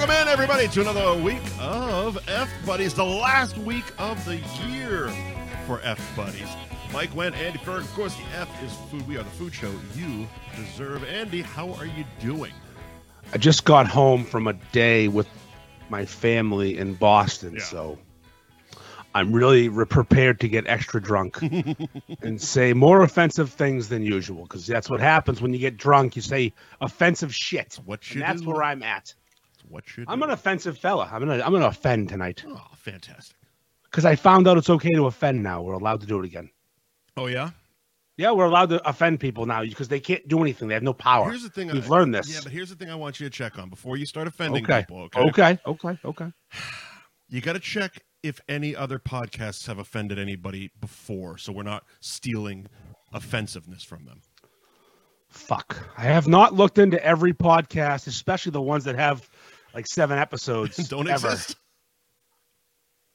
everybody, to another week of F Buddies, the last week of the year for F Buddies. Mike Went, Andy Ferg, of course, the F is food. We are the food show you deserve. Andy, how are you doing? I just got home from a day with my family in Boston, Yeah. so I'm really re- prepared to get extra drunk and say more offensive things than usual because that's what happens when you get drunk. You say offensive shit. What And you that's do. where I'm at. What you I'm an doing? offensive fella. I'm gonna I'm gonna offend tonight Oh, fantastic. because I found out it's okay to offend now. We're allowed to do it again. Oh, yeah? Yeah, we're allowed to offend people now because they can't do anything. They have no power. Here's the thing. We've I- learned this. Yeah, but here's the thing I want you to check on before you start offending okay. people, okay? okay, okay, okay. You got to check if any other podcasts have offended anybody before so we're not stealing offensiveness from them. Fuck. I have not looked into every podcast, especially the ones that have like seven episodes Don't ever, exist.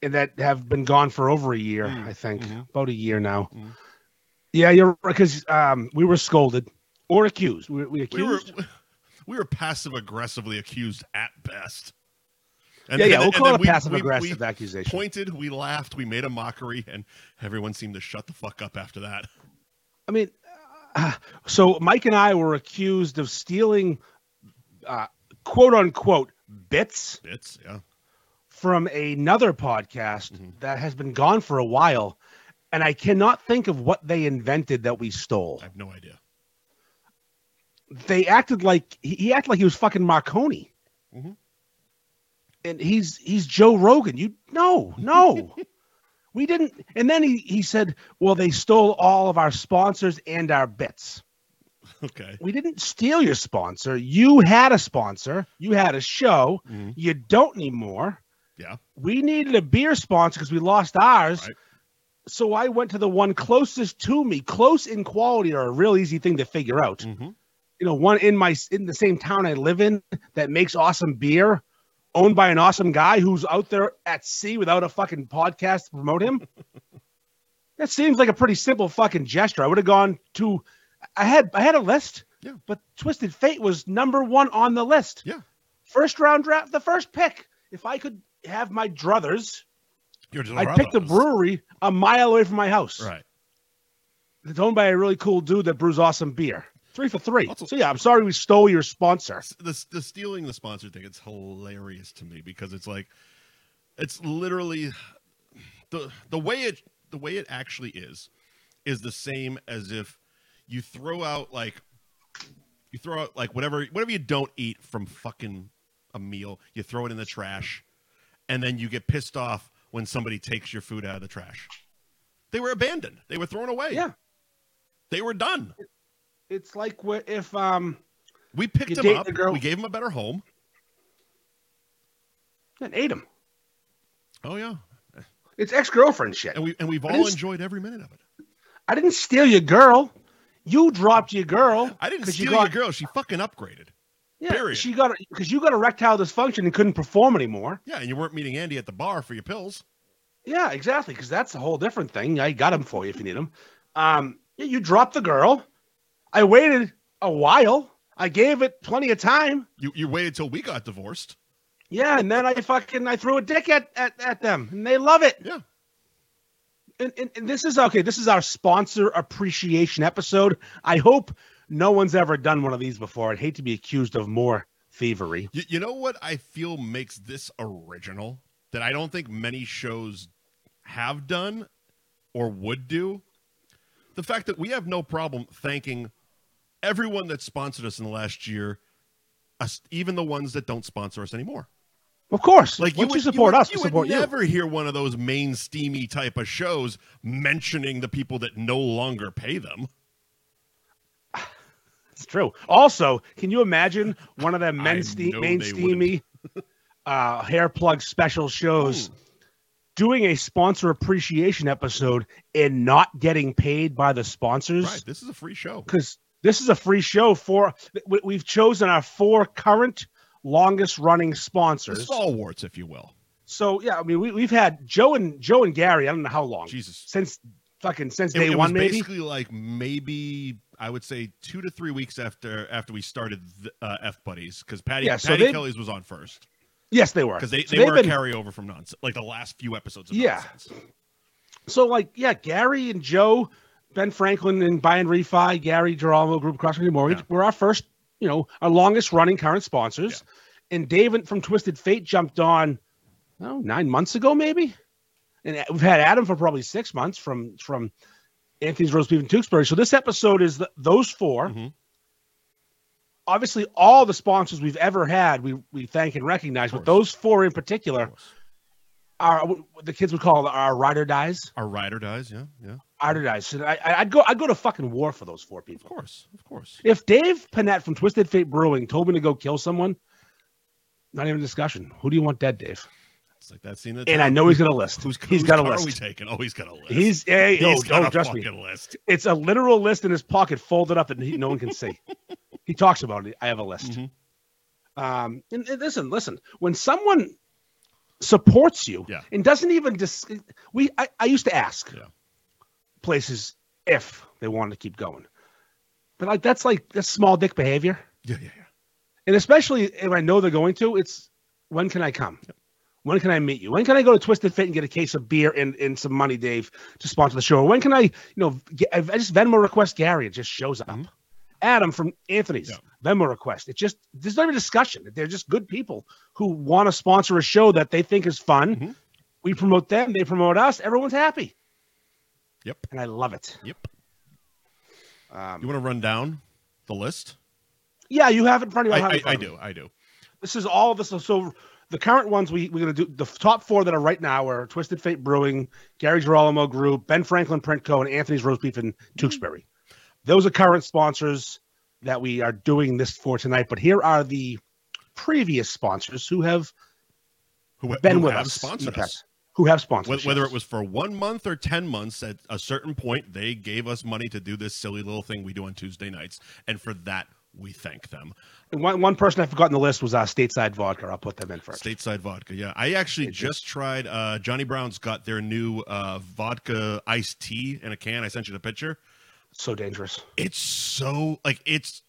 and that have been gone for over a year, Mm, I think, mhm. about a year now. Mm. Yeah, you're right because um, we were scolded or accused. We, we We were accused. we were passive aggressively accused at best. And, yeah, yeah. and- We'll and call then it a we- passive we- aggressive we accusation. pointed, we laughed, we made a mockery, and everyone seemed to shut the fuck up after that. I mean, uh, so Mike and I were accused of stealing, uh, quote unquote, bits Bits, yeah. from another podcast Mhm. that has been gone for a while, and I cannot think of what they invented that we stole. I have no idea. They acted like he- he acted like he was fucking Marconi, Mhm. and he's he's Joe Rogan. You no no. We didn't, and then he, he said, "Well, they stole all of our sponsors and our bits." Okay. we didn't steal your sponsor. You had a sponsor. You had a show. Mhm. You don't need more. Yeah. We needed a beer sponsor because we lost ours. Right. So I went to the one closest to me. Close in quality are a real easy thing to figure out. Mhm. You know, one in my in the same town I live in that makes awesome beer, owned by an awesome guy who's out there at sea without a fucking podcast to promote him. that seems like a pretty simple fucking gesture. I would have gone to I had I had a list. Yeah. But Twisted Fate was number one on the list. Yeah. First round draft, the first pick. If I could have my druthers, You're just I'd pick the brewery a mile away from my house. Right. It's owned by a really cool dude that brews awesome beer. Three for three. Also- so yeah, I'm sorry we stole your sponsor. S- The, the stealing the sponsor thing, it's hilarious to me because it's like, it's literally the the way it the way it actually is is the same as if you throw out like you throw out like whatever whatever you don't eat from fucking a meal you throw it in the trash and then you get pissed off when somebody takes your food out of the trash they were abandoned they were thrown away Yeah. they were done It's like wh- if um we picked You them date up the girl- we gave them a better home and ate him. oh yeah It's ex girlfriend shit. and we and we've I all didn't- enjoyed every minute of it I didn't steal your girl. You dropped your girl. i didn't 'cause steal got, your girl she fucking upgraded Yeah, period. she got because you got erectile dysfunction and couldn't perform anymore. yeah and you weren't meeting andy at the bar for your pills Yeah, exactly. Because that's a whole different thing. I got them for you if you need them. Um, yeah, you dropped the girl. I waited a while. I gave it plenty of time. you you waited till we got divorced Yeah, and then I fucking I threw a dick at at, at them, and they love it. Yeah. And, and, and this is okay. This is our sponsor appreciation episode. I hope no one's ever done one of these before. I'd hate to be accused of more thievery. You, you know what I feel makes this original that I don't think many shows have done or would do? The fact that we have no problem thanking everyone that sponsored us in the last year, us, even the ones that don't sponsor us anymore. Of course, Like like once you, would- support would- us, we you support would you. never hear one of those main steamy type of shows mentioning the people that no longer pay them. It's true. Also, can you imagine one of the men's I know ste- main they steamy uh, hair plug special shows Hmm. doing a sponsor appreciation episode and not getting paid by the Right? sponsors? This is a free show. Because this is a free show for we- we've chosen our four current longest running The sponsors. stalwarts, if you will. So yeah, I mean we, we've had Joe and Joe and Gary. I don't know how long Jesus. since fucking since It- day it, one was maybe. basically like maybe I would say two to three weeks after after we started th- uh, F Buddies because Patty Yeah, so Patty they- Kelly's was on first. Yes, they were because they, So they they've were been- a carryover from nonsense, like the last few episodes of Yeah. nonsense. So like, yeah, Gary and Joe, Ben Franklin and Brian Refi, Gary Giralmo, Group Cross Country Mortgage Yeah. were our first, you know, our longest running current sponsors. And David from Twisted Fate jumped on, oh, nine months ago maybe. And we've had Adam for probably six months from from Anthony's Roast Beef and Tewksbury. So this episode is the, those 4 Mhm. Obviously, all the sponsors we've ever had, we we thank and recognize. course. But those four in particular Of course. are what the kids would call our ride or dies. Our rider dies. Yeah, yeah. Artedice. And I, I- I'd go, I'd go to fucking war for those four Of people. course, of course. If Dave Panett from Twisted Fate Brewing told me to go kill someone, not even a discussion. Who do you want dead, Dave? It's like that scene. That's And I know he's got a list. who's, he's whose got a car Are we list. taking? Oh, he's got a list. He's, hey, He's oh, got oh, a trust me. fucking list. It's a literal list in his pocket, folded up that he, no one can see. he talks about it. I have a list. Mhm. Um, and, and listen, listen. When someone supports you Yeah. and doesn't even dis- we, I, I used to ask Yeah. places if they wanted to keep going, but like that's like that's small dick behavior, Yeah, yeah, yeah. and especially if I know they're going to, it's when can I come. When can I meet you? When can I go to Twisted Fit and get a case of beer and, and some money, Dave, to sponsor the show? Or When can I, you know, get, I just Venmo request Gary. It just shows up. Mhm. Adam from Anthony's Yeah. Venmo request. It just there's never a discussion. They're just good people who want to sponsor a show that they think is fun. Mhm. We promote them. They promote us. Everyone's happy. Yep. And I love it. Yep. Um, You want to run down the list? yeah, you have it in front of I, you. have it I, in I front of you. do. I do. this is all this. So the current ones we, we're going to do the top four that are right now are Twisted Fate Brewing, Gary Girolamo Group, Ben Franklin Print Co., and Anthony's Roast Beef in Mm-hmm. Tewksbury. Those are current sponsors that we are doing this for tonight. But here are the previous sponsors who have Who, been who with have us, in the sponsored past, us? who have sponsored, Wh- Whether it was for one month or ten months, at a certain point, they gave us money to do this silly little thing we do on Tuesday nights, and for that, we thank them. And one, one person I forgot on the list was uh, Stateside Vodka. I'll put them in first. Stateside vodka. Yeah, I actually It is. just tried. Uh, Johnny Brown's got their new uh, vodka iced tea in a can. I sent you the picture. so dangerous. It's so like it's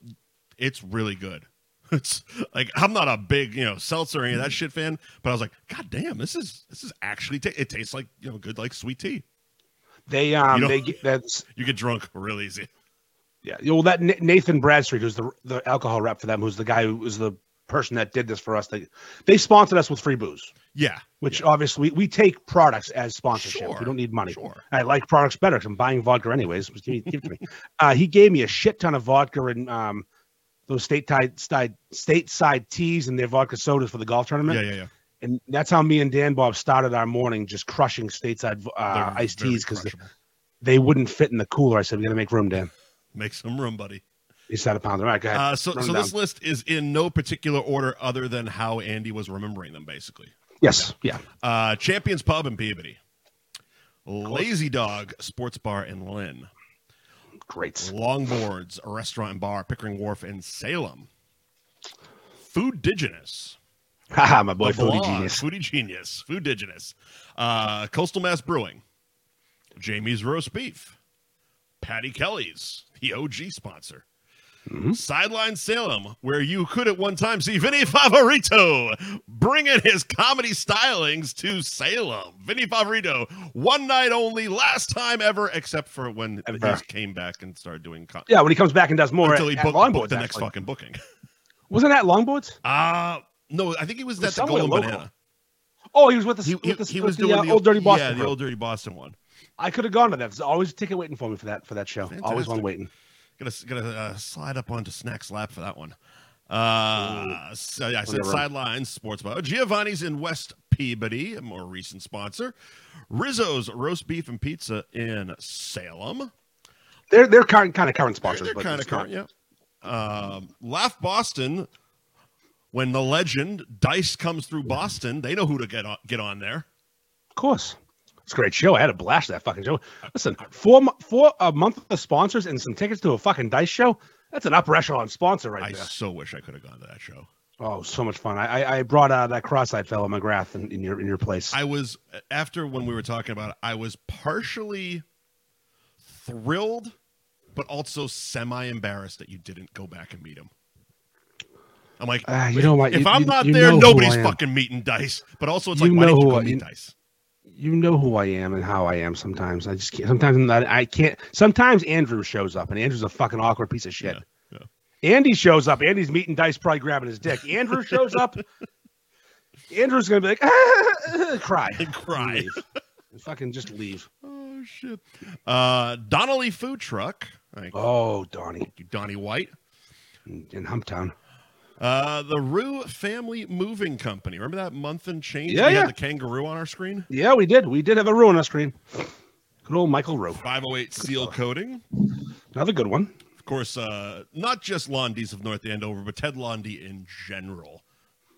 it's really good. It's like I'm not a big you know seltzer or any of that shit fan, but I was like, God damn, this is this is actually ta- it tastes like you know good like sweet tea. They um You know- they get that's You get drunk real easy. Yeah, you know, well, that Na- Nathan Bradstreet, who's the the alcohol rep for them, who's the guy who was the person that did this for us. They they sponsored us with free booze, Yeah, which Yeah. obviously we, we take products as sponsorship. Sure, We don't need money. sure. I like products better 'cause I'm buying vodka anyways. Just give, me, give it to me. Uh, he gave me a shit ton of vodka and um, those state tied side state side teas and their vodka sodas for the golf tournament. Yeah, yeah, yeah. And that's how me and Dan Bob started our morning, just crushing stateside uh, They're iced very teas because crushable. they wouldn't fit in the cooler. I said we got to make room, Dan. make some room, buddy. He said a pound. All right, go ahead. Uh, so, run so down. this list is in no particular order other than how Andy was remembering them, basically. Yes. Yeah. Uh, Champions Pub in Peabody, Lazy Dog Sports Bar in Lynn, Great. Longboards, a restaurant and bar, Pickering Wharf in Salem. Food Digenous. Haha, my boy, The Foodie Blonde, Genius. Foodie Genius. Food Digenous. Uh, Coastal Mass Brewing. Jamie's Roast Beef. Patty Kelly's, the OG sponsor. Mm-hmm. Sideline Salem, where you could at one time see Vinny Favorito bringing his comedy stylings to Salem. Vinny Favorito, one night only, last time ever, except for when he Ever. came back and started doing co- Yeah, when he comes back and does more until at, he at booked, longboards. booked the next actually. fucking booking. Wasn't that longboards? Uh no, I think he was was at the somewhere Golden local. Banana. Oh, he was with us. He, he, with us, he with was the, doing uh, old dirty Boston. Yeah, the crew. old dirty Boston one. I could have gone to that. There's always a ticket waiting for me for that for that show. Always one Fantastic. waiting. Gonna gonna uh, slide up onto Snack's lap for that one. Uh, so yeah, I said Whatever. sidelines sports bar. Giovanni's in West Peabody, a more recent sponsor. Rizzo's roast beef and pizza in Salem. They're they're current, kind of current sponsors. They're but kind of it's not- current, yeah. Um, Laugh Boston. When the legend Dice comes through Boston, they know who to get on, get on there. Of course. It's a great show. I had a blast at that fucking show. Listen, four mo- four a month of sponsors and some tickets to a fucking dice show. That's an upper echelon sponsor right I there. so wish I could have gone to that show. Oh, so much fun. I I, I brought uh, that cross-eyed fellow McGrath in, in your in your place. I was after when we were talking about it, I was partially thrilled, but also semi embarrassed that you didn't go back and meet him. I'm like, Ah, you know what? if You- I'm you- not you there, know who nobody's I am. fucking meeting dice. But also, it's You like, why know did you who go I- meet dice? You know who I am and how I am. Sometimes I just can't. Sometimes I'm not, I can't. Sometimes Andrew shows up, and Andrew's a fucking awkward piece of shit. Yeah, Andy shows up. Andy's meeting dice, probably grabbing his dick. Andrew shows up. Andrew's gonna be like, cry, And cry. And leave. And fucking just leave. Oh shit. Uh, Donnelly Food Truck. Thank Oh, Donnie you, Donnie White. in, in Humptown. Uh, the Rue Family Moving Company. Remember that month and change? Yeah, we yeah. had the kangaroo on our screen. Yeah, we did. We did have a ruin on screen. Good old Michael Rowe. 508 seal coating. Another good one. Of course, uh, not just Londy's of North Andover, but Ted Londy in general.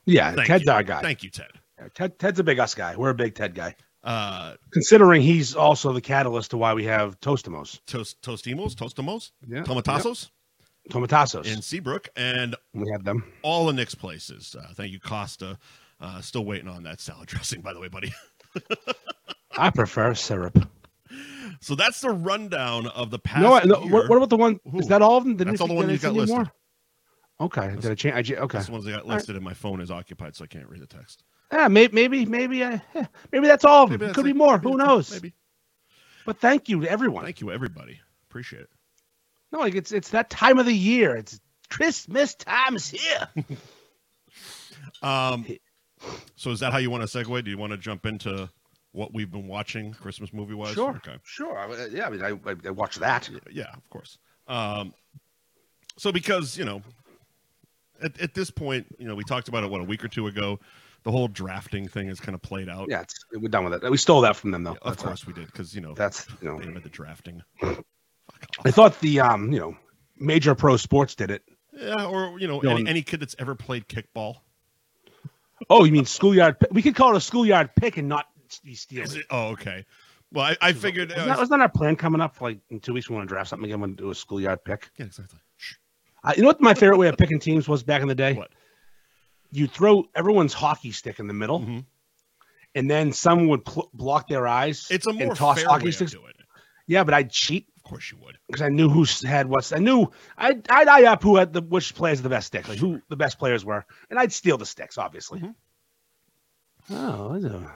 Yeah, Thank Ted's you. our guy. Thank you, Ted. Ted, Ted's a big us guy. We're a big Ted guy. Uh, Considering he's also the catalyst to why we have Tostimos. toast, Tostimos, Tostimos, Yeah. Tomatasos Yep. Tomatassos. in Seabrook, and we have them. all the Nick's places. Uh, thank you, Costa. Uh, still waiting on that salad dressing, by the way, buddy. I prefer syrup. So that's the rundown of the past. No, I- no year. what, what about the one? Who? Is that all of them? Did That's it- all the ones did you it got see any listed. more? Okay. Did I change? I, cha- okay. That's the ones I got right. listed, and my phone is occupied, so I can't read the text. Yeah, maybe, maybe, maybe, uh, eh, maybe that's all of them. Maybe that's Could be it. more. Maybe Who that's it. knows? Maybe. But thank you to everyone. Thank you, everybody. Appreciate it. No, like it's it's that time of the year. It's Christmas time is here. Um, so is that how you want to segue? Do you want to jump into what we've been watching, Christmas movie wise? Sure. Okay. Sure. I- Yeah, I mean, I, I, I watched that. Yeah, of course. Um, so because you know, at, at this point, you know, we talked about it what a week or two ago. The whole drafting thing has kind of played out. Yeah, it's, we're done with it. We stole that from them, though. of That's all. course we did because you know That's you they know. invented the drafting. I thought the um you know major pro sports did it. Yeah, or you know, No, any, and- any kid that's ever played kickball. Oh, you mean schoolyard? pi- We could call it a schoolyard pick and not be stealing. Is it? Oh, okay. Well, I, I figured. uh, Wasn't that, wasn't that our plan coming up? Like in two weeks, we want to draft something again. We want to do a schoolyard pick. yeah, exactly. Shh. Uh, you know what my favorite way of picking teams was back in the day? What? You throw everyone's hockey stick in the middle, Mhm. and then someone would pl- block their eyes. It's a more and toss fair hockey way of sticks. doing it. Yeah, but I'd cheat Of course you would. because I knew who s- had what's. I knew I'd, I'd eye up who had the which players the best stick, like who the best players were, and I'd steal the sticks, obviously. Mhm. Oh, I know.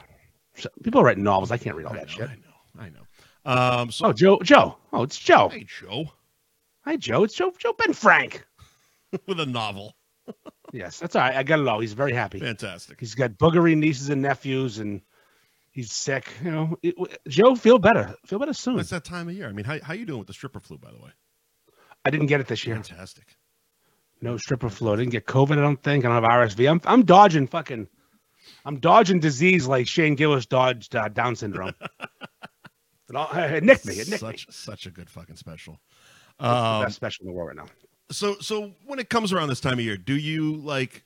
So- people write novels. I can't read all Mm-hmm. I that know, shit. I know. I know. Um. So Oh, Joe, Joe. Oh, it's Joe. hey, Joe, Hi, Joe. It's Joe. Joe Ben Frank. with a novel, Yes, that's all right. I got it all. He's very happy. fantastic. He's got boogery nieces and nephews, and he's sick. You know, It- w- Joe, feel better. Feel better soon. It's that time of year. I mean, how how you doing with the stripper flu, by the way? I didn't get it this year. Fantastic. No stripper flu. I didn't get COVID. I don't think. I don't have RSV. I'm I'm dodging fucking. I'm dodging disease like Shane Gillis dodged uh, Down syndrome. It all- it nicked me. It nicked me. such such a good fucking special. It's the Um, best special in the world right now. so so when it comes around this time of year, do you like?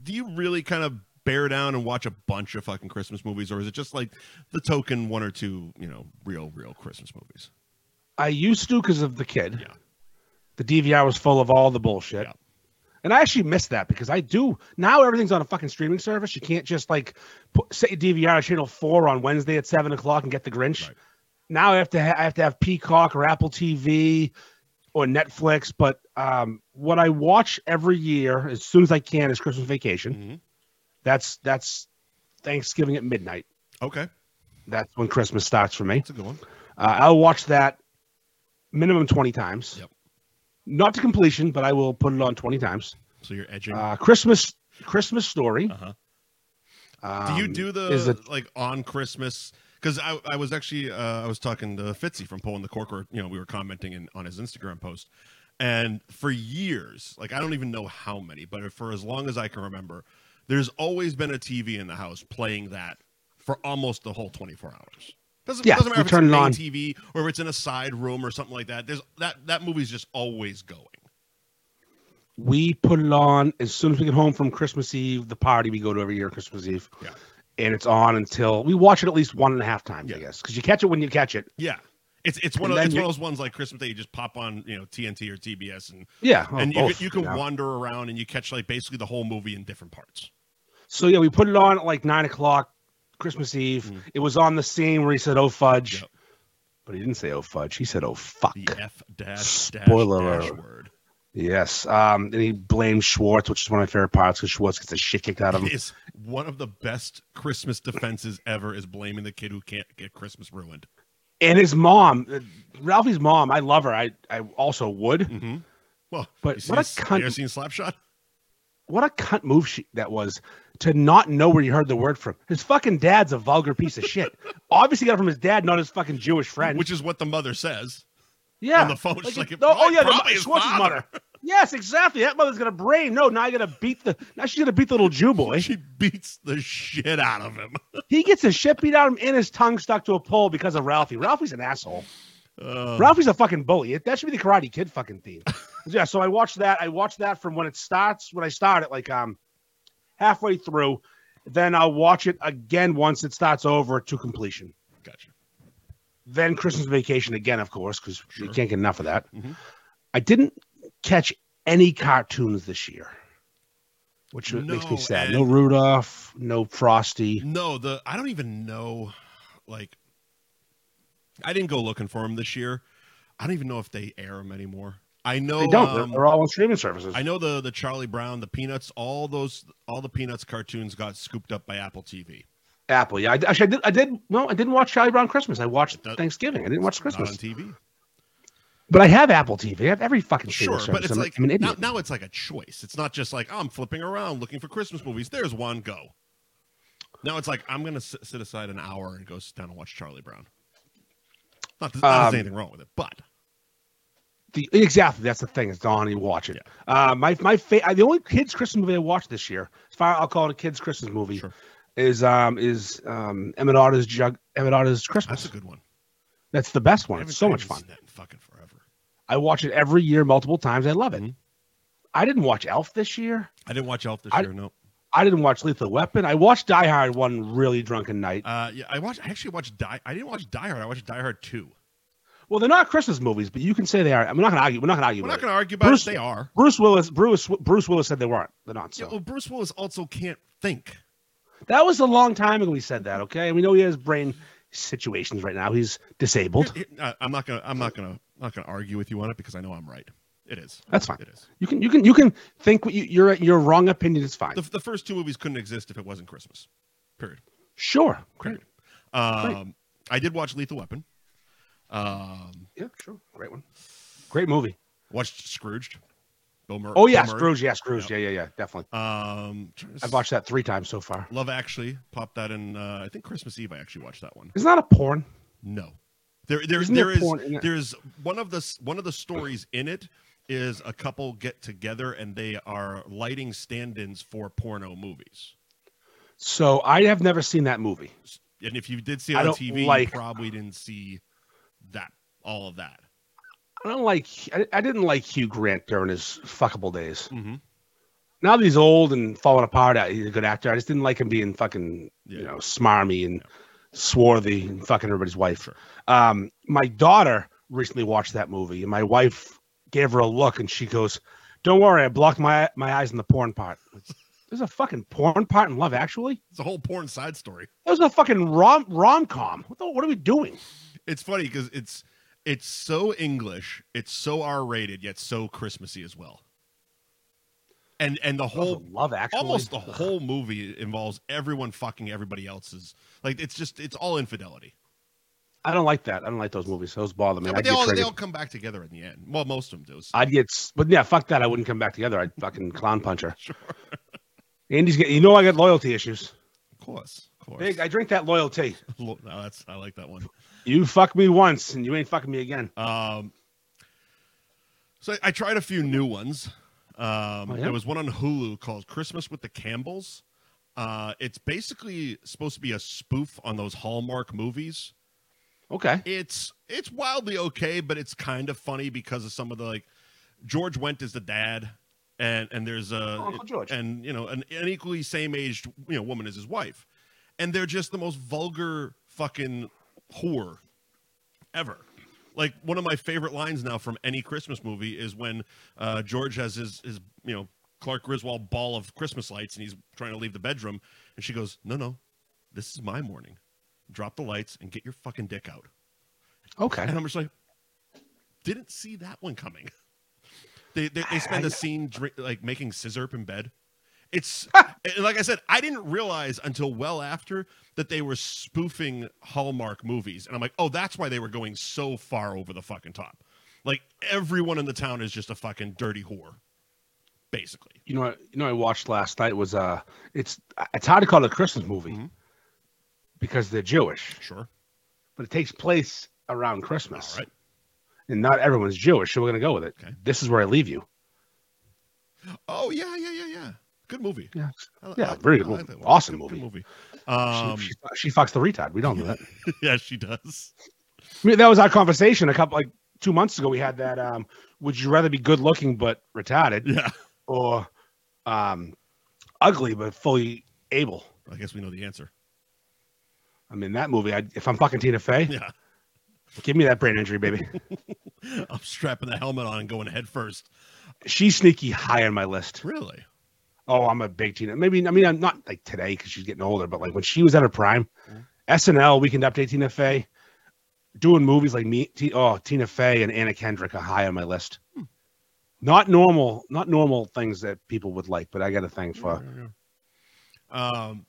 Do you really kind of bear down and watch a bunch of fucking Christmas movies, or is it just like the token one or two, you know, real real Christmas movies? I used to because of the kid. Yeah. The DVR was full of all the bullshit. Yeah. And I actually missed that because I do now everything's on a fucking streaming service. You can't just like put, set your DVR on channel four on Wednesday at seven o'clock and get the Grinch. Right. Now I have to ha- I have to have Peacock or Apple TV or Netflix. But um, what I watch every year as soon as I can is Christmas Vacation. Mhm. That's that's Thanksgiving at midnight. Okay, That's when Christmas starts for me. that's a good one. Uh, I'll watch that minimum 20 times. Yep. Not to completion, but I will put it on 20 times. So you're edging. Uh, Christmas Christmas Story. Uh-huh. Um, do you do the is it- like on Christmas? Because I, I was actually uh, I was talking to Fitzy from pulling the corker. You know, we were commenting in, on his Instagram post, and for years, like I don't even know how many, but for as long as I can remember, there's always been a TV in the house playing that for almost the whole 24 hours. Doesn't, Yeah, doesn't matter you if turn it it's a on. main TV or if it's in a side room or something like that. There's that that movie's just always going. we put it on as soon as we get home from Christmas Eve, the party we go to every year Christmas Eve. Yeah. And it's on until we watch it at least one and a half times, I Yeah. guess, because you catch it when you catch it. Yeah, it's it's one And of then it's you- one of those ones like Christmas Day. You just pop on you know TNT or TBS and Yeah, oh, and you, both, can, you can know. wander around and you catch like basically the whole movie in different parts. So yeah, we put it on at like nine o'clock Christmas Eve. Mhm. It was on the scene where he said, "Oh fudge," Yep. but he didn't say "Oh fudge." He said, "Oh fuck." The F dash dash Spoiler dash alert. word. Yes. Um, and he blames Schwartz, which is one of my favorite parts because Schwartz gets the shit kicked out of him. It is one of the best Christmas defenses ever is blaming the kid who can't get Christmas ruined. And his mom, uh, Ralphie's mom, I love her. I, I also would. Mm-hmm. Well, But you what a seen- cunt- You ever seen Slapshot? What a cunt move she, that was to not know where he heard the word from. His fucking dad's a vulgar piece of shit. Obviously, he got it from his dad, not his fucking Jewish friend. Which is what the mother says. yeah. on the phone, she's Like, like, no, oh, "Probably yeah, the, his Schwartz's father." mother. Yes, exactly. That mother's got a brain. No, now I gotta beat the. Now she's gonna beat the little Jew boy. She beats the shit out of him. He gets his shit beat out of him, and his tongue stuck to a pole because of Ralphie. Ralphie's an asshole. Uh, Ralphie's a fucking bully. It- That should be the Karate Kid fucking theme. yeah. So I watched that. I watched that from when it starts. When I started, like um, halfway through. Then I'll watch it again once it starts over to completion. gotcha. Then Christmas Vacation again, of course, because you Sure. can't get enough of that. Mhm. I didn't catch any cartoons this year, which makes No, me sad. and- No Rudolph, no Frosty. No, the I don't even know. Like, I didn't go looking for them this year. I don't even know if they air them anymore. I know They don't. They're- um, they're all on streaming services. I know the the Charlie Brown, the Peanuts, all those all the Peanuts cartoons got scooped up by Apple TV. Apple. Yeah, I, actually, I did. I did. No, I didn't watch Charlie Brown Christmas. I watched That- Thanksgiving. I didn't watch Christmas. Not on TV. But I have Apple TV. I have every fucking streaming Sure, service. but it's I'm, like I'm an now, idiot. now it's like a choice. It's not just like I'm flipping around looking for Christmas movies. There's one, go. Now it's like I'm gonna s- sit aside an hour and go sit down and watch Charlie Brown. Not, that- not that Um, there's anything wrong with it, but The- exactly. That's the thing. Is Don you watch it? Uh, my my fa- I- the only kids Christmas movie I watched this year, as far I'll call it a kids Christmas movie, Sure. is um is um Emmett Otter's jug Emmett Otter's Christmas. that's a That's, good one. the I best one. haven't- It's so I much haven't fun. seen that in fucking forever. I watch it every year, multiple times. I love it. Mhm. I didn't watch Elf this year. I didn't watch Elf this I- year. No, I didn't watch Lethal Weapon. I watched Die Hard one really drunken night. uh, yeah, I watched. I actually watched Die. I didn't watch Die Hard. I watched Die Hard Two. Well, they're not Christmas movies, but you can say they are. I'm not gonna argue. We're not gonna argue. We're with not it. going to argue about Bruce- it. They are. Bruce Willis. Bruce Bruce Willis said they weren't. They're not. So. Yeah, well, Bruce Willis also can't think. That was a long time ago we said that, okay? And we know he has brain situations right now. He's disabled. Here- here- uh, I'm not gonna. I'm not gonna. Not gonna argue with you on it because I know I'm right. It is. That's fine. It is. You can you can you can think what you, your your wrong opinion is fine. The, the first two movies couldn't exist if it wasn't Christmas. Period. Sure. Great. Period. Um, I did watch Lethal Weapon. Um, Yeah, sure. Great one. Great movie. watched Scrooged. Bill Mur- Oh Bill yeah, Murray. Scrooge, yeah, Scrooge. Yeah. Yeah, yeah, yeah, definitely. Um, I've watched that 3 times so far. Love Actually. Popped that in. Uh, I think Christmas Eve. I actually watched that one. It's not a porn. No, there there Isn't there there is porn in it? there's one of the s- one of the stories in it is a couple get together and they are lighting stand-ins for porno movies. So I have never seen that movie. And if you did see it I on don't TV, you like- probably didn't see that all of that. I don't like I, I didn't like Hugh Grant during his fuckable days. Mm-hmm. Now that he's old and falling apart, I- he's a good actor. I just didn't like him being fucking Yeah. you know, smarmy and swarthy and fucking everybody's wife. Sure. Um, my daughter recently watched that movie, and my wife gave her a look, and she goes, "Don't worry, I blocked my my eyes in the porn part." There's a fucking porn part in Love Actually. It's a whole porn side story. That was a fucking rom rom com. What, the, what are we doing? It's funny because it's it's so English, it's so R-rated, yet so Christmassy as well. And and the That was whole a Love Actually. almost the whole movie involves everyone fucking everybody else's. Like it's just it's all infidelity. I don't like that. I don't like those movies. Those bother me. Yeah, I'd but they get all they triggered. all come back together in the end. Well, most of them do. so- I'd get, s- but yeah, fuck that. I wouldn't come back together. I'd fucking clown puncher. Sure. Andy's, get, you know, I got loyalty issues. of course, of course. Big, I drink that loyalty. Lo- no, that's I like that one. You fuck me once, and you ain't fucking me again. Um, so I, I tried a few new ones. Um, Oh, yeah? There was one on Hulu called Christmas with the Campbells. Uh, it's basically supposed to be a spoof on those Hallmark movies. Okay. it's it's wildly okay, but it's kind of funny because of some of the like George Wendt is the dad, and and there's a Oh, Uncle George. and you know an, an equally same aged you know woman is his wife, and they're just the most vulgar fucking whore ever. Like one of my favorite lines now from any Christmas movie is when uh, George has his his you know Clark Griswold ball of Christmas lights and he's trying to leave the bedroom, and she goes, "No, no, this is my morning. Drop the lights and get your fucking dick out." Okay. And I'm just like, didn't see that one coming. They they, they spend I- a scene drink, like making scissor up in bed. It's and like I said, I didn't realize until well after that they were spoofing Hallmark movies, and I'm like, oh, that's why they were going so far over the fucking top. Like everyone in the town is just a fucking dirty whore, basically. you know, what- you know, what I watched last night was uh, it's it's hard to call it a Christmas movie Mhm. because they're Jewish, Sure. but it takes place around All Christmas, right. and not everyone's Jewish, so we're gonna go with it. Okay. This is where I leave you. Oh yeah, yeah, yeah, yeah. Good movie. Yeah, I- yeah, I- very I good, like movie. that one. awesome Good movie. movie. She- Um, she, she fucks the retard. We don't know that. yeah, she does. I mean, that was our conversation a couple like two months ago. We had that. Um, would you rather be good looking but retarded, Yeah. or um, ugly but fully able? I guess we know the answer. I mean, that movie. I, if I'm fucking Tina Fey, Yeah. give me that brain injury, baby. I'm strapping the helmet on and going head first. She's sneaky high on my list. Really? Oh, I'm a big Tina. Maybe I mean I'm not like today because she's getting older, but like when she was at her prime, Mhm. SNL Weekend Update Tina Fey, doing movies like me. T- oh, Tina Fey and Anna Kendrick are high on my list. Not normal, not normal things that people would like, but I got a thing for. Um,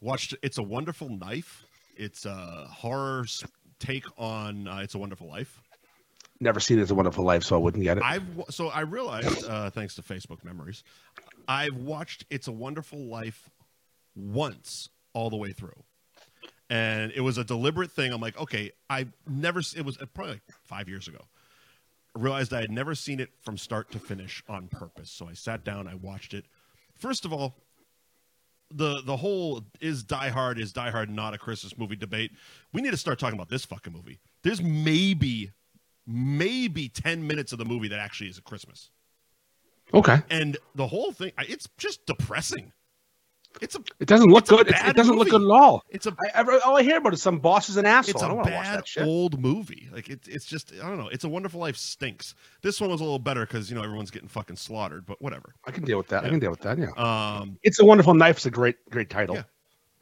watched It's a Wonderful Knife. It's a horror s- take on uh, It's a Wonderful Life. Never seen It's a Wonderful Life, so I wouldn't get it. I've wa- so I realized uh, thanks to Facebook memories, I've watched It's a Wonderful Life once all the way through, and it was a deliberate thing. I'm like, okay, I never. s- It was uh, probably like five years ago. I realized I had never seen it from start to finish on purpose. So I sat down, I watched it. First of all, the the whole is Die Hard is Die Hard not a Christmas movie debate. We need to start talking about this fucking movie. There's maybe maybe 10 minutes of the movie that actually is a Christmas. okay, And the whole thing, I- it's just depressing. It's a it doesn't look It's a good. It's, bad it doesn't look movie. good at all. it's a I, I, all I hear about is some boss is an asshole. it's I don't a want to watch bad that shit. old movie. Like it's it's just I don't know. It's a Wonderful Life stinks. This one was a little better because you know everyone's getting fucking slaughtered, but whatever. I can deal with that. I can deal with that. Yeah, Um, It's a Wonderful Knife is a great, great title.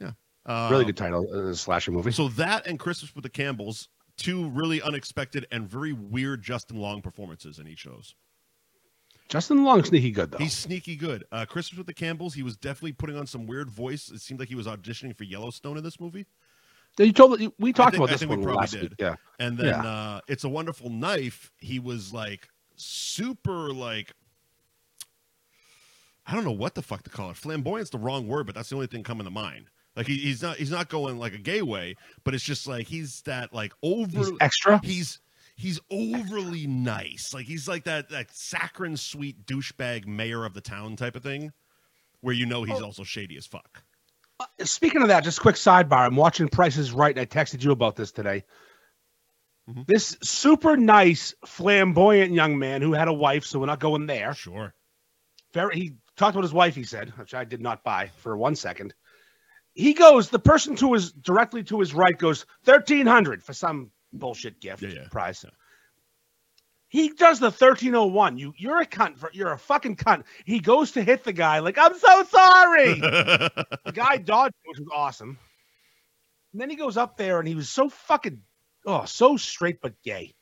Yeah. um really good title, uh, slasher movie. So that and Christmas with the Campbells, two really unexpected and very weird Justin Long performances in each of those. Justin Long sneaky good though. He's sneaky good. Uh, Christmas with the Campbells, he was definitely putting on some weird voice. It seemed like he was auditioning for Yellowstone in this movie. you told you- we talked think- about I this think we one probably last did. week. Yeah, And then Yeah. uh, it's a wonderful knife. He was like super like I don't know what the fuck to call it. Flamboyant's the wrong word, but that's the only thing coming to mind. Like he, he's not he's not going like a gay way, but it's just like he's that like over he's extra. he's he's overly nice. Like he's like that that saccharine sweet douchebag mayor of the town type of thing, where you know he's Oh. also shady as fuck. Uh, Speaking of that, just quick sidebar. I'm watching Price is Right, and I texted you about this today. Mhm. This super nice, flamboyant young man who had a wife, so we're not going there. Sure. Very, he talked about his wife. He said, which I did not buy for one second. He goes. The person to his directly to his right goes thirteen hundred for some bullshit gift Yeah, yeah. prize. He does the thirteen oh one. You you're a cunt. For, you're a fucking cunt. He goes to hit the guy like I'm so sorry. the guy dodged, which was awesome. And then he goes up there and he was so fucking oh so straight but gay.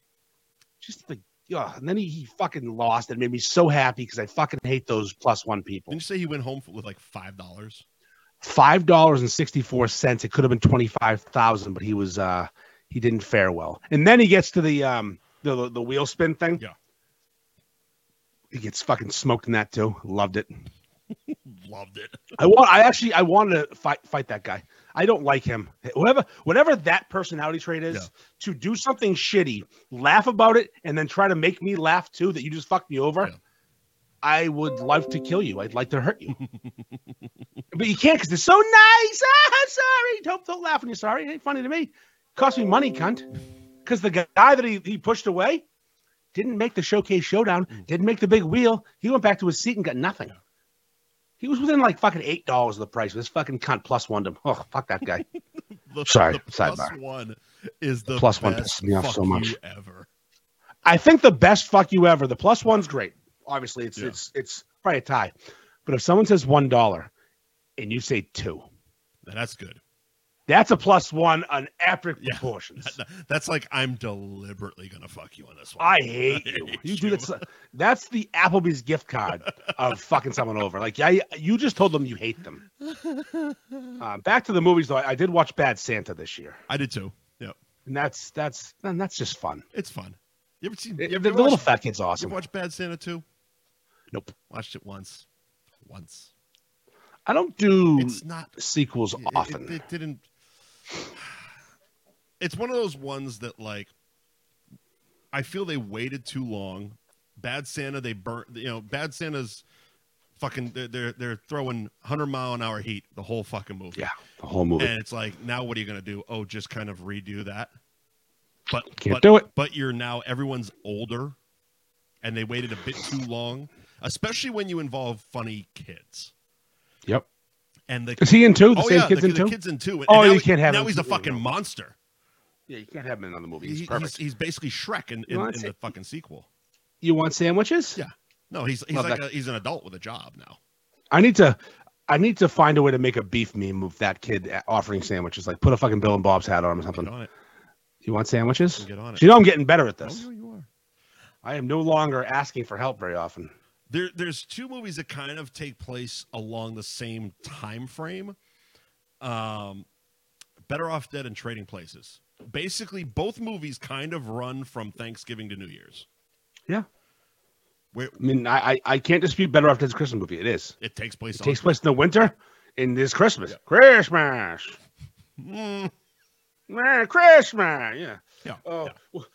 Just like yeah. And then he, he fucking lost. It made me so happy because I fucking hate those plus one people. Didn't you say he went home with like five dollars? five dollars and sixty four cents. It could have been twenty five thousand, but he was uh he didn't fare well. And then he gets to the um the the, the wheel spin thing. Yeah. He gets fucking smoked in that too. Loved it. Loved it. I want. I actually. I wanted to fight fight that guy. I don't like him. Whoever, whatever that personality trait is, Yeah. to do something shitty, laugh about it, and then try to make me laugh too. That you just fucked me over. Yeah. I would love to kill you. I'd like to hurt you, but you can't because they're so nice. Ah, I'm sorry. Don't don't laugh when you're sorry. It ain't funny to me. Cost me money, cunt. Because the guy that he, he pushed away didn't make the showcase showdown. Mm. Didn't make the big wheel. He went back to his seat and got nothing. He was within like fucking eight dollars of the price of this fucking cunt plus one to Oh fuck that guy. The, Sorry, the plus sidebar. one is the Plus one best pissed me off fuck so much. you ever. I think the best fuck you ever. The plus one's great. Obviously, it's Yeah. it's it's probably a tie. But if someone says one dollar and you say two, Now, That's good. That's a plus one on epic Yeah. proportions. That's like I'm deliberately gonna fuck you on this one. I hate you. hate you do that's that's the Applebee's gift card of fucking someone over. Like yeah, you just told them you hate them. Uh, back to the movies though. I, I did watch Bad Santa this year, I did too. Yep, and that's that's and that's just fun. it's fun. You ever seen? It- you ever the the watched- little fat kid's you awesome. ever watched Bad Santa too? nope, Watched it once, once. I don't do It's not sequels it- often. It, it didn't. It's one of those ones that like I feel they waited too long. Bad Santa, they burnt. You know, Bad Santa's fucking. They're they're, they're throwing hundred mile an hour heat the whole fucking movie. yeah, the whole movie and it's like now what are you gonna do? Oh, just kind of redo that. But can't but, do it. but you're now everyone's older, and they waited a bit too long, especially when you involve funny kids Yep. and the Is he in two? The oh same yeah, kids the, in the two. kids in two. And Oh, now you he- can't have now him. he's a fucking monster. yeah, you can't have him in another movie. He- He's he's, perfect. he's, basically Shrek in, in, Well, in that's the it. fucking sequel. You want sandwiches? Yeah. No, he's he's Love like a, that. he's an adult with a job now. I need to. I need to find a way to make a beef meme of that kid offering sandwiches. Like, put a fucking Bill and Bob's hat on him or something. Get on it. You want sandwiches? Get on it. So you know I'm getting better at this. Oh, yeah, you are. I am no longer asking for help very often. there there's two movies that kind of take place along the same time frame um better off dead and trading places basically both movies kind of run from thanksgiving to new year's Yeah. where I mean, I I, I can't dispute Better Off Dead's Christmas movie. It is. it takes place It on takes place in the winter, and it's Christmas. Christmas. Mm, Merry Christmas. Yeah. yeah, Oh. yeah. w-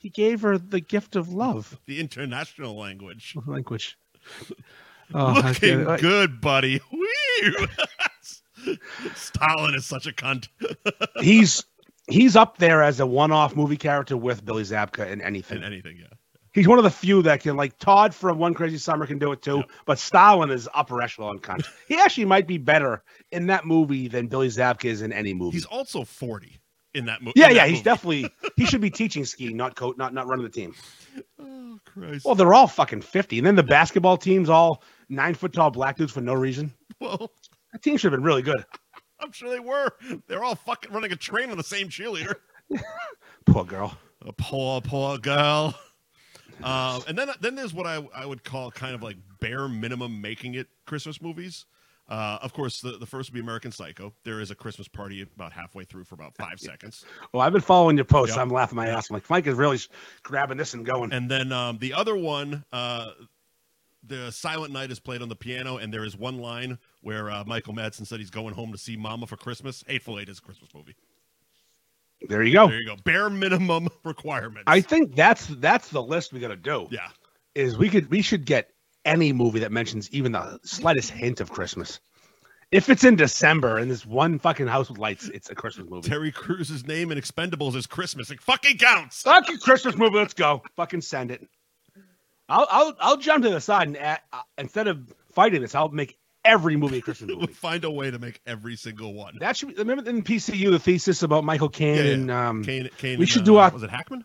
He gave her the gift of love the international language language. Oh, I get looking it. Like, good buddy Whew. stalin is such a cunt he's he's up there as a one-off movie character with Billy Zabka in anything. in anything yeah he's one of the few that can like Todd from One Crazy Summer can do it too, but Stalin is upper echelon cunt. he actually might be better in that movie than Billy Zabka is in any movie. he's also 40 in that mo- in yeah, that yeah, movie he's definitely he should be teaching skiing, not coach, not not running the team. oh christ Well, they're all fucking fifty, and then the basketball team's all nine foot tall black dudes for no reason. well That team should have been really good. I'm sure they were. They're all fucking running a train on the same cheerleader. Poor girl. A poor, poor girl. Um, and then, then there's what I, I would call kind of like bare minimum making it Christmas movies. Uh, of course, the, the first would be American Psycho. There is a Christmas party about halfway through for about five seconds. Well, I've been following your posts. Yeah. I'm laughing my ass. I'm like, Mike is really s- grabbing this and going. And then um, the other one, uh, the Silent Night is played on the piano, and there is one line where uh, Michael Madsen said he's going home to see Mama for Christmas. Hateful Eight is a Christmas movie. There you go. There you go. Bare minimum requirements. Oh. I think that's that's the list we got to do. yeah. is we could we should get any movie that mentions even the slightest hint of Christmas. If it's in December and there's one fucking house with lights, it's a Christmas movie. Terry Cruz's name in Expendables is Christmas. It fucking counts. Fucking Christmas movie, let's go. Fucking send it. I'll I'll I'll jump to the side and a uh, instead of fighting this, I'll make every movie a Christmas We'll movie. find a way to make every single one. That should be, remember in PCU the thesis about Michael Caine Yeah, yeah. and um Kane, Kane we and, should do uh, our- Was it Hackman?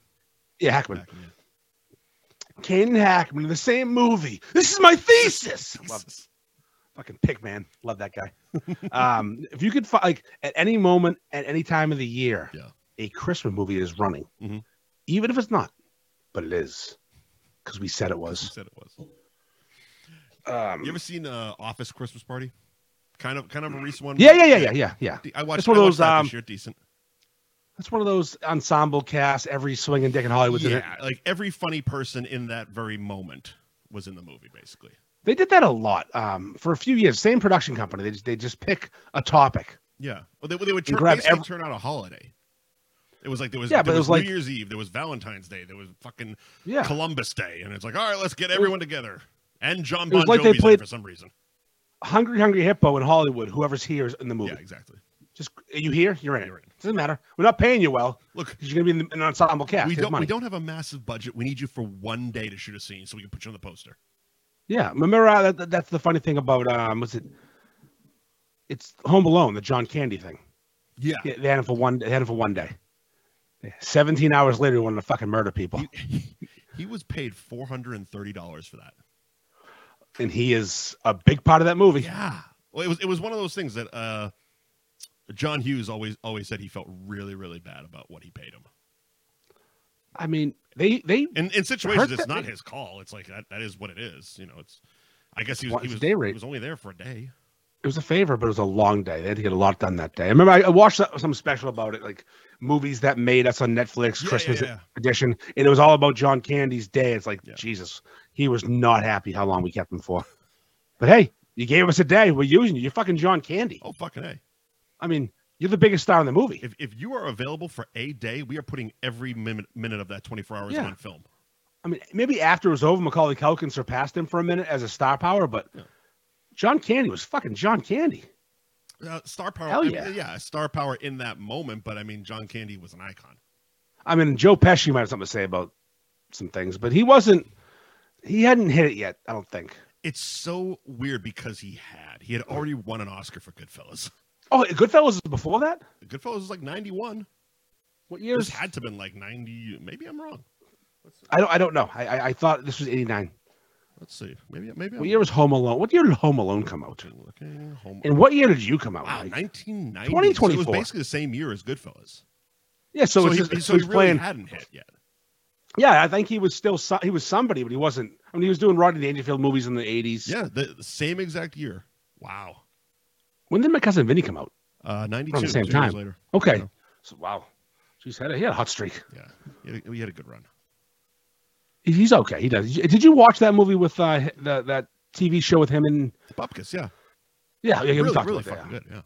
yeah Hackman. Hackman, yeah. Caine and Hackman in the same movie. This is my thesis. Love Jesus. fucking pick man love that guy um if you could fi- like at any moment at any time of the year Yeah. a christmas movie is running Mhm. even if it's not but it is because we said it You was said it was. um You ever seen uh, Office Christmas Party? Kind of, kind of a recent one. yeah yeah yeah yeah yeah yeah I watched. It's one of I watched those, that um, this year. Decent. that's one of those ensemble casts every swinging dick in hollywood did it. Yeah, like every funny person in that very moment was in the movie, basically. they did that a lot um for a few years same production company they just, they just pick a topic Yeah. Well, they, they would You turn, grab basically ev- turn out a holiday. It was like there was, Yeah, but there it was, was like- New Year's Eve, there was Valentine's Day, there was fucking yeah Columbus Day, and it's like, all right, let's get everyone together. And John It was Bon like they Jovi's in played- for some reason. hungry hungry hippo in hollywood whoever's here is in the movie Yeah, exactly. just you here you're in it You're in. doesn't matter we're not paying you well Look, 'cause you're gonna be in the- an ensemble cast we Here's don't money. we don't have a massive budget. We need you for one day to shoot a scene so we can put you on the poster. Yeah, remember uh, that, that- that's the funny thing about um was it? It's Home Alone, the John Candy thing. Yeah. Yeah, They had it for one. They had it for one day. Seventeen hours later, we wanted to fucking murder people, He was paid four hundred and thirty dollars for that. and he is a big part of that movie. Yeah. Well, it was it was one of those things that uh John Hughes always always said he felt really really bad about what he paid him. I mean, they they And in situations, Hurt it's that- not his call. It's like that, that is what it is. You know, it's. I guess he was Well, he it's was, day rate. he was only there for a day. it was a favor, but it was a long day. They had to get a lot done that day. I remember I, I watched that- some special about it, like movies that made us on Netflix, Yeah, Christmas yeah, yeah. edition, and it was all about John Candy's day. It's like Yeah. Jesus, he was not happy how long we kept him for. But hey, you gave us a day. We're using you. You're fucking John Candy. Oh fucking a! I mean, you're the biggest star in the movie. If if you are available for a day, we are putting every minute minute of that twenty four hours Yeah. on film. I mean, maybe after it was over, Macaulay Culkin surpassed him for a minute as a star power, but Yeah. John Candy was fucking John Candy. Uh, star power, Hell I mean, yeah. yeah, star power in that moment. But I mean, John Candy was an icon. I mean, Joe Pesci might have something to say about some things, but he wasn't. He hadn't hit it yet. I don't think. It's so weird because he had he had already won an Oscar for Goodfellas. Oh, Goodfellas was before that. Goodfellas was like ninety one. What This years? had to been like ninety. Maybe I'm wrong. I don't. I don't know. I, I, I thought this was '89. Let's see. Maybe maybe I'm What year was Home Alone? What year did Home Alone come out? looking, looking home. And what year did you come out? Wow, Mike? 1990. So it was 2024. basically the same year as Goodfellas. yeah. So, So, it's he, just, he- so so he's he really playing. hadn't hit yet. yeah, I think he was still. So, he was somebody, but he wasn't. I mean, he was doing Rodney Dangerfield movies in the '80s. Yeah, the, the same exact year. Wow. When did my cousin Vinny come out? Uh, 92. Around the same two time. Years later. Okay. Yeah. So wow. She's had a, he had a hot streak. Yeah, he had, a, he had a good run. He- He's okay. He does. Did you watch that movie with uh, h- the, that TV show with him and? Bupkis, yeah. Oh, Yeah, yeah, yeah, we really, talked really about that. fucking good, yeah.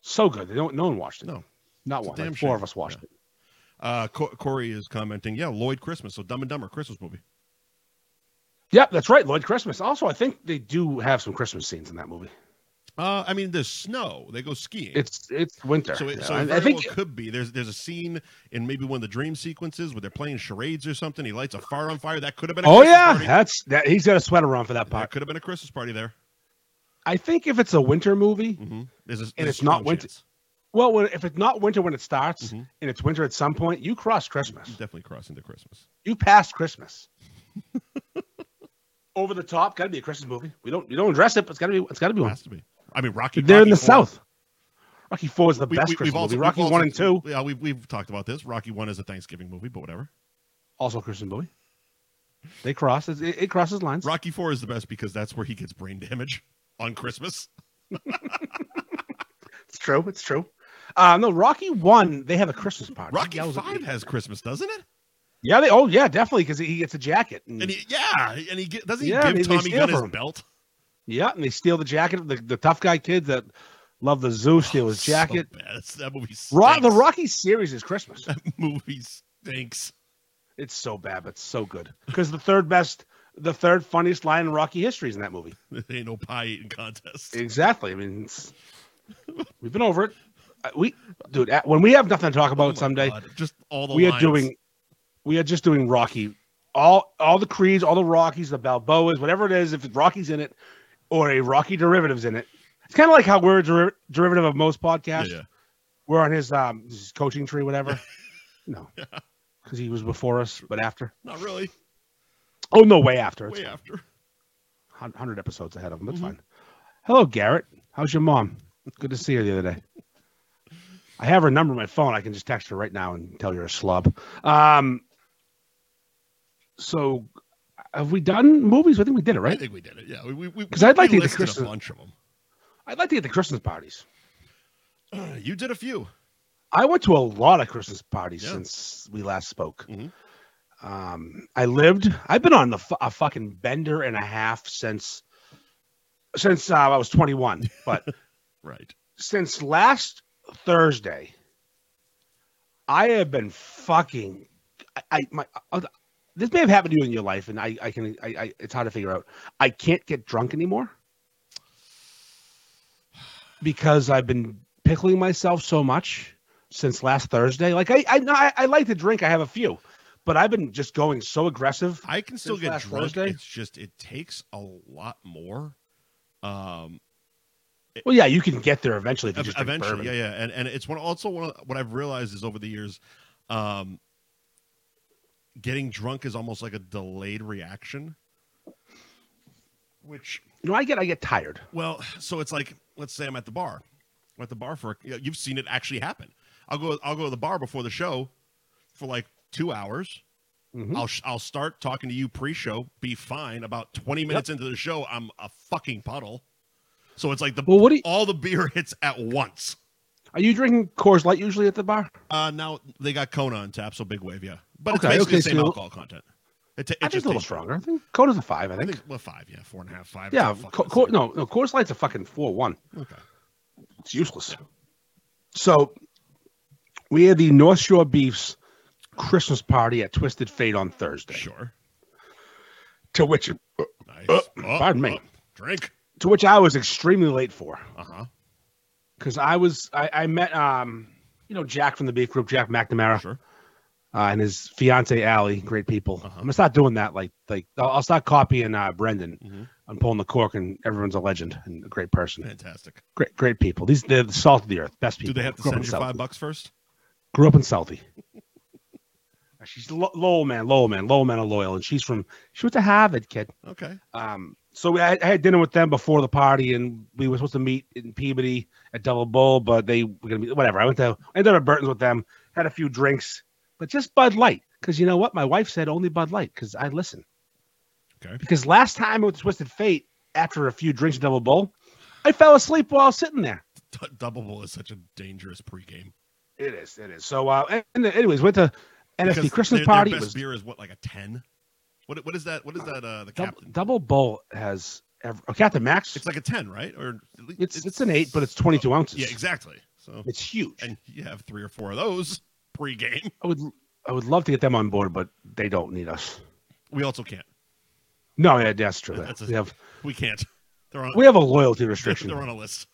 So good. They don't, no one watched it. No. Not It's a one. Like, damn four shame. of us watched it. Uh, Co- Corey is commenting, yeah, Lloyd Christmas, so Dumb and Dumber, Christmas movie. Yep, that's right. Lloyd Christmas. Also, I think they do have some Christmas scenes in that movie. Uh, I mean, there's snow. They go skiing. It's it's winter. so it, Yeah, so it I, very I think well could be. There's there's a scene in maybe one of the dream sequences where they're playing charades or something. He lights a fire on fire. That could have been a Oh Christmas yeah, party. that's that he's got a sweater on for that That part. could have been a Christmas party there. I think if it's a winter movie, Mm-hmm. There's a, there's And a it's not strong winter- chance. well, when- if it's not winter when it starts Mhm. and it's winter at some point, you cross Christmas. Definitely crossing to Christmas. You pass Christmas. Over the top, got to be a Christmas movie. We don't you don't address it, but it's got to be it's got to be one. Has to be. I mean, Rocky. They're in Rocky the four. South. Rocky Four is the We- best we- Christmas movie. Rocky One and Two Yeah, we've we've talked about this. Rocky One is a Thanksgiving movie, but whatever. also Christian Bowie. They cross it, it crosses lines. Rocky Four is the best because that's where he gets brain damage on Christmas. It's true. It's true. Uh, no, Rocky one. They have a Christmas party. Rocky That was a- Five has Christmas, doesn't it? yeah, they. Oh yeah, definitely because he gets a jacket. And, And he, yeah, and he get, doesn't he Mm. Yeah, they- give they Tommy steal Gunn from his him. belt? yeah, and they steal the jacket. The, the tough guy kids that love the zoo steal his Oh, So jacket. bad. It's- that movie stinks. Ro- the Rocky series is Christmas. movie stinks. It's so bad, but it's so good because the third best, the third funniest line in Rocky history is in that movie. There ain't no pie eating contest. Exactly. I mean, it's, we've been over it. Uh, We, dude, uh, when we have nothing to talk Oh my about someday, God, just all the we are lines. doing we are just doing rocky all all the creeds all the rockies the balboas whatever it is if rocky's in it or a rocky derivatives in it it's kind of like how we're a deri- derivative of most Yeah, podcasts yeah. we're on his um his coaching tree whatever no because he was before us but after Not really. oh no way after it's Way after. 100 episodes ahead of him that's Mhm. fine hello garrett how's your mom good to see her the other day i have her number on my phone i can just text her right now and tell you're a slob um so have we done movies i think we did it I right think we did it. Yeah, we we we- 'Cause I'd like we to get the listed Christmas- a bunch of them. i'd like to get the christmas parties You did a few. i went to a lot of christmas parties Yeah. since we last spoke Mhm. um i lived i've been on the fu- a fucking bender and a half since since uh, i was 21 but Right. since last Thursday, I have been fucking. I, I my I'll- this may have happened to you in your life, and I I can I, I it's hard to figure out. I can't get drunk anymore because I've been pickling myself so much since last Thursday. Like I I no, I, I like to drink. I have a few, but I've been just going so aggressive. I can still Since get last drunk. Thursday? It's just it takes a lot more. Um, Well, yeah, you can get there eventually if you just drink eventually, bourbon. yeah, yeah, and and it's one also one of, what I've realized is over the years, um, getting drunk is almost like a delayed reaction. Which You know, I get I get tired. well, so it's like let's say I'm at the bar, I'm at the bar for you know, you've seen it actually happen. I'll go I'll go to the bar before the show for like two hours. Mhm. I'll sh- I'll start talking to you pre-show, be fine. About twenty minutes into the show, I'm a fucking puddle. So it's like the Well, what do you, all the beer hits at once. are you drinking Coors Light usually at the bar? Uh, now they got Kona on tap, so big wave, yeah. But Okay, it's basically okay, the same so- alcohol content. It, ta- it I think just it's a little tastes- stronger. I think Coda's a five. I I think. think well five, yeah, four and a half, five. it's yeah. all fucking Co- the Co- same. no, no. Coors Light's a fucking four one. Okay. It's useless. So we had the North Shore Beefs Christmas party at Twisted Fate on Thursday. Sure. To which Nice. Uh, Oh, pardon me. oh, drink. to which I was extremely late for Uh huh. because I was I, I met um you know Jack from the Beef Group, Jack McNamara, Sure. uh, and his fiance Allie, great people. Uh-huh. I'm gonna start doing that. Like like I'll, I'll start copying uh, Brendan. Mhm. I'm pulling the cork, and everyone's a legend and a great person. Fantastic. Great great people. These they're the salt of the earth, best Do people. they have to Grew up in send you Southie. five bucks first? Grew up in Southie. she's Lo- Lowell man, Lowell man, Lowell man are loyal, and she's from she went to Harvard, kid. Okay. Um, so we, I, I had dinner with them before the party, and we were supposed to meet in Peabody at Double Bull, but they were gonna be whatever. I went to I ended up at Burton's with them, had a few drinks, but just Bud Light, because you know what? My wife said only Bud Light, because I listen. Okay. Because last time with Twisted Fate, after a few drinks at Double Bull, I fell asleep while I was sitting there. D- double bull is such a dangerous pregame. It is, it is. So, uh, and, and anyways, went to Because NFB Christmas their, party. Their It best was beer is what, like a ten? What what is that? What is that? Uh, the double, captain. double Bull has ever, oh, Captain Max. It's like a ten, right? Or at least- Oh, it's, it's an eight, but it's twenty two ounces. yeah, exactly. So It's huge. and you have three or four of those pregame. I would I would love to get them on board, but they don't need us. We also can't. No, yeah, that's true. That's a- we have We can't. They're on. we have a loyalty restriction. They're on a list.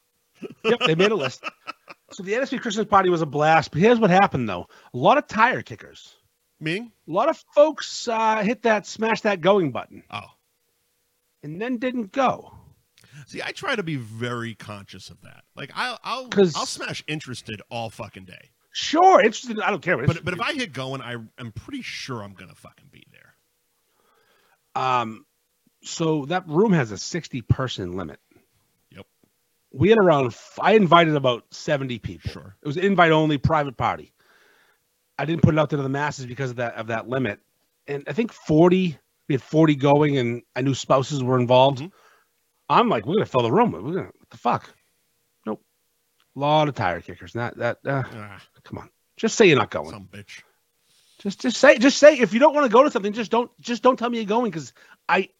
yep, they made a list. So the NSP Christmas party was a blast. But here's what happened though: a lot of tire kickers, Ming. a lot of folks uh, hit that smash that going button Oh, and then didn't go. see, I try to be very conscious of that. Like I'll I'll 'Cause- I'll smash interested all fucking day. Sure, interested. I don't care. But but if I hit going, I am pretty sure I'm gonna fucking be there. I um, so that room has a sixty person limit. Yep. We had around. f- I invited about seventy people. Sure. It was an invite only private party. I didn't put it out there to the masses because of that of that limit. And I think 40, we had 40 going and I knew spouses were involved. Mhm. I'm like, we're gonna fill the room. We're gonna what the fuck? Nope. A lot of tire kickers. Not that uh, Ah, come on. Just say you're not going. some bitch. Just just say just say if you don't want to go to something, just don't just don't tell me you're going because I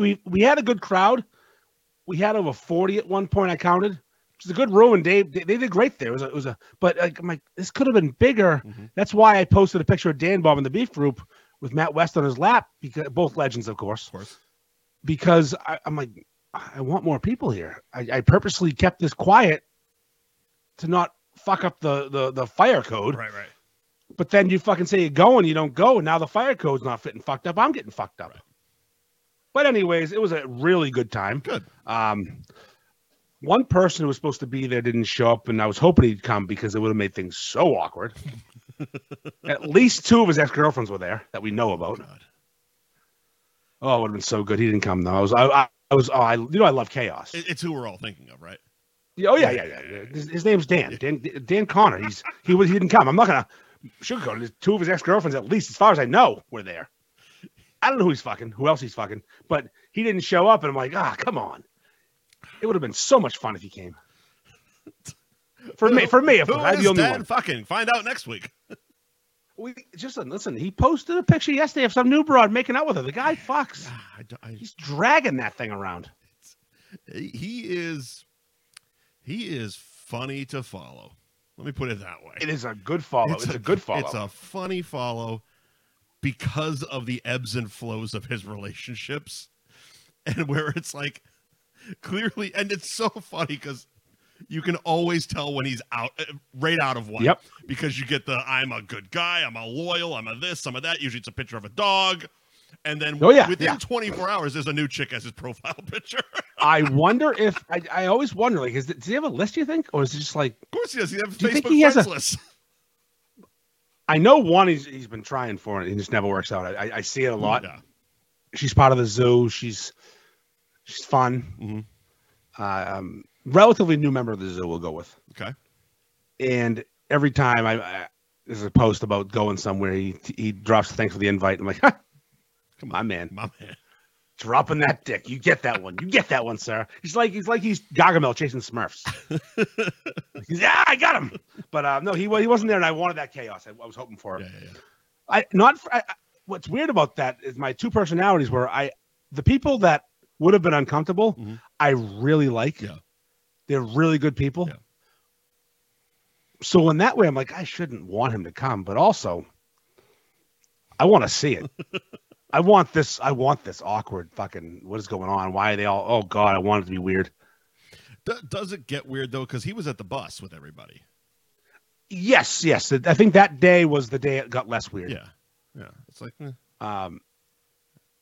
we we had a good crowd. We had over forty at one point. I counted. It was a good room, and Dave they, they did great there. It was a, it was a but like I'm like this could have been bigger. Mhm. That's why I posted a picture of Dan Baum in the Beef Group with Matt West on his lap because both legends, of course Of course. because I, I'm like, I want more people here. I, I purposely kept this quiet to not fuck up the, the, the fire code. Right, right. But then you fucking say you're going, you don't go. and Now the fire code's not fitting fucked up. I'm getting fucked up. Right. But anyways, it was a really good time. Good. Um, one person who was supposed to be there didn't show up, and I was hoping he'd come because it would have made things so awkward. At least two of his ex girlfriends were there that we know about. God. Oh, it would have been so good. He didn't come though. I was, I, I, I was, oh, I, you know, I love chaos. It- it's who we're all thinking of, right? Yeah, Oh yeah, yeah, yeah. yeah. His, his name's Dan. Dan Dan Connor. He's he was he didn't come. I'm not gonna sugarcoat it. Two of his ex girlfriends, at least as far as I know, were there. I don't know who he's fucking, who else he's fucking, but he didn't show up, and I'm like, ah, come on. It would have been so much fun if he came. For me, for me, if Who I'd is be the only Dan one. fucking? Find out next week. We just listen, listen. He posted a picture yesterday of some new broad making out with her. The guy fucks. Ah, I d- I- He's dragging that thing around. he is he is funny to follow. Let me put it that way. It is a good follow. It's, a, good follow. It's a funny follow because of the ebbs and flows of his relationships, and where it's like clearly, and it's so funny because you can always tell when he's out, uh, right out of one. Yep. Because you get the I'm a good guy, I'm a loyal, I'm a this, I'm a that. Usually it's a picture of a dog, and then Oh, yeah, within yeah. 24 hours, there's a new chick as his profile picture. of I wonder if I, I always wonder like is it, does he have a list? You think, or is it just like course, he does. He has a Do you think Facebook he has friends a- list. I know one he's, he's been trying for and it just never works out. I, I- I see it a lot. Mm, Yeah. She's part of the zoo. She's she's fun. Mhm. Um, relatively new member of the zoo. We'll go with. Okay. And every time I, I there's a post about going somewhere, he he drops thanks for the invite. I'm like, ha, Come my on, man, my man. dropping that dick. You get that one. You get that one, sir. He's like he's like he's Gargamel chasing Smurfs. he's, yeah, I got him. But uh, no, he wa- he wasn't there, and I wanted that chaos. I, I was hoping for it. Yeah, yeah, yeah. I not. I, I- what's weird about that is my two personalities were I the people that would have been uncomfortable. Mhm. I really like. Yeah. They're really good people. Yeah. So in that way, I'm like, I shouldn't want him to come, but also, I want to see it. I want this. I want this awkward fucking. What is going on? Why are they all? Oh God, I want it to be weird. Do- does it get weird though? Because he was at the bus with everybody. Yes, yes. I think that day was the day it got less weird. Yeah, yeah. It's like eh. Um,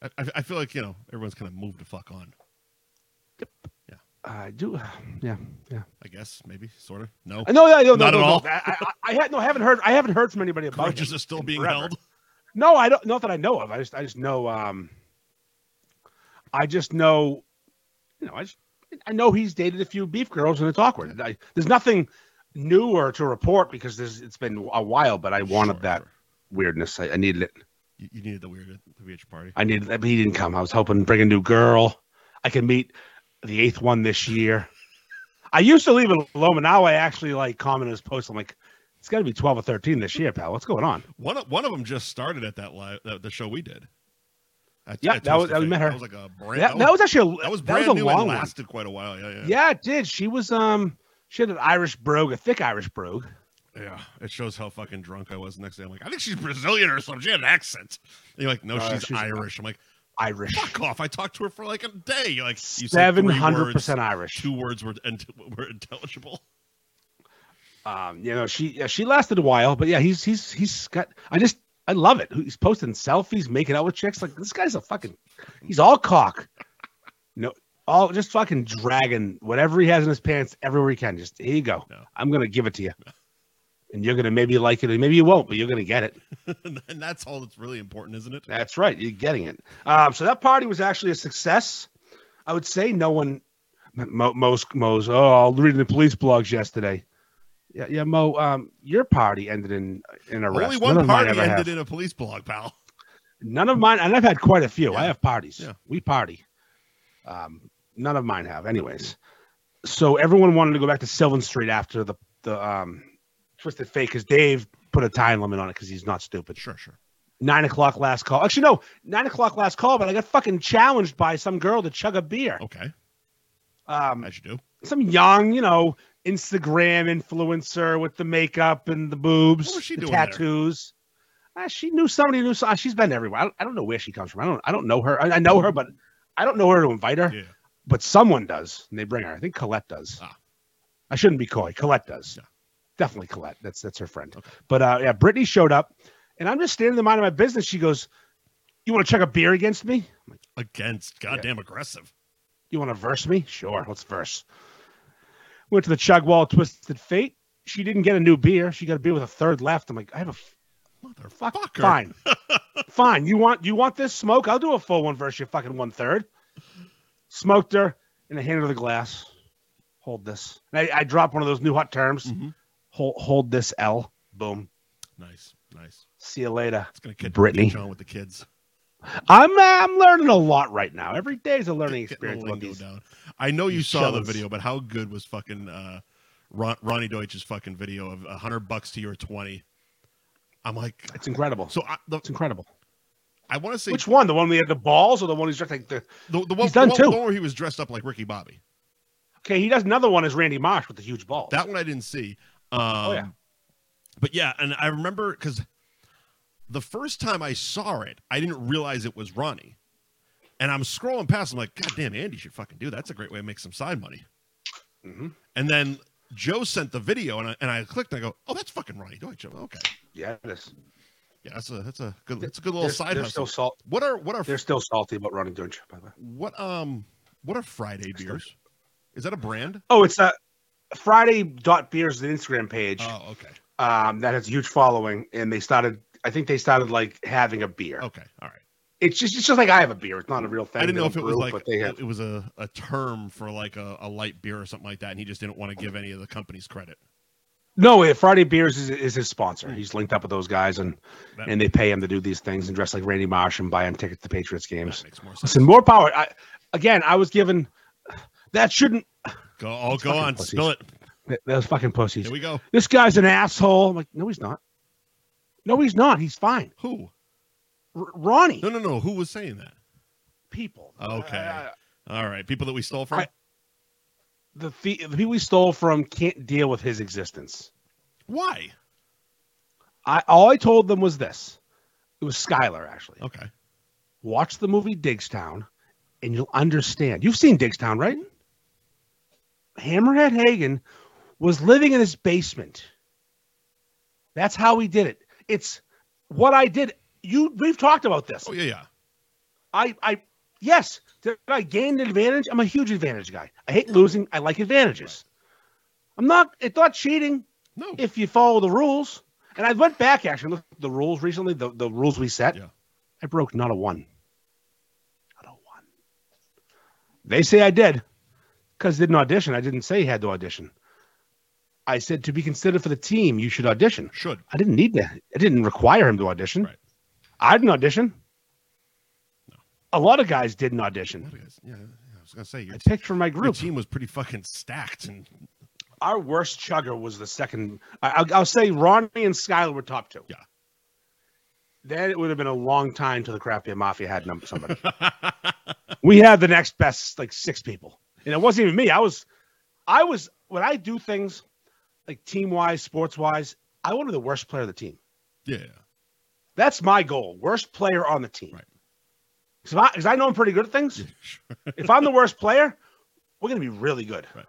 I, I- I feel like you know everyone's kind of moved the fuck on. I do. Yeah, yeah. I guess maybe sort of. No, No, no, no, no, Not no, at no. all. I, I, I had no, I haven't heard. I haven't heard from anybody about grudges it. are still being forever. held. No, I don't. Not that I know of. I just, I just know. Um, I just know. You know, I just, I know he's dated a few beef girls, and it's awkward. I, there's nothing new or to report because there's, it's been a while. But I wanted Sure, that sure. weirdness. I, I needed it. You, you needed the weird at the beach party. I needed. But he didn't come. I was hoping to bring a new girl. I can meet the eighth one this year. I used to leave it alone, but now I actually like comment on his post. I'm like, it's got to be twelve or thirteen this year, pal. What's going on? One of, one of them just started at that live uh, the show we did. At- Yeah, at that was- Twisted that was- Fate. met her. That was like a brand. that, that was actually a, that was that brand was a new long and one. lasted quite a while. Yeah, yeah, Yeah, it did. She was um, she had an Irish brogue, a thick Irish brogue. yeah, yeah. It shows how fucking drunk I was the next day. I'm like, I think she's Brazilian or something. She had an accent. And you're like, no, Uh, she's, she's- Irish. I'm like, Irish, fuck off. I talked to her for like a day. You're like, you said seven three hundred words, percent Irish. Two words were int- were intelligible. Um, you know, she yeah, she lasted a while, but yeah, he's he's he's got. I just I love it. He's posting selfies, making out with chicks. Like this guy's a fucking. He's all cock. No, all just fucking dragging whatever he has in his pants everywhere he can. Just here you go. No. I'm gonna give it to you, and you're gonna maybe like it, and maybe you won't, but you're gonna get it. and that's all that's really important, isn't it? That's right. You're getting it. Um, so that party was actually a success. I would say no one. Mo, Mo's, Mo's. Oh, I'll read the police blogs yesterday. Yeah, yeah, Mo. Um, your party ended in in arrest. Only one None party of mine ended ever have. in a police blog, pal. None of mine, and I've had quite a few. I Yeah. have parties. Yeah. We party. Um, none of mine have, anyways. So everyone wanted to go back to Sylvan Street after the the um, Twisted Fate because Dave put a time limit on it because he's not stupid. Sure, sure. nine o'clock last call. Actually, no, nine o'clock last call, but I got fucking challenged by some girl to chug a beer. Okay, Um, as you do. some young, you know, Instagram influencer with the makeup and the boobs, What was she the doing there? tattoos. Uh, she knew somebody who knew. so- She's been everywhere. I don't, I don't know where she comes from. I don't. I don't know her. I, I know her, but I don't know where to invite her. Yeah. But someone does, and they bring her. I think Colette does. Ah. I shouldn't be coy. Colette does. Yeah. Definitely Colette. That's that's her friend. Okay. But uh, yeah, Brittany showed up, and I'm just standing in the mind of my business. She goes, "You want to check a beer against me? Against goddamn aggressive. You want to verse me? Sure, let's verse." Went to the chug wall, of twisted fate. She didn't get a new beer. She got a beer with a third left. I'm like, I have a f- Motherfucker. fine, fine. You want you want this smoke? I'll do a full one verse. You fucking one third. Smoked her and I handed her the glass. Hold this. And I, I dropped one of those new hot terms. Mhm. Hold hold this L. Boom. Nice, nice. See you later. It's gonna catch Brittany. John with the kids. I'm uh, I'm learning a lot right now. Every day is a learning Get- get the experience. about lingo these. down. I know you these saw the cellos. video, but how good was fucking uh, Ron- Ronnie Deutsch's fucking video of a hundred bucks to your twenty? I'm like, It's incredible. so I, the, It's incredible. I want to say Which one? The one we had the balls, or the one who's just like the? the, the one, he's done the one- the two. one where he was dressed up like Ricky Bobby. Okay, he does another one. Is Randy Marsh with the huge balls? That one I didn't see. Um, Oh, yeah. But yeah, and I remember because the first time I saw it, I didn't realize it was Ronnie. And I'm scrolling past. I'm like, God damn, Andy should fucking do. That. That's a great way to make some side money. hmm And then Joe sent the video, and I, and I clicked. And I go, oh, that's fucking Ronnie Deutsch. I'm, Okay, Yeah, it is. yeah, that's a that's a good that's a good little They're, side they're hustle. still salt. what are what are They're still salty about Ronnie Dunch, by the way. what um what are Friday still- beers? Is that a brand? Oh, it's a Friday dot beers the Instagram page Oh, okay, um, that has a huge following, and they started. I think they started like having a beer. okay, all right. It's just it's just like I have a beer. It's not a real thing. Oh. I didn't know They if it brew, was like but they have. it was a, a term for like a, a light beer or something like that, and he just didn't want to give any of the companies credit. No, yeah, Friday Beers is, is his Hmm. sponsor. He's linked up with those guys, and That- and they pay him to do these things and dress like Randy Marsh and buy him tickets to Patriots games. That makes more sense. Listen, more power. I, again, I was given that shouldn't. Go, oh, go fucking on, pussies. spill it. that- Those fucking pussies. Here we go. this guy's an asshole. I'm like, no, he's not. No, he's not. He's fine. Who? R- Ronnie, No, no, no. Who was saying that? people. Okay. Uh, All right, people that we stole from. I- the, the the people we stole from can't deal with his existence. Why? I all I told them was this. It was Skyler actually. Okay. Watch the movie Digstown, and you'll understand. You've seen Digstown, right? Hammerhead Hagen was living in his basement. That's how he did it. It's what I did. You we've talked about this. Oh yeah, yeah. I, I, yes, did I gain an advantage? I'm a huge advantage guy. I hate losing. I like advantages. I'm not. It's not cheating No. if you follow the rules. And I went back actually and looked at the rules recently. The the rules we set. Yeah. I broke not a one. Not a one. They say I did because didn't audition. I didn't say he had to audition. I said to be considered for the team, you should audition. Should. I didn't need to. I didn't require him to audition. Right. I didn't audition. A lot of guys didn't audition. Yeah, I was gonna say your, I te- picked from my your group. team was pretty fucking stacked, and Our worst chugger was the second. I, I'll, I'll say Ronnie and Skyler were top two. Yeah. Then it would have been a long time till the craft beer mafia had number somebody. we had the next best like six people, and it wasn't even me. I was, I was when I do things like team wise, sports wise, I want to be the worst player of the team. yeah, That's my goal. Worst player on the team. Right. Because I, know I'm pretty good at things. yeah, sure. if I'm the worst player, we're going to be really good. Right.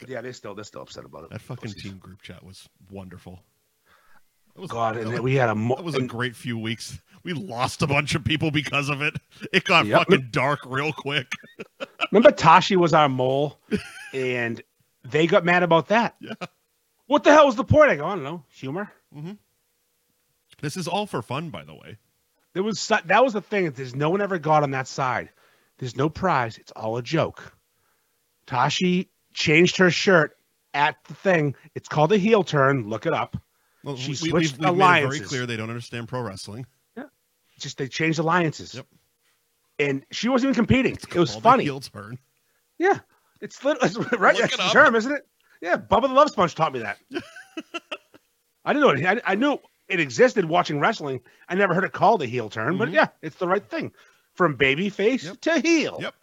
But yeah, they're still they're still upset about it. That fucking Pussies. team group chat was wonderful. That was, God, and that, then was, we had a. Mo- that was a great few weeks. We lost a bunch of people because of it. It got Yep. fucking dark real quick. remember, Tashi was our mole, and they got mad about that. Yeah. What the hell was the point? I go, I don't know. Humor. This is all for fun, by the way. There was su- that was the thing. There's no one ever got on that side. There's no prize. It's all a joke. Tashi changed her shirt at the thing. It's called a heel turn. Look it up. Well, She we, we've, we've switched made it very alliances. clear they don't understand pro wrestling. Just they changed alliances. Yep. And she wasn't even competing. it was Called funny. The heel turn. Yeah. It's literally right. Look That's it the up. term, isn't it? Yeah. Bubba the Love Sponge taught me that. I didn't know it. I, I knew it existed watching wrestling. I never heard it called a heel turn, but Mhm. yeah, it's the right thing from baby face Yep. to heel. Yep.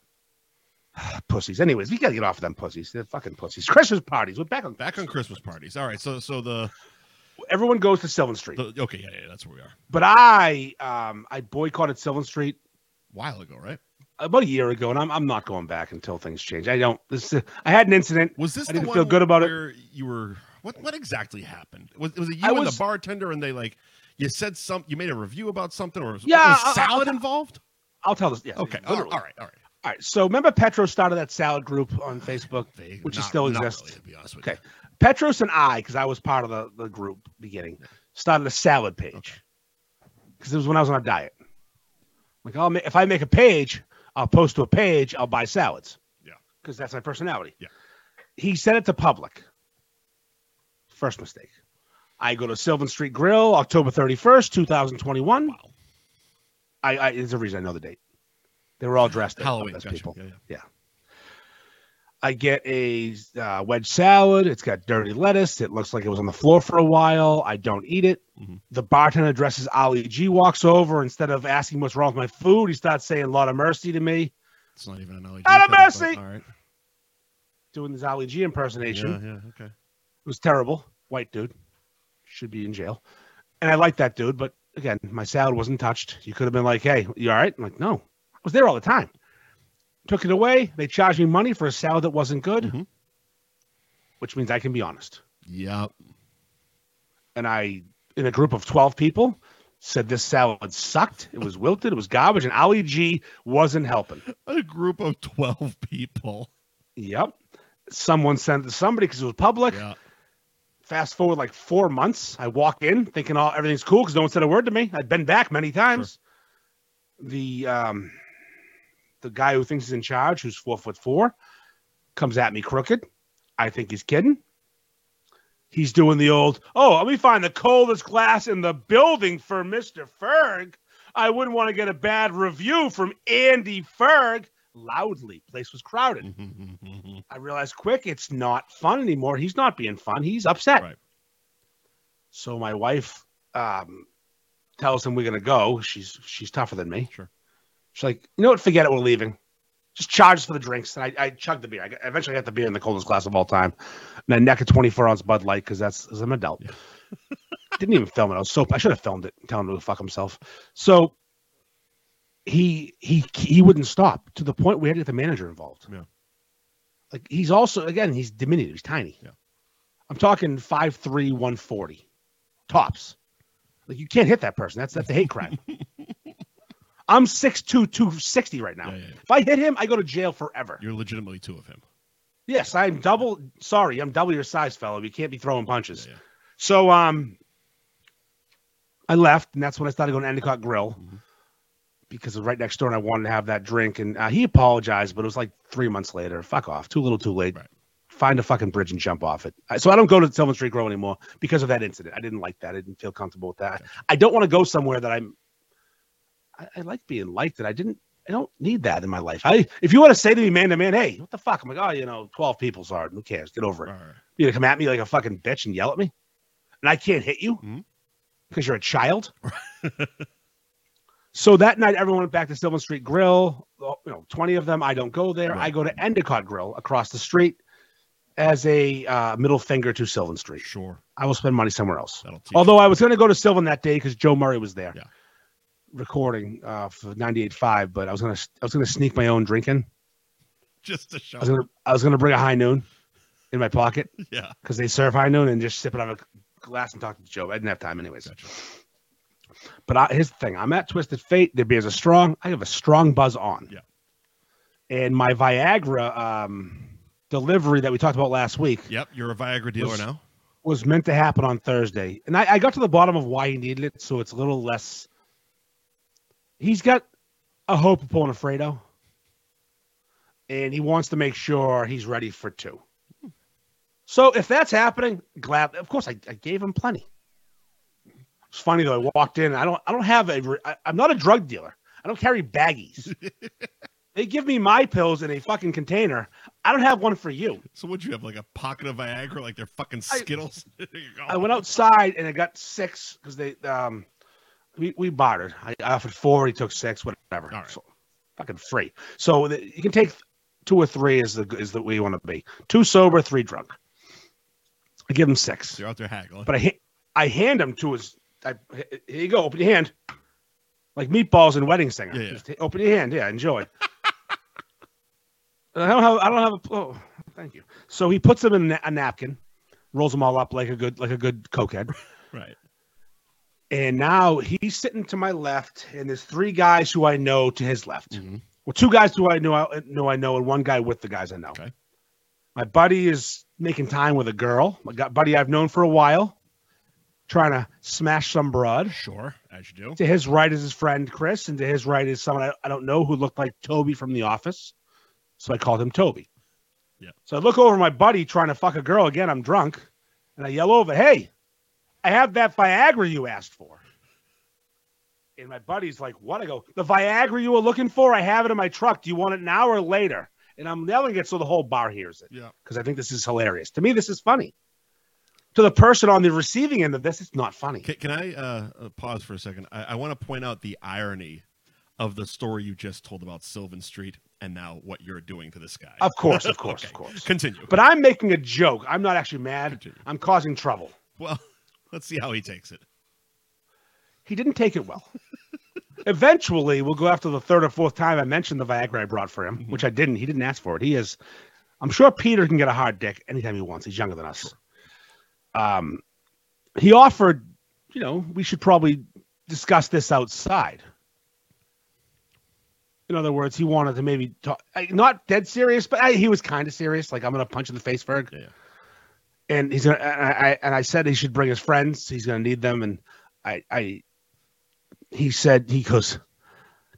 pussies. Anyways, we gotta get off them pussies. They're fucking pussies. Christmas parties. We're back on Back on Christmas parties. All right, so so the, Everyone goes to Sylvan Street, the okay, yeah, yeah, that's where we are. but I um I boycotted Sylvan Street while ago, right? about a year ago, and I'm I'm not going back until things change. I don't. This is- I had an incident. Was this I the didn't one feel good about it. where you were what what exactly happened? Was was it you I and was- the bartender and they like you said some you made a review about something or was, Yeah, was I- I- salad involved? I'll tell this. Yeah, Okay. All right, literally. all right, all right. All right. So remember Petros started that salad group on Facebook. Vague, Which is not- still not exists. really, to be honest with Okay. Petros and I, because I was part of the, the group beginning, started a salad Okay. page. Because it was when I was on a diet. Like I'll ma- if I make a page, I'll post to a page, I'll buy salads. Yeah. Because that's my personality. Yeah. He sent it to public. First mistake. I go to Sylvan Street Grill, October 31st, 2021. you. Wow. I, I there's a reason I know the date. They were all dressed up Halloween. as Gotcha. people. Yeah, yeah. I get a uh, wedge salad. It's got dirty lettuce. It looks like it was on the floor for a while. I don't eat it. Mhm. The bartender dresses Ali G, walks over. Instead of asking what's wrong with my food, he starts saying "Lot of mercy" to me, It's not even an LED. Out of thing, but mercy! All right. doing this Ali G impersonation. Yeah, yeah, okay. It was terrible. White dude should be in jail. And I like that dude, but again, my salad wasn't touched. You could have been like, "Hey, you all right?" I'm like, "No, I was there all the time." Took it away. They charged me money for a salad that wasn't good, Mhm. which means I can be honest. Yeah. and I, in a group of 12 people, said this salad sucked. It was wilted. It was garbage. And Ali G wasn't helping. A group of 12 people. Yep. Someone sent it to somebody because it was public. Yeah. Fast forward like four months, I walk in thinking all everything's cool because no one said a word to me. I'd been back many times. the um, the guy who thinks he's in charge, who's four foot four, comes at me crooked. I think he's kidding. He's doing the old, oh, let me find the coldest glass in the building for Mr. Ferg. I wouldn't want to get a bad review from Andy Ferg. Loudly, place was crowded. Mm-hmm, I realized quick it's not fun anymore. He's not being fun. He's upset. Right. So my wife um, tells him we're gonna go. She's she's tougher than me. Sure. She's like, you know what? Forget it. We're leaving. Just charge us for the drinks. And I, I chugged the beer. I got- eventually I got the beer in the coldest glass of all time. And I neck a 24 ounce Bud Light because that's as I'm an adult. Yeah. Didn't even film it. I was so I should have filmed it. and Tell him to go fuck himself. So he he he wouldn't stop to the point we had to get the manager involved. Yeah. Like he's also again he's diminutive. He's tiny. Yeah. I'm talking five three one forty tops. Like you can't hit that person. That's that's a hate crime. I'm 6'2", 260 right now. Yeah, yeah, yeah. If I hit him, I go to jail forever. You're legitimately two of him. Yes, I'm double. Sorry, I'm double your size, fellow. You can't be throwing punches. Yeah, yeah. So um, I left, and that's when I started going to Endicott Grill Mhm. because it was right next door, and I wanted to have that drink. And uh, he apologized, but it was like three months later. Fuck off. Too little, too late. Right. Find a fucking bridge and jump off it. I- So I don't go to Tillman Street Grill anymore because of that incident. I didn't like that. I didn't feel comfortable with that. Gotcha. I don't want to go somewhere that I'm. I, I like being liked, and I didn't. I don't need that in my life. I if you want to say to me man to man, hey, what the fuck? I'm like, oh, you know, twelve people's hard. Who cares? Get over it. All right. You're gonna come at me like a fucking bitch and yell at me, and I can't hit you Mhm. because you're a child. so that night, everyone went back to Sylvan Street Grill. Well, You know, twenty of them. I don't go there. Right. I go to Endicott Grill across the street as a uh, middle finger to Sylvan Street. Sure. I will spend money somewhere else. That'll teach. Although I was going to go to Sylvan that day because Joe Murray was there, Yeah. recording uh, for 98.5, But I was going to I was going to sneak my own drink in. just to show. I was going to I was going to bring a high noon in my pocket yeah. because they serve high noon and just sip it on a glass and talk to Joe. I didn't have time anyways. Gotcha. But I, here's the thing: I'm at Twisted Fate. Their beers are strong. I have a strong buzz on. Yeah. And my Viagra um, delivery that we talked about last week Yep. You're a Viagra dealer Was- now. was meant to happen on Thursday, and I, I got to the bottom of why he needed it, so it's a little less. He's got a hope of pulling a Fredo, and he wants to make sure he's ready for two. So if that's happening, glad. Of course, I, I gave him plenty. It's funny though. I walked in. I don't. I don't have a. re- I, I'm not a drug dealer. I don't carry baggies. they give me my pills in a fucking container. I don't have one for you. So would you have like a pocket of Viagra, like they're fucking I- Skittles? There you go. I went outside and I got six because they um we, we bartered. I I offered four, he took six, whatever. All right. So, fucking free. So the, you can take two or three is the is the way you want to be. Two sober, three drunk. I give him six, So you're out there haggling. but I ha- I hand him to his. I, here you go, open your hand, like meatballs and wedding singer. Yeah, yeah. Just open your hand, yeah, enjoy. I don't have I don't have a oh, thank you. So he puts them in a napkin, rolls them all up like a good like a good cokehead. right. And now he's sitting to my left, and there's three guys who I know to his left. Mhm. Well, two guys who I know, know I know, and one guy with the guys I know. Okay. My buddy is making time with a girl. My gu- buddy I've known for a while, trying to smash some broad. Sure. As you do. To his right is his friend Chris, and to his right is someone I, I don't know who looked like Toby from The Office. So I called him Toby. Yeah. So I look over at my buddy trying to fuck a girl again. I'm drunk, and I yell over, "Hey, I have that Viagra you asked for." And my buddy's like, "What?" I go, "The Viagra you were looking for. I have it in my truck. Do you want it now or later?" And I'm yelling it so the whole bar hears it Yeah. because I think this is hilarious. To me, this is funny. To the person on the receiving end of this, it's not funny. Can, can I uh, uh, pause for a second? I, I want to point out the irony of the story you just told about Sylvan Street and now what you're doing to this guy. Of course, of course, Okay. of course. Continue. But I'm making a joke. I'm not actually mad. Continue. I'm causing trouble. Well, let's see how he takes it. He didn't take it well. Eventually, we'll go after the third or fourth time I mentioned the Viagra I brought for him, which I didn't. He didn't ask for it. He is, I'm sure Peter can get a hard dick anytime he wants. He's younger than us. Um, he offered, you know, we should probably discuss this outside. In other words, he wanted to maybe talk, I- not dead serious, but I, he was kind of serious. Like, I'm going to punch in the face, Ferg. Yeah. And he's gonna, and I, I- and I said he should bring his friends. He's going to need them. And I, I, he said, he goes,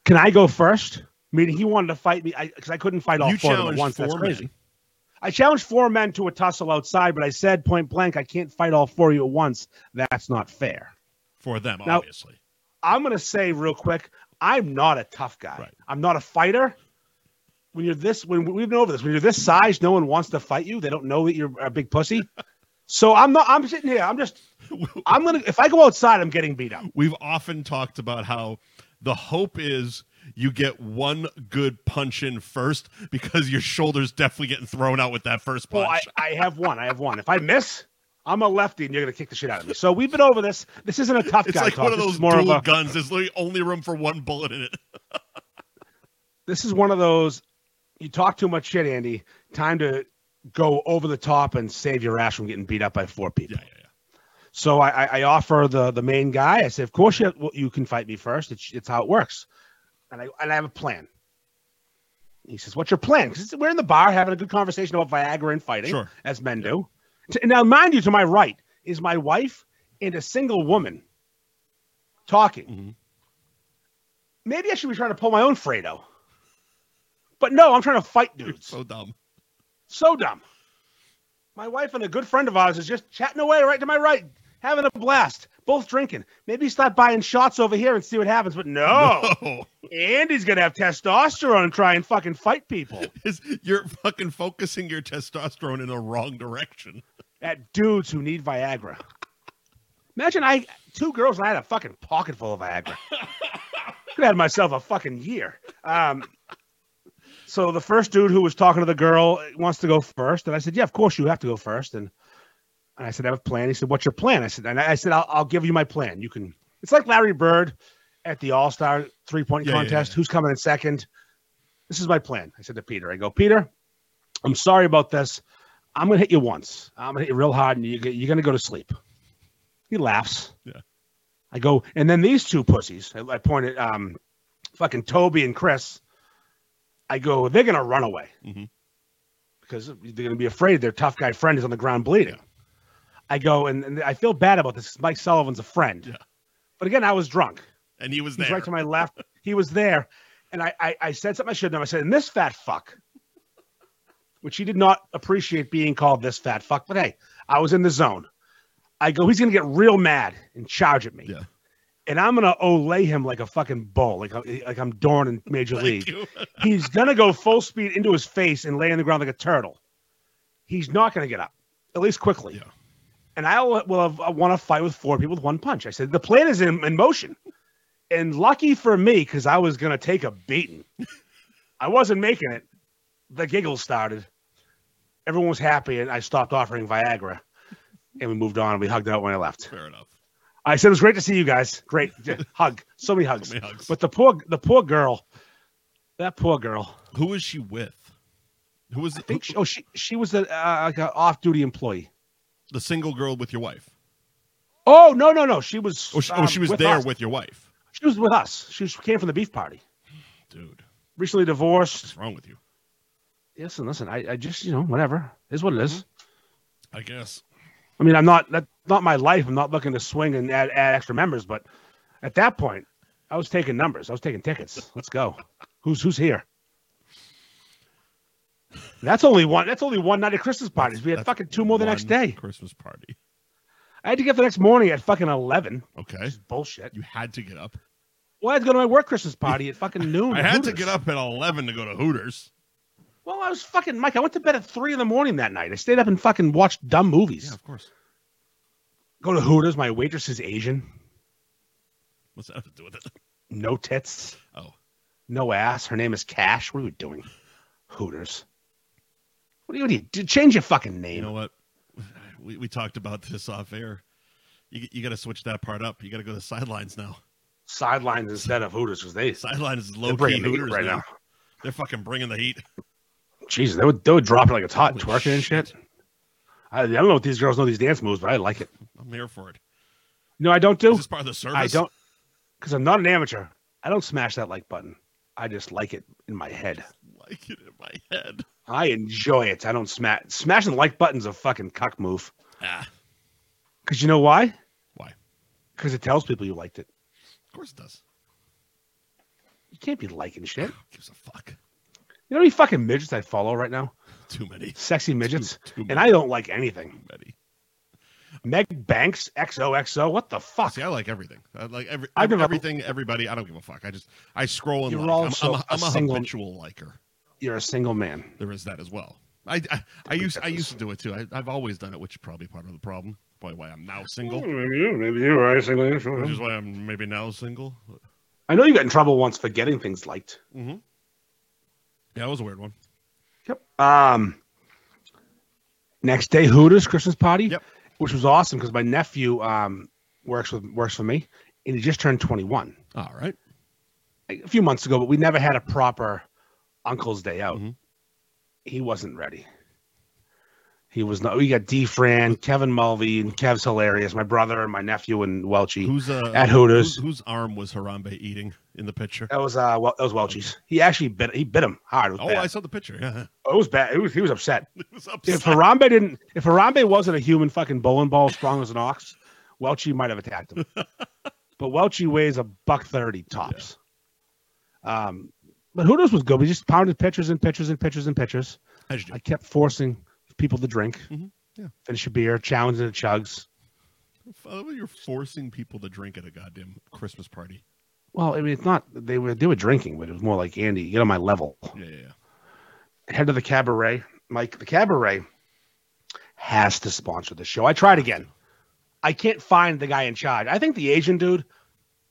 Can I go first? Meaning he wanted to fight me because I, couldn't fight all you four of them at challenged once. That's four crazy. men. I challenged four men to a tussle outside, but I said point blank, I can't fight all four of you at once. That's not fair. For them, Now- obviously. I'm going to say real quick, I'm not a tough guy. Right. I'm not a fighter. When you're this, when we've been over this, when you're this size, no one wants to fight you. They don't know that you're a big pussy. so I'm not. I'm sitting here. I'm just. I'm gonna. If I go outside, I'm getting beat up. We've often talked about how the hope is you get one good punch in first because your shoulder's definitely getting thrown out with that first Well, punch. Oh, I, I have one. I have one. If I miss, I'm a lefty, and you're gonna kick the shit out of me. So we've been over this. This isn't a tough it's guy like talk. one of This is those more dual of a- guns. There's literally only room for one bullet in it. this is one of those you talk too much shit, Andy. Time to go over the top and save your ass from getting beat up by four people. Yeah, yeah, yeah. So I, I- I offer the the main guy. I say, of course you well, you can fight me first. It's it's how it works, and I and I have a plan. He says, "What's your plan?" 'Cause we're in the bar having a good conversation about Viagra and fighting, Sure. as men do. T- Now, mind you, to my right is my wife and a single woman talking. Mhm. Maybe I should be trying to pull my own Fredo, but no, I'm trying to fight You're dudes. so dumb. So dumb. My wife and a good friend of ours is just chatting away right to my right, having a blast, both drinking. Maybe stop buying shots over here and see what happens. But no, No. Andy's gonna have testosterone and try and fucking fight people Is- You're fucking focusing your testosterone in the wrong direction. at dudes who need Viagra. Imagine I two girls and I had a fucking pocket full of Viagra. Could have had myself a fucking year. Um, so the first dude who was talking to the girl wants to go first, and I said, "Yeah, of course you have to go first. And and I said, "I have a plan." He said, "What's your plan?" I said, "And I I said, I'll, I'll give you my plan. You can." It's like Larry Bird at the All Star three point Yeah, yeah, contest. yeah. Who's coming in second? This is my plan. I said to Peter, "I go, Peter, I'm sorry about this. I'm gonna hit you once. I'm gonna hit you real hard, and you, you're gonna go to sleep." He laughs. Yeah. I go, and then these two pussies. I, I point at um, fucking Toby and Chris. I go, they're gonna run away Mhm. because they're gonna be afraid their tough guy friend is on the ground bleeding. I go, and, and I feel bad about this. 'cause Mike Sullivan's a friend, Yeah. but again, I was drunk. And he was He's there. right to my left. He was there. And I, I, I said something I shouldn't have. I said, and this fat fuck, which he did not appreciate being called this fat fuck. But hey, I was in the zone. I go, he's going to get real mad and charge at me. Yeah. And I'm going to olay him like a fucking bull, like, I- like I'm Dorn in Major League Thank you. he's gonna go full speed into his face and lay on the ground like a turtle. He's not gonna get up, at least quickly. Yeah. And I will, will have, I want to fight with four people with one punch. I said the plan is in, in motion, and lucky for me because I was gonna take a beating. I wasn't making it. The giggles started. Everyone was happy, and I stopped offering Viagra, and we moved on. We hugged it out when I left. Fair enough. I said it was great to see you guys. Great hug, so many hugs. So many hugs. But the poor, the poor girl, that poor girl. Who is she with? Who was the, I think she, oh she she was a uh, like an off duty employee. the single girl with your wife? Oh no no no she was Oh, she, oh, um, she was with there us. with your wife. she was with us. She was, came from the beef party. Dude, Recently divorced. what's wrong with you? Listen listen I, I just you know whatever It is what it is. I guess. I mean I'm not that's not my life. I'm not looking to swing and add, add extra members. But at that point I was taking numbers. I was taking tickets. Let's go. who's who's here? That's only one. That's only one night at Christmas parties. We had That's fucking two more the next one day. Christmas party. I had to get up the next morning at fucking eleven. Okay. Which is bullshit. You had to get up. Well, I had to go to my work Christmas party at fucking noon. I at had to Hooters. get up at 11 to go to Hooters. Well, I was fucking Mike. I went to bed at three in the morning that night. I stayed up and fucking watched dumb movies. course. Go to Hooters. My waitress is Asian. What's that have to do with it? No tits. Oh. No ass. Her name is Cash. What are we doing? Hooters. What do you, what do you do? Change your fucking name. You know what? We, we talked about this off air. You, you got to switch that part up. You got to go to sidelines now. Sidelines instead of Hooters because they Sidelines is they're low key bringing the heat Hooters right now. now. They're fucking bringing the heat. Jeez, they would they would drop it like it's hot, and Holy twerking and shit. I, I don't know if these girls know these dance moves, but I like it. I'm here for it. No, I don't do. Is this part of the service? I don't, because I'm not an amateur. I don't smash that like button. I just like it in my head. like it in my head. I enjoy it. I don't smash smashing the like buttons a fucking cuck move. Ah, of Because you know why? Why? Because it tells people you liked it. course it does. You can't be liking shit. Who gives a fuck? You know how many fucking midgets I follow right now? Too many. Sexy midgets. Too, too And I don't like anything. Too many. Meg Banks, XOXO. What the fuck? See, I like everything. I like every, I've never- everything, everybody. I don't give a fuck. I just I scroll and You're like. I'm, I'm, also a, I'm a a single- habitual liker. You're a single man. There is that as well. I I, I used I that's- used to do it too. I, I've always done it, which is probably part of the problem. Probably why I'm now single. Maybe you, maybe you are a single man. Which is why I'm maybe now single. I know you got in trouble once for getting things liked. Mm-hmm. Yeah, that was a weird one. Yep. Um. Next day, Hooters Christmas party. Yep. Which was awesome because my nephew um works with works for me, and he just turned 21 All right. like, a few months ago. But we never had a proper Uncle's Day out. Mhm. He wasn't ready. He was not. We got D. Fran, Kevin Mulvey, and Kev's hilarious. My brother and my nephew and Welchie. Who's uh At Hooters. whose- whose arm was Harambe eating in the picture? That was uh, well, that was Welchie's. He actually bit. He bit him hard. It was Oh, bad. I saw the picture. Yeah, It was bad. It was, he was upset. it was If upset. Harambe didn't, if Harambe wasn't a human fucking bowling ball strong as an ox, Welchie might have attacked him. but Welchie weighs a buck thirty tops. Um, but who knows was good. We just pounded pitchers and pitchers and pitchers and pitchers. How'd you do? I kept forcing people to drink. Mhm. Yeah. Finish a beer, challenge and chugs. I love how You're forcing people to drink at a goddamn Christmas party. Well, I mean, it's not they were they were drinking, but it was more like Andy, get on my level. Yeah, yeah, yeah. Head to the cabaret, Mike. The cabaret has to sponsor the show. I tried again. I can't find the guy in charge. I think the Asian dude,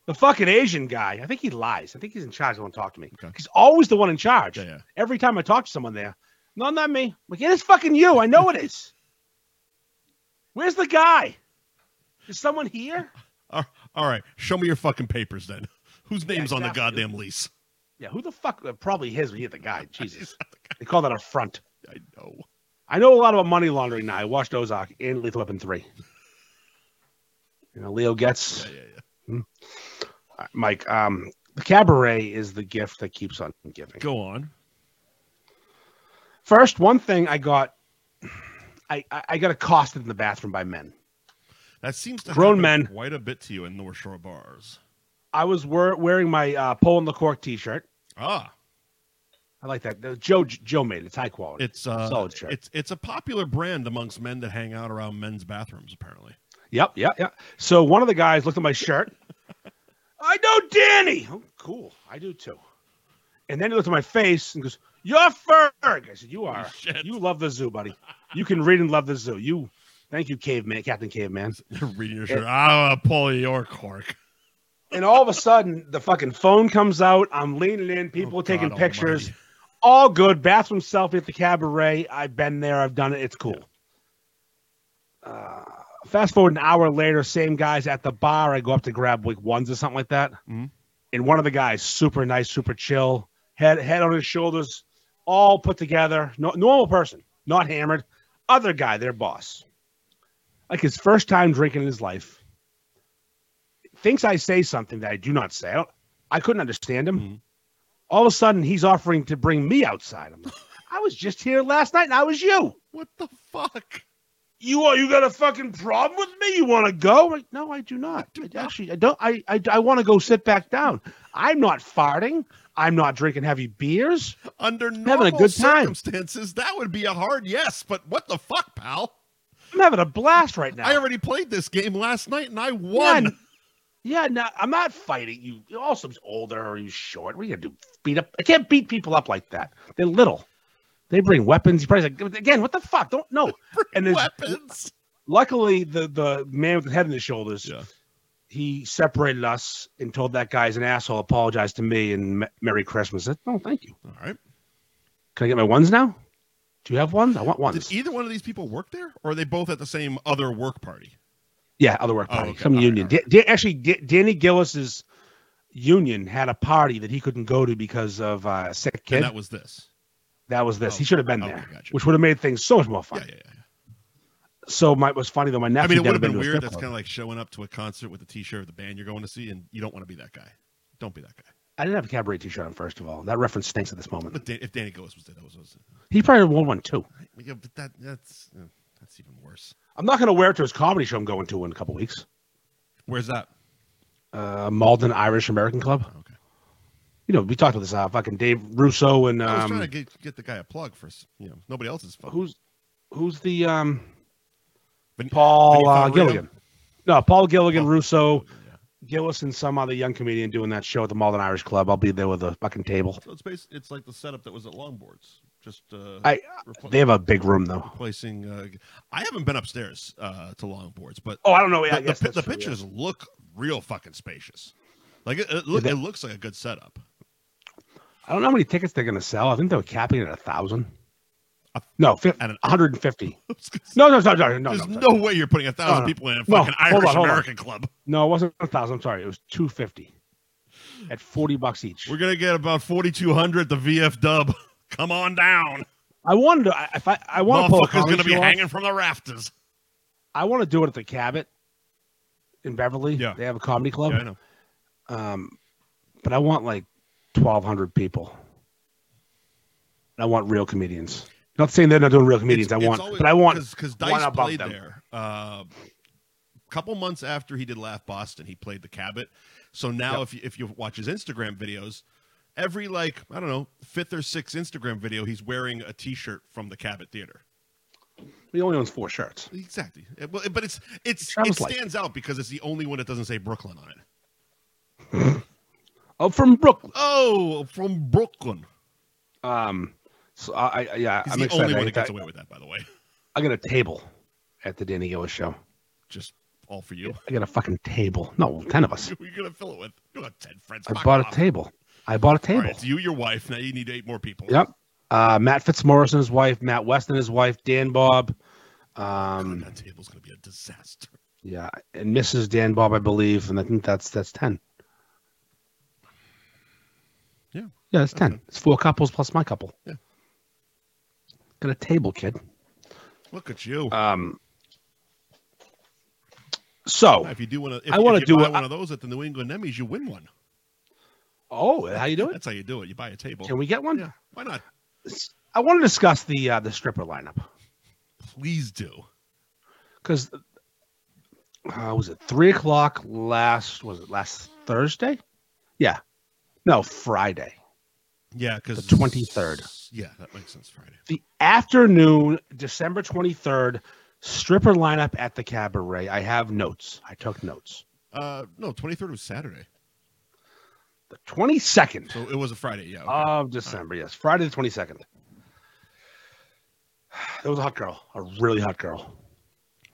the fucking Asian guy, I think he lies. I think he's in charge. He won't talk to me. Okay. He's always the one in charge. Yeah, yeah. Every time I talk to someone there, no, not me. I'm like, it is fucking you. I know it is. Where's the guy? Is someone here? All- all right, show me your fucking papers then. Whose name's on the exactly. goddamn lease? Yeah, who the fuck? uh, Probably his. We hit the guy. Jesus. They call that a front. I know. I know a lot about money laundering now. I watched Ozark and Lethal Weapon 3. You know, Leo gets. Yeah, yeah, yeah. Mike, um, the cabaret is the gift that keeps on giving. Go on. First, one thing I got, I, I, I got accosted in the bathroom by men. That seems to Grown happen men. quite a bit to you in North Shore bars. I was wear, wearing my uh, Poland LaCourte T-shirt. Ah, I like that. The- Joe Joe made it. It's high quality. it's uh, Solid shirt. it's it's a popular brand amongst men that hang out around men's bathrooms. Apparently, yep, yep, yep. So one of the guys looked at my shirt. I know Danny. Oh, cool. I do too. And then he looked at my face and goes, "You're Ferg." I said, "You are. shit. You love the zoo, buddy. You can read and love the zoo. You, thank you, caveman, Captain Caveman." You're reading your shirt. Ah, pull your cork. and all of a sudden the fucking phone comes out. I'm leaning in, people Oh, taking God pictures. almighty. All good. Bathroom selfie at the cabaret. I've been there. I've done it. It's cool. Uh, fast forward an hour later, same guys at the bar. I go up to grab like ones or something like that. Mhm. And one of the guys, super nice, super chill, head head on his shoulders, all put together, no, normal person, not hammered. Other guy, their boss, like his first time drinking in his life, thinks I say something that I do not say. I, don't, I couldn't understand him. Mhm. All of a sudden, he's offering to bring me outside. I'm like, I was just here last night, and I was you What the fuck? you are you got a fucking problem with me? You want to go? Like, no, I do not. do not. Actually, I don't. I I, I want to go sit back down. I'm not farting. I'm not drinking heavy beers. Under normal having a good time. circumstances, that would be a hard yes. But what the fuck, pal? I'm having a blast right now. I already played this game last night and I yeah, won. n- yeah, no, I'm not fighting you. You're also older or you short. What are you gonna do? Beat up? I can't beat people up like that. They're little. They bring weapons. You probably like again. What the fuck? Don't know. And there's- weapons. Luckily, the the man with the head on his shoulders. Yeah. he separated us and told that guy's an asshole, apologized to me, and m- Merry Christmas. I said, no, thank you. All right. Can I get my ones now? Do you have ones? I want ones. Did either one of these people work there, or are they both at the same other work party? yeah, other work Oh, party, okay. some All right, union. all right. Da- Da- actually, Da- Danny Gillis's union had a party that he couldn't go to because of uh, sick kid. And That, that was this. was this. oh, he should have been okay, there, gotcha. which would have made things so much more Yeah, fun. yeah, yeah. So my was funny though. My nephew I mean, it never would have been to a weird. strip That's club. kind of like showing up to a concert with a T-shirt of the band you're going to see, and you don't want to be that guy. Don't be that guy. I didn't have a cabaret T-shirt on. First of all, that reference stinks at this moment. But Dan- if Danny Gillis was there, that was, was He probably won one too. yeah, but that that's yeah, that's even worse. I'm not going to wear it to his comedy show I'm going to in a couple weeks. Where's that? uh, Malden Irish American Club. Oh, Okay. you know, we talked about this. Uh, fucking Dave Russo and I was um, trying to get, get the guy a plug for s- you know nobody else's phone. who's who's the um, Vin- Paul Vinny uh, Fogarino? Gilligan? No, Paul Gilligan, Oh. Russo, Yeah. Gillis, and some other young comedian doing that show at the Malden Irish Club. I'll be there with a fucking table. So it's bas it's like the setup that was at Longboards. Just uh, I- repl- They have a big room though. replacing. Uh, I haven't been upstairs uh, to Longboards, but Oh, I don't know. Yeah, I the, guess the, pi- that's the true, yeah. pictures look real fucking spacious. Like it, it, look, Yeah, it that- looks like a good setup. I don't know how many tickets they're going to sell. I think they were capping it at a thousand. No, fi- And an- 150. No, no, no, no, no, There's no. no way you're putting a thousand no. people in a No, fucking hold on, Irish hold on. American club. No, it wasn't a thousand. I'm sorry. It was 250 at 40 bucks each. We're gonna get about 4,200 at the VF Dub. Come on down. I wanted to, I, if I, I want to pull a Motherfucker's comedy gonna be show off. hanging from the rafters. I want to do it at the Cabot in Beverly. Yeah. They have a comedy club. Yeah, I know. Um, but I want like 1,200 people. And I want real comedians. Not saying they're not doing real comedians. I want, but I want, because one Dice above played them. there. A couple months after he did Laugh Boston, he played the Cabot. So now, Yep. if you, if you watch his Instagram videos, every like I don't know fifth or sixth Instagram video, he's wearing a T-shirt from the Cabot Theater. he only owns four shirts. Exactly. It- well, but it's it's it Travis Light. stands out because it's the only one that doesn't say Brooklyn on it. Oh, from Brooklyn. Oh, from Brooklyn. Um, so I, I yeah, He's I'm the excited. only I- one that gets I- away with that, by the way. I got a table at the Danny Gillis show. Just all for you. I got a fucking table. No, ten of us. You're gonna fill it with you got ten friends. I Fuck bought a off. table. I bought All a table. right, it's you, your wife. Now you need eight more people. Yep. Uh, Matt Fitzmaurice and his wife, Matt West and his wife, Dan Bob, God, um, that table's gonna be a disaster. yeah, and Mrs. Dan Bob, I believe, and I think that's that's ten. Yeah. Yeah, that's ten. Okay. It's four couples plus my couple. Yeah. Got a table, kid. Look at you. Um. So, if you do want to, I wanna to do buy it- one of those at the New England Emmys. You win one. oh, how you doing? That's how you do it. You buy a table. Can we get one? Yeah. Why not? I want to discuss the uh, the stripper lineup Please do. because uh, was it three o'clock last? Was it last Thursday? Yeah, no Friday. Yeah, because The 23rd. Yeah, that makes sense. Friday. The afternoon, December twenty third, stripper lineup at the cabaret. I have notes. I took notes. Uh, no, twenty third was Saturday, The twenty second so it was a Friday. Yeah. okay. of December. Yes, Friday the twenty second. There was a hot girl, a really hot girl,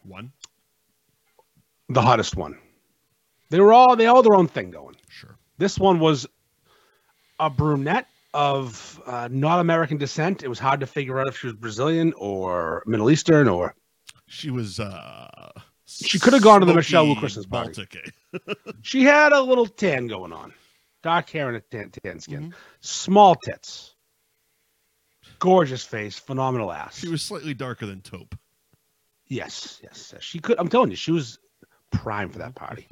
one. the hottest one. They were all they all had their own thing going. Sure. This one was a brunette of uh, not American descent. It was hard to figure out if she was Brazilian or Middle Eastern or She was. uh She coulda gone to the smoky Michelle Wilkerson's party. Baltic. eh? she had a little tan going on, dark hair and a tan, tan skin, Mhm. small tits, gorgeous face, phenomenal ass. She was slightly darker than taupe. yes, yes, yes. She could. I'm telling you, she was prime for that party.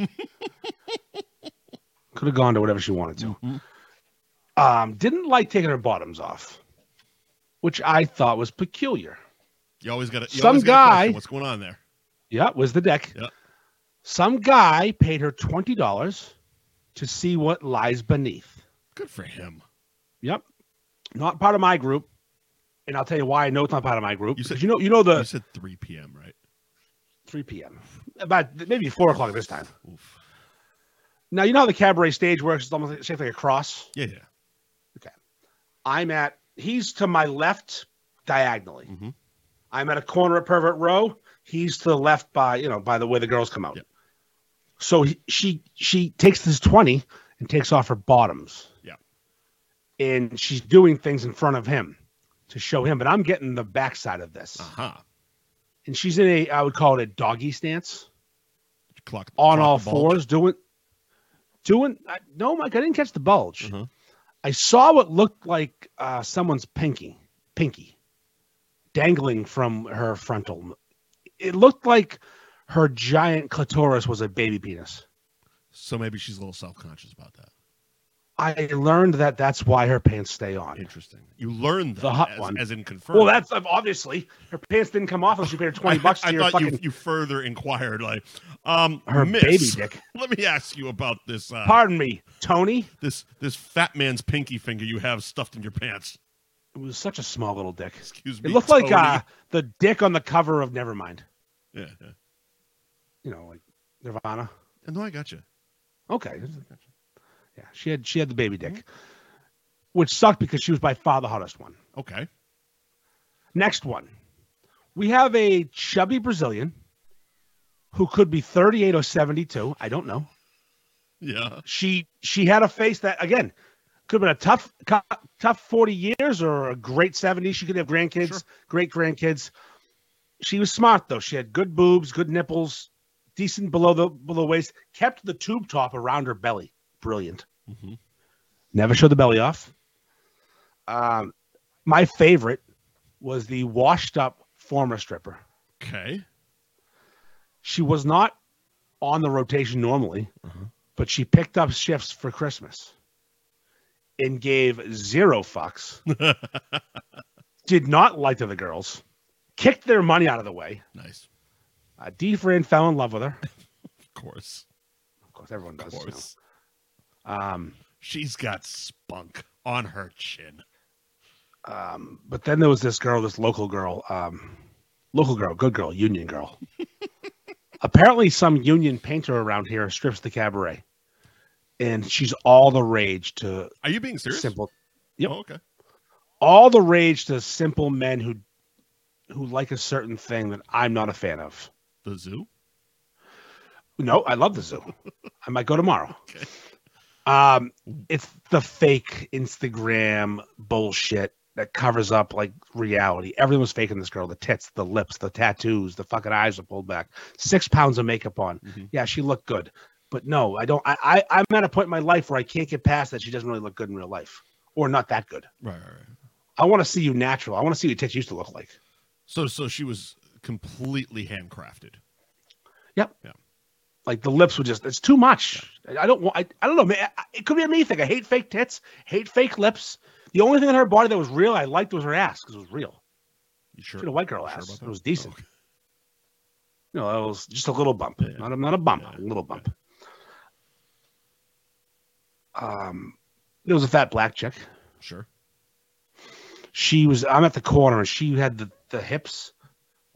could have gone to whatever she wanted to. Mm. Um, didn't like taking her bottoms off, which I thought was peculiar. You always got to. Some guy- What's going on there? Yeah, was the deck. Yeah. Some guy paid her twenty dollars to see what lies beneath. Good for him. Yep. Not part of my group. And I'll tell you why I know it's not part of my group. You You, said- you know you know you the said three p.m. Right? 3 p.m. About maybe four o'clock this time. Oof. Now you know how the cabaret stage works, it's almost like, shaped like a cross. Yeah, yeah. I'm at he's to my left diagonally. Mhm. I'm at a corner at pervert row. He's to the left by you know by the way the girls come out. Yep. So he, she she takes this twenty and takes off her bottoms. Yeah. And she's doing things in front of him to show him, but I'm getting the backside of this. Uh huh. And she's in a I would call it a doggy stance Clock on clock all the ball. fours, doing doing. I, no, Mike, I didn't catch the bulge. Mhm. I saw what looked like uh, someone's pinky, pinky, dangling from her frontal. It looked like her giant clitoris was a baby penis. So maybe she's a little self conscious about that. I learned that that's why her pants stay on. Interesting. You learned that The hot as, one. as in confirmed. Well, that's uh, obviously her pants didn't come off unless you paid her twenty bucks I to your thought fucking you, you further inquired, like, um, her miss, baby dick. Let me ask you about this uh, Pardon me, Tony. this this fat man's pinky finger you have stuffed in your pants. It was such a small little dick. Excuse It me. looked like Tony. uh, the dick on the cover of Nevermind. Yeah, yeah. You know, like Nirvana. No, I got you. Okay. Yeah, she had she had the baby dick, which sucked because she was by far the hottest one. Okay. Next one, we have a chubby Brazilian who could be 38 or 72. I don't know. Yeah. She she had a face that again could have been a tough cu- tough 40 years or a great 70s. She could have grandkids, Sure. great grandkids. She was smart though. She had good boobs, good nipples, decent below the below waist. Kept the tube top around her belly. Brilliant. Mhm. Never showed the belly off. Um, my favorite was the washed up former stripper. Okay. She was not on the rotation normally, Uh-huh. but she picked up shifts for Christmas and gave zero fucks. did not like to the girls, kicked their money out of the way. Nice. Uh, D. Fran fell in love with her. Of course. Of course, everyone Of does. you know. course. Um, She's got spunk on her chin. Um, but then there was this girl, this local girl, um, local girl, good girl, union girl. Apparently, some union painter around here strips the cabaret, and she's all the rage to Are you being serious? simple, Yep. Oh, okay. all the rage to simple men who who like a certain thing that I'm not a fan of. The zoo? No, I love the zoo. I might go tomorrow. Okay. Um, it's the fake Instagram bullshit that covers up like reality. Everyone was faking this girl. The tits, the lips, the tattoos, the fucking eyes are pulled back. Six pounds of makeup on. Mhm. Yeah, she looked good. But no, I don't. I, I I'm at a point in my life where I can't get past that she doesn't really look good in real life, or not that good. Right, right, right. I want to see you natural. I want to see what your tits used to look like. So so she was completely handcrafted. like the lips were just it's too much i don't want I, I don't know man, I- it could be a me thing i hate fake tits hate fake lips the only thing in her body that was real i liked was her ass because it was real You she sure? had a white girl sure ass about it that? was decent Oh, okay. you know it was just a little bump Yeah. not, a, not a bump Yeah. a little bump um there was a fat black chick Sure. she was i'm at the corner and she had the, the hips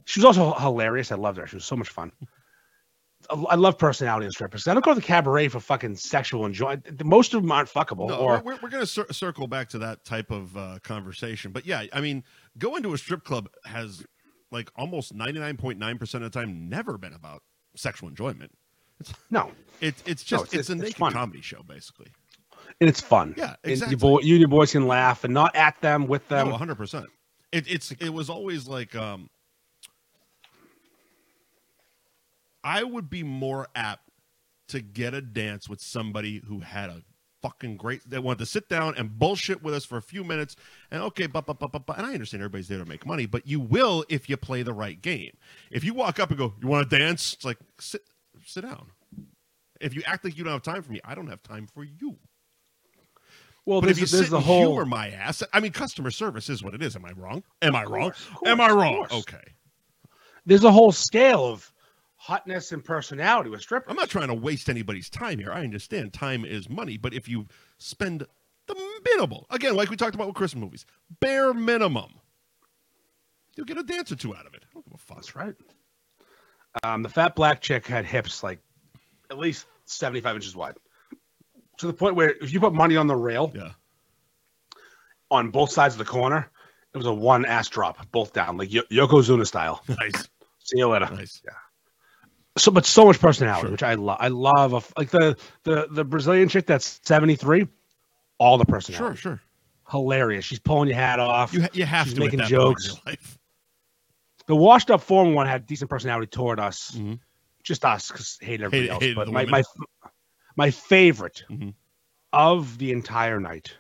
she was also hilarious i loved her she was so much fun I I love personality in strippers. I don't go to the cabaret for fucking sexual enjoyment. Most of them aren't fuckable. No, or we're- we're, we're going to cir- circle back to that type of uh, conversation. But yeah, I mean, going to a strip club has like almost 99.9% of the time never been about sexual enjoyment. No, It, it's just, it's- it's, a it's naked fun. comedy show, basally. and it's fun. Yeah, And exactly. your boy, you and your boys can laugh and not at them with them. no, 100%. It, it's, it was always like, um, I would be more apt to get a dance with somebody who had a fucking great that wanted to sit down and bullshit with us for a few minutes and okay but, but, but, but, but, and i understand everybody's there to make money but you will if you play the right game if you walk up and go you want to dance it's like sit sit down if you act like you don't have time for me i don't have time for you well, but if there's, you there's sit the and whole. humor my ass i mean customer service is what it is am i wrong am i wrong course, am i course, wrong course. okay There's a whole scale of hotness and personality with strippers. I'm not trying to waste anybody's time here. I understand time is money, but if you spend the minimal, again, like we talked about with Christmas movies, bare minimum, you'll get a dance or two out of it. I don't give a fuck. That's right. Um, the fat black chick had hips like at least 75 inches wide, to the point where if you put money on the rail Yeah. on both sides of the corner, it was a one ass drop, both down, like Yo- Yokozuna style. Nice. See you later. Nice. so but so much personality, Sure. which I love. I love a f like the the the Brazilian chick that's seventy three, all the Sure, personality. sure. hilarious. She's pulling your hat off. You, ha- you have She's to at making that point in jokes. your life. the washed up form one had decent personality toward us, Mhm. just us because hate everybody Hated- else. hated but the my, women. my f- my favorite Mhm. of the entire night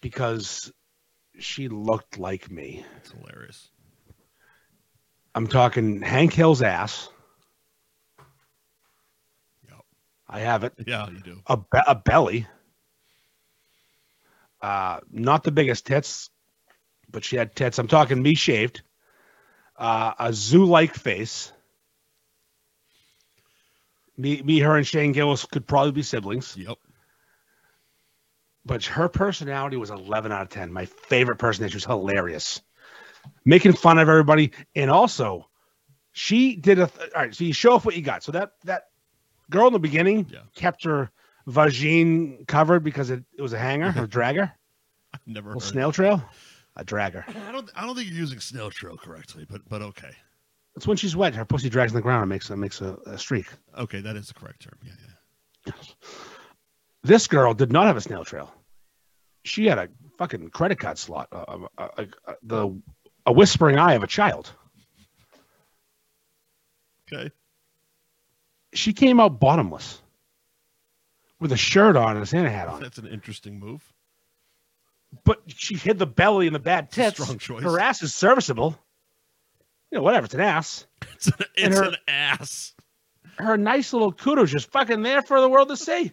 because she looked like me. It's hilarious. I'm talking Hank Hill's ass. Yep. I have it. Yeah, you do. A, be- a belly. Uh, not the biggest tits, but she had tits. I'm talking me shaved. Uh, a zoo like face. Me, me, her, and Shane Gillis could probably be siblings, Yep. but her personality was 11 out of 10. My favorite person. She was hilarious, making fun of everybody, and also she did a. Th- all right, so you show off what you got. So that that girl in the beginning Yeah. kept her vagine covered because it, it was a hanger, a dragger, I've never a heard. little snail trail, a dragger. I don't. I don't think you're using snail trail correctly, but but okay. It's when she's wet, her pussy drags on the ground and makes makes a, a streak. Okay, that is the correct term. Yeah, yeah. This girl did not have a snail trail. She had a fucking credit card slot, a, a, a, a- the a whispering eye of a child. Okay. She came out bottomless with a shirt on and a Santa hat on, That's an interesting move. but she hid the belly and the bad It's a tits. strong choice. Her ass is serviceable. You know, whatever. It's an ass. It's an, And it's her- an ass. her nice little kudos just fucking there for the world to see.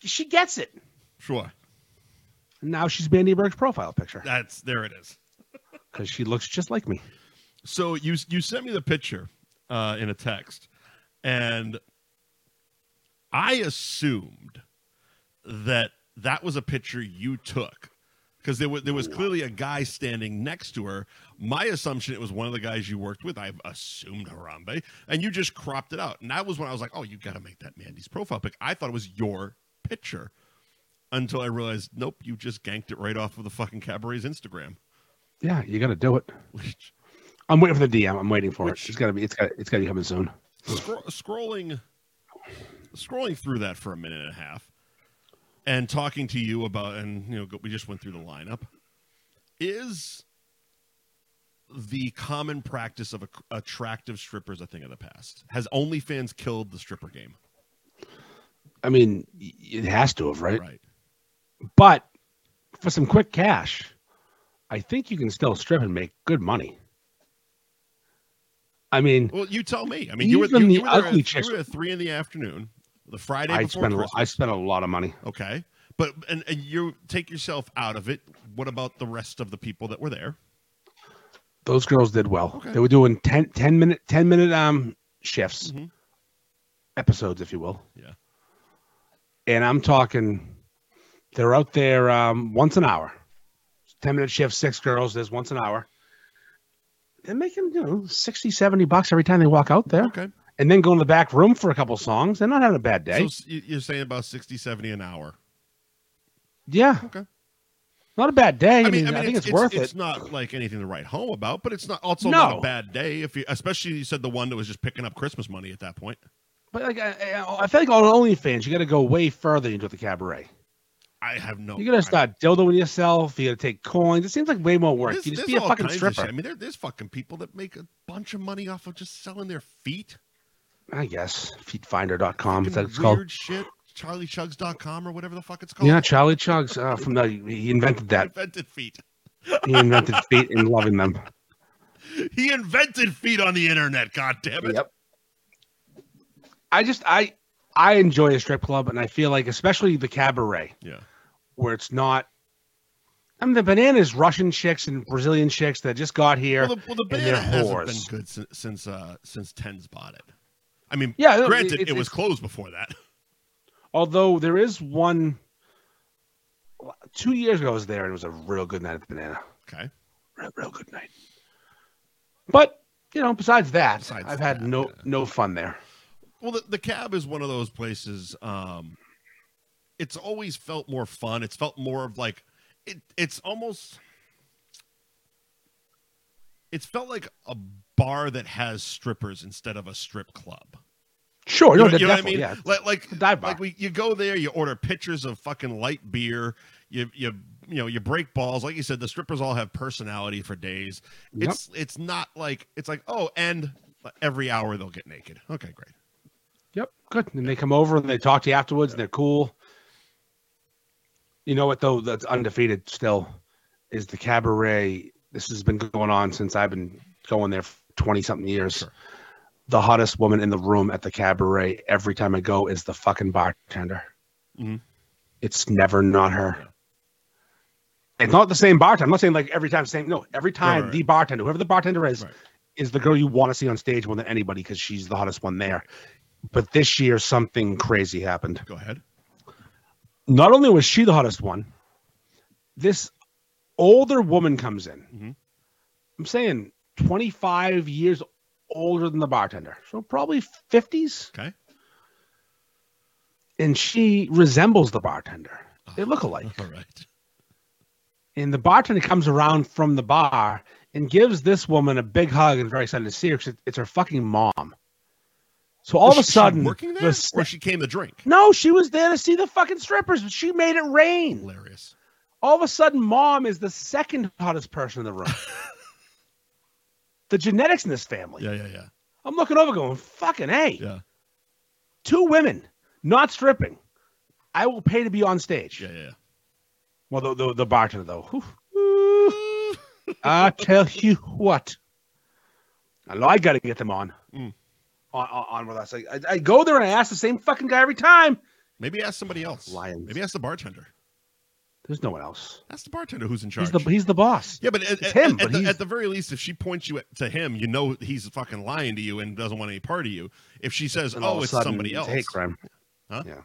She gets it. Sure. Now she's Mandy Berg's profile picture That's there. It is. because she looks just like me. So you you sent me the picture uh, in a text, and I assumed that that was a picture you took because there was there was clearly a guy standing next to her. My assumption it was one of the guys you worked with. I assumed Harambe, and you just cropped it out. And that was when I was like, "Oh, you got to make that Mandy's profile pic." I thought it was your picture until I realized, nope, you just ganked it right off of the fucking cabaret's Instagram. Yeah, you got to do it. Which I'm waiting for the DM. I'm waiting for Which- it. It's gotta be. It's got. to It's got to be coming soon. Scro- scrolling scrolling through that for a minute and a half and talking to you about and you know go- we just went through the lineup is the common practice of ac- attractive strippers a thing of the past has onlyfans killed the stripper game I mean, y- it has to have, right? right But for some quick cash, I think you can still strip and make good money. I mean, well you tell me i mean you were, you, Even you the were there ugly at, you chicks- were there at three in the afternoon the friday I before spent. a- Christmas. I spent a lot of money. okay but and, and you take yourself out of it what about the rest of the people that were there those girls did well. Okay. They were doing 10, 10 minute 10 minute um shifts. Mhm. Episodes, if you will. Yeah. And I'm talking they're out there um, once an hour. 10 minute shift, six girls, there's once an hour. They're making, you know, 60, 70 bucks every time they walk out there. okay And then go in the back room for a couple songs. They're not having a bad day. So s- you- you're saying about 60, 70 an hour. yeah. Okay. Not a bad day. I mean, I, think it's, worth It's it. not like anything to write home about, but it's not also No. not a bad day if you, especially you said the one that was just picking up Christmas money at that point. But like, I, I I feel like on OnlyFans, you got to go way further into the cabaret. I have no. You gotta I- start dildoing yourself. You gotta take coins. It seems like way more work. there's- you there's just be a all fucking kinds of shit. stripper, I mean, there, there's fucking people that make a bunch of money off of just selling their feet. I guess. Feetfinder.com. Is that Fucking weird what it's called? shit. CharlieChugs.com or whatever the fuck it's called. Yeah, Charlie Chugs. Uh, from the he invented he that. invented feet. He invented feet and loving them. He invented feet on the internet. God damn it. Yep. I just I I enjoy a strip club, and I feel like especially the cabaret Yeah. where it's not. I mean, the bananas, Russian chicks and Brazilian chicks that just got here. Well, the, well, the and banana they're hasn't been whores. good since since, uh, since Ten's bought it. I mean, Yeah, no, granted, Oh, it's- it was it's- closed before that. Although there is one. Two years ago, I was there, and it was a real good night at the banana. Okay, real, real good night. But you know, besides that, Besides I've had that, no yeah. no fun there. well, the, the cab is one of those places. Um, it's always felt more fun. It's felt more of like it. It's almost. It's felt like a bar that has strippers instead of a strip club. Sure, no, you know, you know what I definitely, mean? Oh, yeah. Like, like, a dive bar. like we, you go there, you order pitchers of fucking light beer, you, you, you know, you break balls. Like you said, the strippers all have personality for days. Yep. It's, it's not like it's like oh, and every hour they'll get naked. Okay, great. Yep, good. And they come over and they talk to you afterwards, and they're cool. You know what though? That's undefeated still is the cabaret. This has been going on since I've been going there twenty something years. Sure. the hottest woman in the room at the cabaret every time I go is the fucking bartender. Mhm. It's never not her. Yeah. It's not the same bartender. I'm not saying like every time same. No, every time right. the bartender, whoever the bartender is, Right. is the girl you want to see on stage more than anybody because she's the hottest one there. But this year something crazy happened. Go ahead. Not only was she the hottest one, this older woman comes in. Mhm. I'm saying 25 years older than the bartender, so probably 50s. Okay. and she resembles the bartender. They look alike. All right. And the bartender comes around from the bar and gives this woman a big hug and very excited to see her because it's her fucking mom. So all Was of a she- she sudden, working there, the or st- she came to drink. no, she was there to see the fucking strippers, but she made it rain. Hilarious. All of a sudden, mom is the second hottest person in the room. the genetics in this family. Yeah, yeah, yeah. I'm looking over, going, fucking hey, Yeah. two women not stripping. I will pay to be on stage. Yeah, yeah, Well, the, the, the bartender, though. Whew. yeah. I tell you what. I know I got to get them on. Mm. On, on, on with us. I, I, I go there and I ask the same fucking guy every time. Maybe ask somebody else. Lions. Maybe ask the bartender. There's no one else. Ask the bartender who's in charge. He's the, he's the boss. yeah, but at, it's at- him, at but the, he's- at the very least, if she points you at, to him, you know he's fucking lying to you and doesn't want any part of you. If she says, And all of "Oh, a it's sudden, somebody it's else," a hate crime. Huh? Yeah.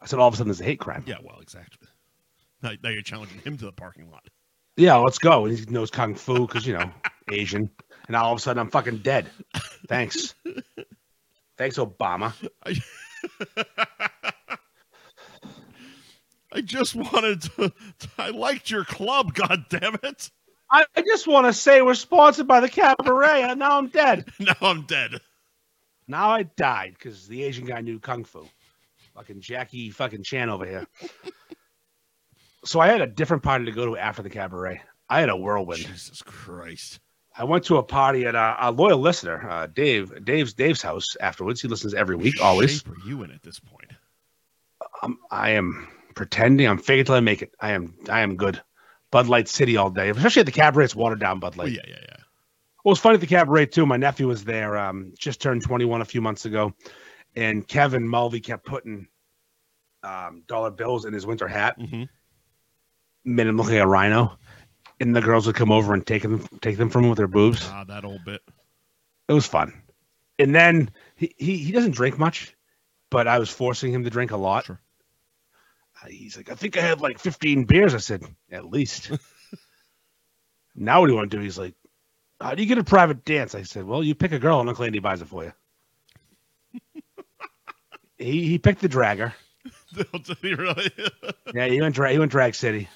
I said, all of a sudden, there's a hate crime. yeah, well, exactly. Now, now you're challenging him to the parking lot. Yeah, let's go. And he knows kung fu because you know Asian. And all of a sudden, I'm fucking dead. Thanks. Thanks, Obama. I just wanted to. I liked your club. God damn it! I, I just want to say we're sponsored by the cabaret, and now I'm dead. Now I'm dead. Now I died because the Asian guy knew kung fu. Fucking Jackie fucking Chan over here. so I had a different party to go to after the cabaret. I had a whirlwind. Jesus Christ! I went to a party at uh, a loyal listener, uh, Dave. Dave's Dave's house afterwards. He listens every week, always. Shape are you in at this point? I'm, I am pretending. I'm faking till I make it. I am. I am good. Bud Light City all day, especially at the cabaret. It's watered down Bud Light. Well, Oh, yeah, yeah, yeah. Well, it's funny at the cabaret too. My nephew was there, um, just turned 21 a few months ago, and Kevin Mulvey kept putting um, dollar bills in his winter hat, Mm-hmm. made him look like a rhino. And the girls would come over and take them, take them from him with their boobs. Ah, that old bit. It was fun. And then he, he, he doesn't drink much, but I was forcing him to drink a lot. Sure. Uh, He's like, I think I had like 15 beers. I said, at least. now what do you want to do? He's like, how do you get a private dance? I said, well, you pick a girl and Uncle Andy buys it for you. he, he picked the dragger. really? Yeah, he went, dra- he went drag city.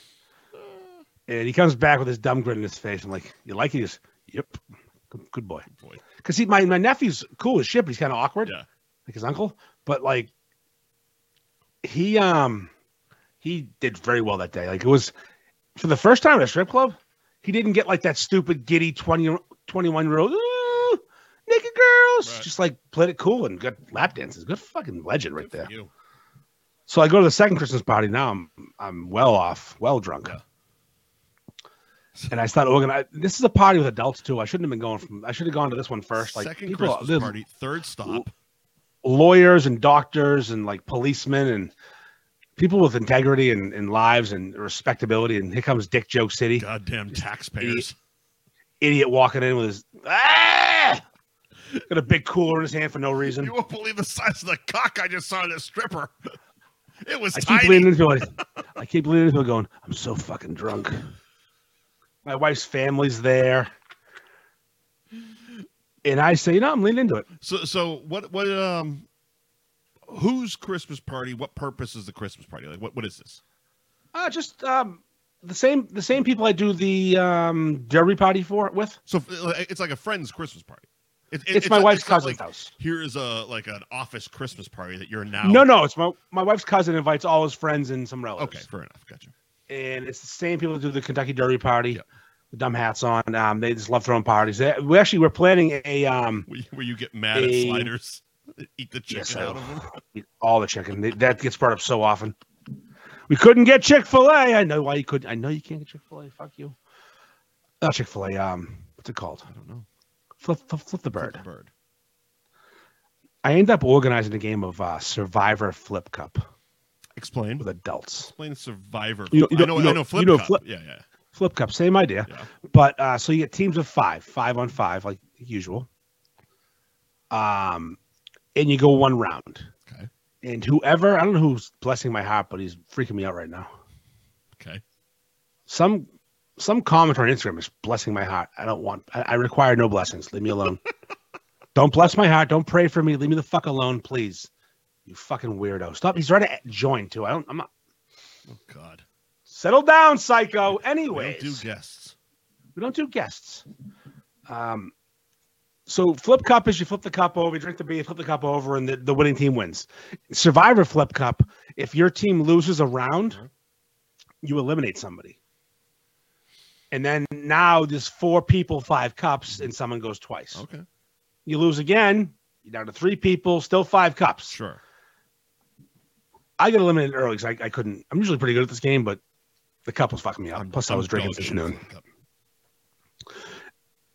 And he comes back with this dumb grin on his face. I'm like, you like it? He goes, yep. Good, good boy. Boy. Because he, my, my nephew's cool as shit, but he's kind of awkward Yeah. like his uncle, but like he um he did very well that day. Like it was for the first time at a strip club, he didn't get like that stupid giddy 20, 21 year old "Ooh, naked girls. Right. Just like played it cool and got lap dances. Good fucking legend right Good for there. you. So I go to the second Christmas party. Now I'm I'm well off, well drunk. Yeah. And I start organizing. This is a party with adults too. I shouldn't have been going from. I should have gone to this one first. Like Second people- Christmas there's- party, third stop. lawyers and doctors and like policemen and people with integrity and, and lives and respectability. And here comes Dick Joke City, Goddamn taxpayers. idiot walking in with his ah! got a big cooler in his hand for no reason. You won't believe the size of the cock I just saw in this stripper. It was I keep tiny. leaning into it. I keep leaning into it, going, I'm so fucking drunk. My wife's family's there. And I say, you know, I'm leaning into it. So, so what? What? Um, whose Christmas party? What purpose is the Christmas party? Like, what? What is this? Uh, just um, the same the same people I do the um, derby party for with. So f- it's like a friend's Christmas party. It- it- It's, my not- wife's not cousin's Like, house. here is a like an office Christmas party that you're now. No, no, it's my my wife's cousin invites all his friends and some relatives. Okay, fair enough. Gotcha. and it's the same people that do the Kentucky Derby party, Yeah. the dumb hats on. Um, they just love throwing parties. They, we actually were planning a um, Where you, where you get mad at A- sliders, eat the chicken yes, out of them. I- all the chicken They- that gets brought up so often. We couldn't get Chick Fil A. I know why you couldn't. I know you can't get Chick Fil A. Fuck you. Not Chick Fil A. Um, what's it called? I don't know. Flip, flip, flip the bird. Bird. I end up organizing a game of uh, Survivor Flip Cup Explain. with adults. Explain Survivor. You know- you I know- know. you know- I know. Flip you know Cup. Flip- yeah, yeah, Flip Cup, same idea. yeah. But uh, so you get teams of five, five on five, like usual. Um, and you go one round. Okay. And whoever, I don't know who's blessing my heart, but he's freaking me out right now. Okay. Some some commenter on Instagram is blessing my heart. I don't want. I, I require no blessings. Leave me alone. don't bless my heart. Don't pray for me. Leave me the fuck alone, please. You fucking weirdo. Stop. He's trying to join too. I don't. I'm not. Oh God. Settle down, psycho. We Anyways, don't do guests. We don't do guests. Um, so flip cup is you flip the cup over, you drink the beer, you flip the cup over, and the, the winning team wins. Survivor flip cup, if your team loses a round, Mhm. you eliminate somebody. And then now there's four people, five cups, and someone goes twice. Okay. You lose again, you're down to three people, still five cups. Sure. I got eliminated early because I, I couldn't. I'm usually pretty good at this game, but the cup was fucking me up. Plus, I was drinking indulging this in noon. Flip Cup.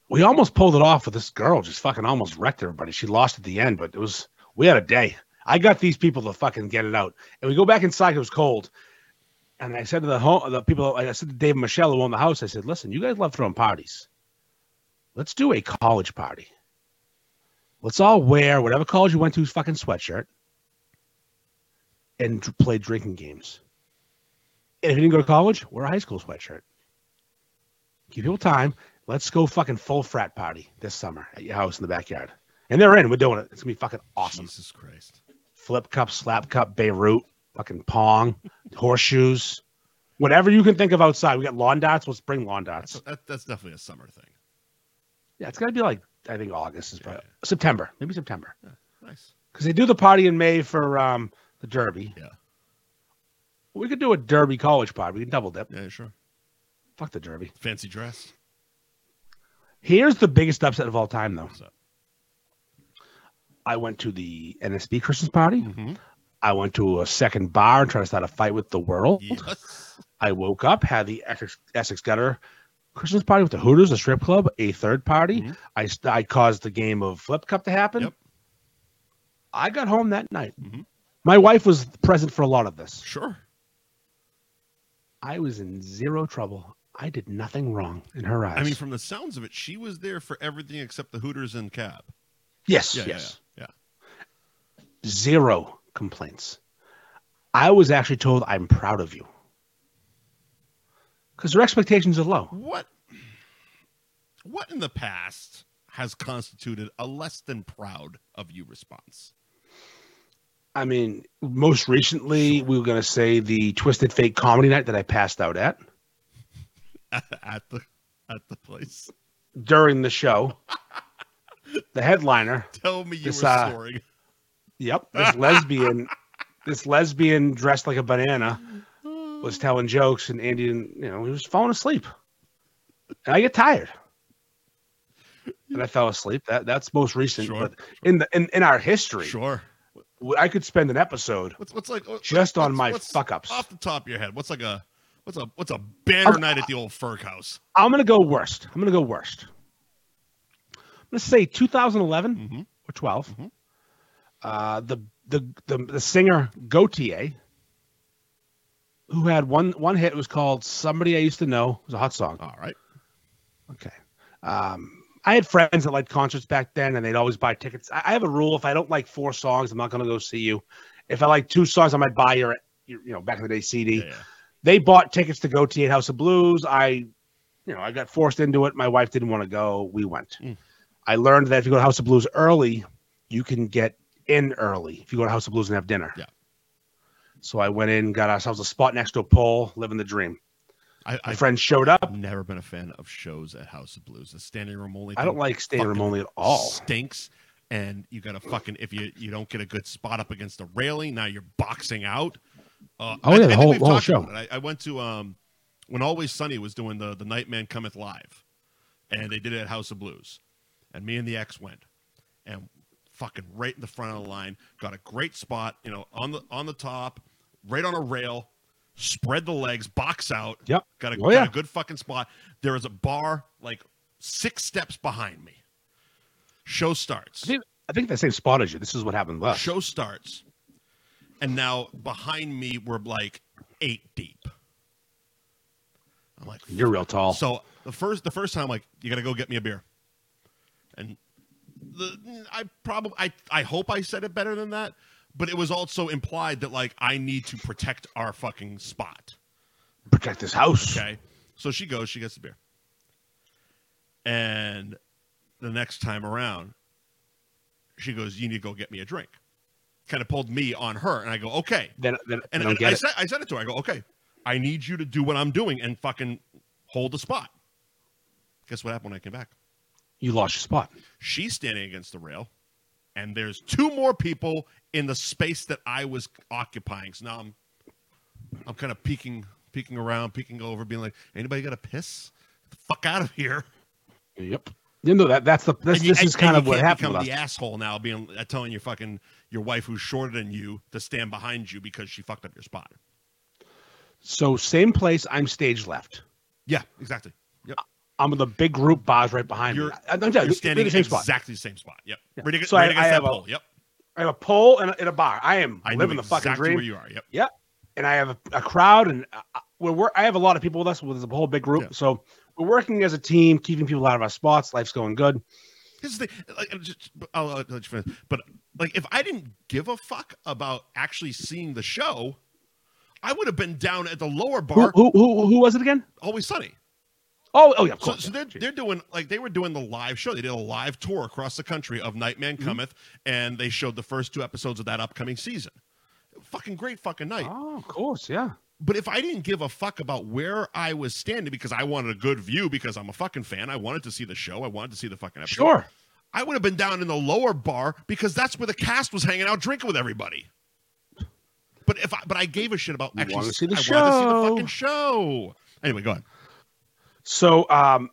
we almost pulled it off with this girl just fucking almost wrecked everybody. She lost at the end, but it was we had a day. I got these people to fucking get it out, and we go back inside. It was cold, and I said to the home, the people, I said to Dave and Michelle who own the house, I said, "Listen, you guys love throwing parties. Let's do a college party. Let's all wear whatever college you went to's fucking sweatshirt, and dr- play drinking games. And if you didn't go to college, wear a high school sweatshirt. Give people time." Let's go fucking full frat party this summer at your house in the backyard. And they're in. We're doing it. It's gonna be fucking awesome. Jesus Christ. Flip cup, slap cup, Beirut, fucking pong, horseshoes, whatever you can think of outside. We got lawn darts. Let's bring lawn darts. So that, that's definitely a summer thing. Yeah, it's gotta be like I think August is probably Yeah, September, maybe September, Nice. because they do the party in May for um the Derby. Yeah. we could do a Derby college party. We can double dip. Yeah, sure. Fuck the Derby. Fancy dress. Here's the biggest upset of all time, though. What's up? I went to the NSB Christmas party. Mm-hmm. I went to a second bar and tried to start a fight with the world. Yes. I woke up, had the Essex, Essex Gutter Christmas party with the Hooters, a strip club, a third party. Mhm. I, st- I caused the game of Flip Cup to happen. Yep. I got home that night. Mhm. My wife was present for a lot of this. Sure. I was in zero trouble. I did nothing wrong in her eyes. I mean, from the sounds of it, she was there for everything except the Hooters and cab. yes, Yeah, yeah, yes. yeah, zero complaints. I was actually told I'm proud of you because their expectations are low. What? What in the past has constituted a less than proud of you response? I mean, most recently, we were going to say the Twisted Fate comedy night that I passed out at at, at the at the place. during the show. the headliner, Tell me you This, were uh, snoring. yep, this lesbian, this lesbian dressed like a banana uh, was telling jokes, and Andy, didn't, you know, he was falling asleep. And I get tired, and I fell asleep. That that's most recent, Sure, but in the in, in our history, Sure. w- I could spend an episode What's what's like what- just on what's- my what's fuck ups. off the top of your head? What's like a what's a what's a banner I'm- night at the old Ferg house? I'm gonna go worst. I'm gonna go worst. I'm gonna say 2011 Mm-hmm. or 12. Mhm. Uh, the, the the the singer Gautier, who had one one hit, was called "Somebody I Used to Know." It was a hot song. All right. Okay. Um, I had friends that liked concerts back then, and they'd always buy tickets. I, I have a rule: if I don't like four songs, I'm not gonna go see you. If I like two songs, I might buy your, your you know back in the day CD Yeah, yeah. they bought tickets to go to Eight House of Blues. I, you know, I got forced into it. My wife didn't want to go. We went. Mm. I learned that if you go to House of Blues early, you can get in early if you go to House of Blues and have dinner. Yeah. So I went in, got ourselves a spot next to a pole, living the dream. I, My I, friends showed up. I've never been a fan of shows at House of Blues. The standing room only. I don't thing like staying room fucking only at all. Stinks. And you got to fucking if you you don't get a good spot up against the railing, now you're boxing out. Uh, Oh, yeah, the think whole- we've whole talked show. about it. I, I went to um when Always Sunny was doing the the Nightman Cometh Live, and they did it at House of Blues, and me and the ex went, and fucking right in the front of the line, got a great spot, you know, on the on the top, right on a rail, spread the legs, box out, Yep. got a, Oh, got yeah. a good fucking spot. There is a bar like six steps behind me. Show starts. I think- I think the same spot as you. This is what happened last. Show starts, and now behind me we're like eight deep. I'm like, You're real tall. so the first the first time, I'm like, you gotta go get me a beer, and the I probably I I hope I said it better than that, but it was also implied that like I need to protect our fucking spot. Protect this house. Okay. So she goes, she gets the beer. And the next time around, she goes, You need to go get me a drink. Kind of pulled me on her. And I go, Okay. Then, then And, I don't and get I, it. said, I said it to her, I go, Okay, I need you to do what I'm doing and fucking hold the spot. Guess what happened when I came back? you lost your spot. She's standing against the rail, and there's two more people in the space that I was occupying. So now I'm, I'm kind of peeking, peeking around, peeking over, being like, "Anybody got a piss? Get the fuck out of here!" Yep. You know that that's the that's, And you- this and- is and kind of you what can't happened. Become Last. the asshole now, being uh, telling your fucking your wife who's shorter than you to stand behind you because she fucked up your spot. So same place. I'm stage left. Yeah, exactly. Yep. I'm in the big group bars right behind You're, me. I, I'm you're telling you, standing the same exactly spot. the same spot. Yep. Right ag- So I- right against I that have a- pole. Yep. I have a pole and a, and a bar. I am I living know the fucking exactly dream. where you are. Yep. Yeah, and I have a, a crowd, and uh, uh, we're, we're I have a lot of people with us with a whole big group. Yeah. So we're working as a team, keeping people out of our spots. Life's going good. Here's the thing. Like, I'm just, I'll, I'll let you finish. But like, if I didn't give a fuck about actually seeing the show, I would have been down at the lower Who, bar, who who who was it again? always sunny. Oh oh yeah, of So, course. so they're they're doing like they were doing the live show. They did a live tour across the country of Nightman Mm-hmm. Cometh, and they showed the first two episodes of that upcoming season. Fucking great, fucking night. oh, of course, yeah. But if I didn't give a fuck about where I was standing because I wanted a good view because I'm a fucking fan, I wanted to see the show, I wanted to see the fucking episode. Sure. I would have been down in the lower bar because that's where the cast was hanging out drinking with everybody. But if I, but I gave a shit about You actually wanted to see the I wanted to see the show. fucking show. Anyway, go on. So um,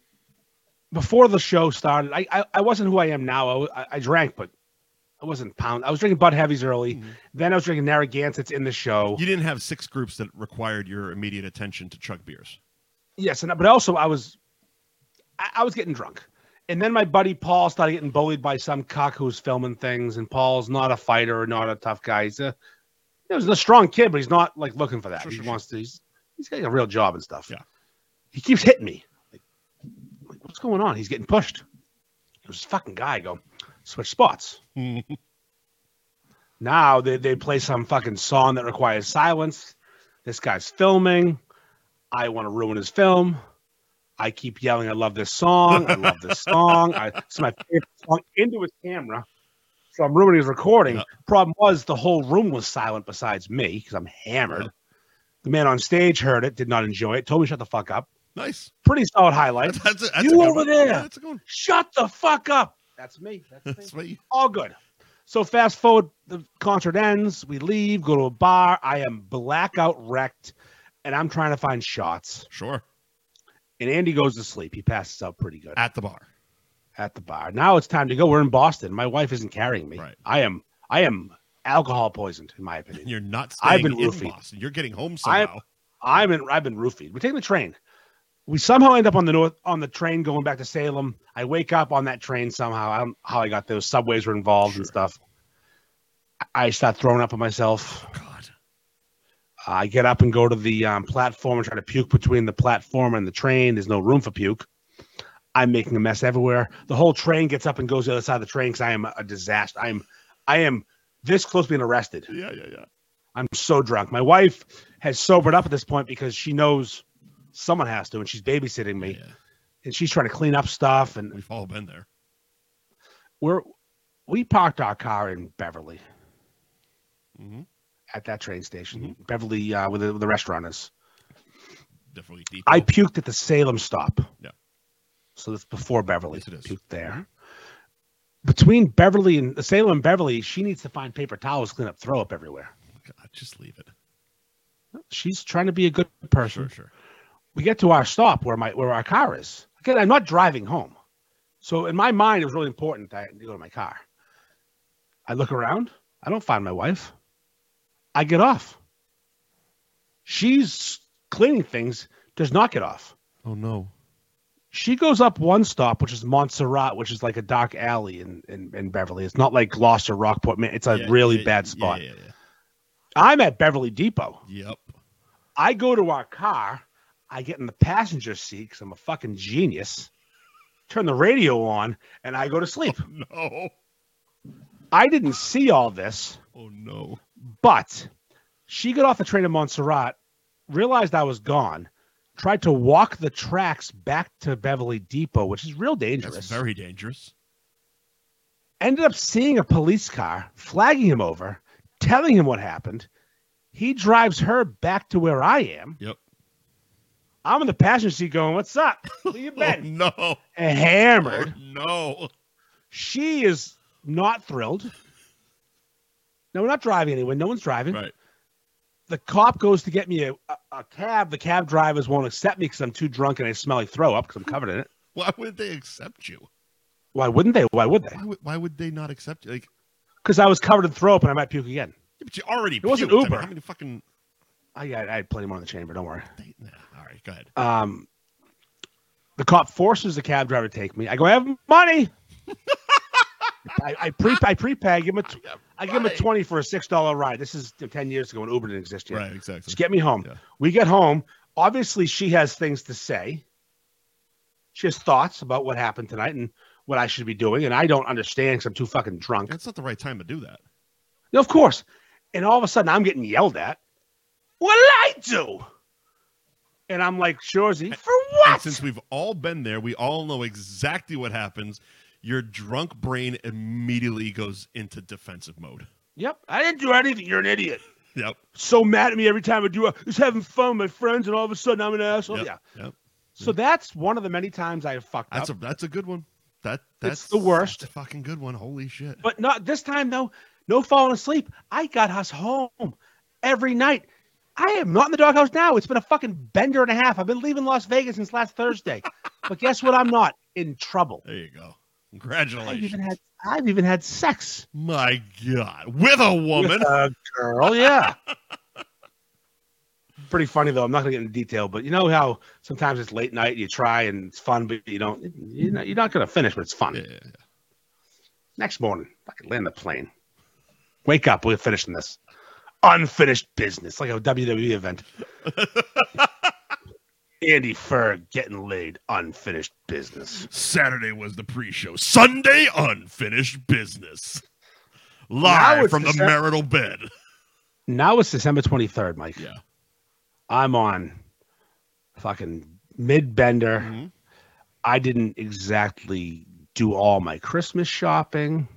before the show started, I, I I wasn't who I am now. I, wa- I, I drank, but I wasn't pound. I was drinking Bud Heavies early. Then I was drinking Narragansett's in the show. You didn't have six groups that required your immediate attention to chug beers. Yes, and but also I was, I, I was getting drunk, and then my buddy Paul started getting bullied by some cock who's filming things, and Paul's not a fighter, not a tough guy. He's a, he was a strong kid, but he's not like looking for that. Sure, he sure, wants to. He's, he's got a real job and stuff. Yeah. he keeps hitting me. Like, like, what's going on? He's getting pushed. There's this fucking guy. I go switch spots. Now they, they play some fucking song that requires silence. This guy's filming. I want to ruin his film. I keep yelling, I love this song. I love this song. I, it's my favorite song into his camera. So I'm ruining his recording. Yeah. Problem was, the whole room was silent besides me because I'm hammered. Yeah. The man on stage heard it, did not enjoy it, told me to shut the fuck up. Nice. Pretty solid highlight. That's, that's, a, that's You a good over one. there. Yeah, that's a good one. shut the fuck up. That's me. That's me That's what you- all good. So fast forward, the concert ends. We leave, go to a bar. I am blackout wrecked, and I'm trying to find shots. sure. And Andy goes to sleep. He passes out pretty good At the bar. at the bar. Now it's time to go. We're in Boston. My wife isn't carrying me. Right. I am. I am alcohol poisoned, in my opinion. You're not staying I've been in roofied. Boston. You're getting home I- somehow. I'm in, I've been roofied. We're taking the train. We somehow end up on the north on the train going back to Salem. I wake up on that train somehow. I don't know how I got there. Subways were involved and Sure. stuff. I I start throwing up on myself. God. I get up and go to the um, platform and try to puke between the platform and the train. There's no room for puke. I'm making a mess everywhere. The whole train gets up and goes to the other side of the train because I am a disaster. I am, I am this close to being arrested. Yeah, yeah, yeah. I'm so drunk. My wife has sobered up at this point because she knows someone has to, and she's babysitting me, Yeah, and she's trying to clean up stuff. And We've all been there. we're we parked our car in Beverly hmm at that train station, Beverly, uh, where, the, where the restaurant is. Definitely deep. I puked at the Salem stop. Yeah. So that's before Beverly. Yes, it is. Mm-hmm. Puked there. Between Beverly and Salem and Beverly, she needs to find paper towels, clean up, throw up everywhere. God, just leave it. She's trying to be a good person. Sure, sure. We get to our stop where my where our car is. Again, I'm not driving home. So in my mind, it was really important that I had to go to my car. I look around. I don't find my wife. I get off. She's cleaning things, does not get off. Oh no. She goes up one stop, which is Montserrat, which is like a dark alley in, in, in Beverly. It's not like Gloucester, Rockport. Man, It's a Yeah, really yeah, bad yeah, spot. yeah, yeah. I'm at Beverly Depot. Yep. I go to our car. I get in the passenger seat because I'm a fucking genius. Turn the radio on, and I go to sleep. Oh, No. I didn't see all this, Oh no. but she got off the train in Montserrat, realized I was gone, tried to walk the tracks back to Beverly Depot, which is real dangerous. That's very dangerous. ended up seeing a police car, flagging him over, telling him what happened. He drives her back to where I am. Yep. I'm in the passenger seat going, What's up? Where you Oh been? no. Oh, And hammered. no. She is not thrilled. No, we're not driving anywhere. No one's driving. Right. The cop goes to get me a, a, a cab. The cab drivers won't accept me because I'm too drunk and I smell like throw up because I'm covered in it. Why would they accept you? Why wouldn't they? Why would they? Why would, why would they not accept you? Like, Because I was covered in throw up and I might puke again. yeah, but you already. It wasn't puked. I mean, Uber. how many fucking? I, I, I had plenty more in the chamber. Don't worry. They, nah, all right, go ahead. um, the cop forces the cab driver to take me. I go, I have money. I, I pre I prepay. I give him a tw- I give him a Right. twenty for a six dollar ride. This is ten years ago when Uber didn't exist yet. Right, exactly. Just get me home. Yeah. We get home. Obviously, she has things to say. She has thoughts about what happened tonight and what I should be doing, and I don't understand because I'm too fucking drunk. That's not the right time to do that. No, of course. And all of a sudden, I'm getting yelled at. What did I do? And I'm like, Shorzy, for And what? since we've all been there, we all know exactly what happens. Your drunk brain immediately goes into defensive mode. Yep. I didn't do anything. You're an idiot. Yep. So mad at me every time I do. it. Just having fun with my friends, and all of a sudden I'm an asshole. Yep, Yeah. yep. So that's one of the many times I have fucked That's up. a that's a good one. That that's It's the worst. That's a fucking good one. Holy shit. But not this time though. No falling asleep. I got us home every night. I am not in the doghouse now. It's been a fucking bender and a half. I've been leaving Las Vegas since last Thursday. but guess what? I'm not in trouble. There you go. I've Congratulations. even had I've even had sex My God, with a woman. with a girl. Yeah. Pretty funny though. I'm not gonna get into detail, but you know how sometimes it's late night, you try and it's fun, but you don't. You're not, you're not gonna finish, but it's fun. Yeah. Next morning, I can land the plane. Wake up, we're finishing this. Unfinished business, like a WWE event. Andy Ferg getting laid, unfinished business. Saturday was the pre-show. Sunday, unfinished business. Now Live it's from the December- marital bed. Now it's December 23rd, Mike. Yeah. I'm on fucking mid bender. Mhm. I didn't exactly do all my Christmas shopping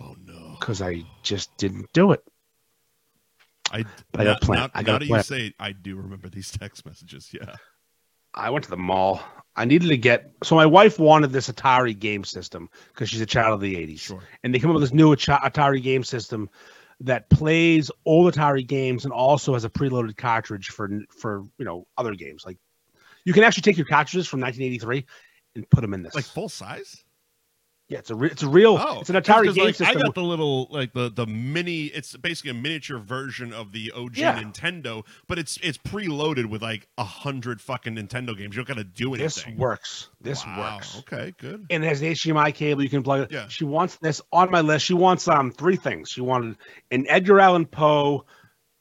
Oh no. because I just didn't do it. I, But I got a plan. I got now a that you plan. say it, I do remember these text messages. Yeah. I went to the mall. I needed to get so my wife wanted this Atari game system because she's a child of the 80s. Sure. And they come up with this new Ata- Atari game system that plays old Atari games and also has a preloaded cartridge for for you know other games. Like you can actually take your cartridges from 1983 and put them in this. Like full size? yeah, it's a re- it's a real Oh, it's an Atari 'cause, game like, system. I got the little like the the mini. It's basically a miniature version of the OG Yeah. Nintendo, but it's it's preloaded with like a hundred fucking Nintendo games. You don't gotta do this anything. works. This Wow, works. Okay, good. and it has an HDMI cable you can plug it. Yeah. She wants this on my list. She wants um three things. She wanted an Edgar Allan Poe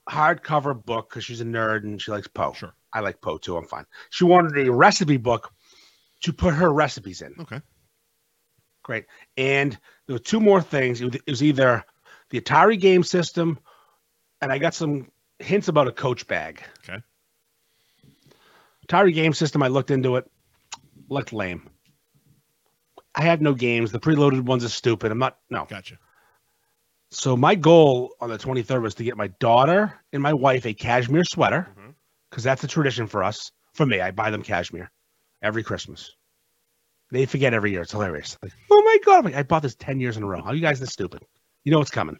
hardcover book because she's a nerd and she likes Poe. Sure. I like Poe too. I'm fine. She wanted a recipe book to put her recipes in. Okay. Great. And there were two more things. It was- it was either the Atari game system, and I got some hints about a coach bag. Okay. Atari game system, I looked into it, looked lame. I had no games. The preloaded ones are stupid. I'm not, no. Gotcha. So my goal on the 23rd was to get my daughter and my wife a cashmere sweater Mhm. because that's a tradition for us. For me, I buy them cashmere every Christmas. They forget every year. It's hilarious. Like, oh my god, I'm like, I bought this 10 years in a row. How are you guys this stupid? You know what's coming.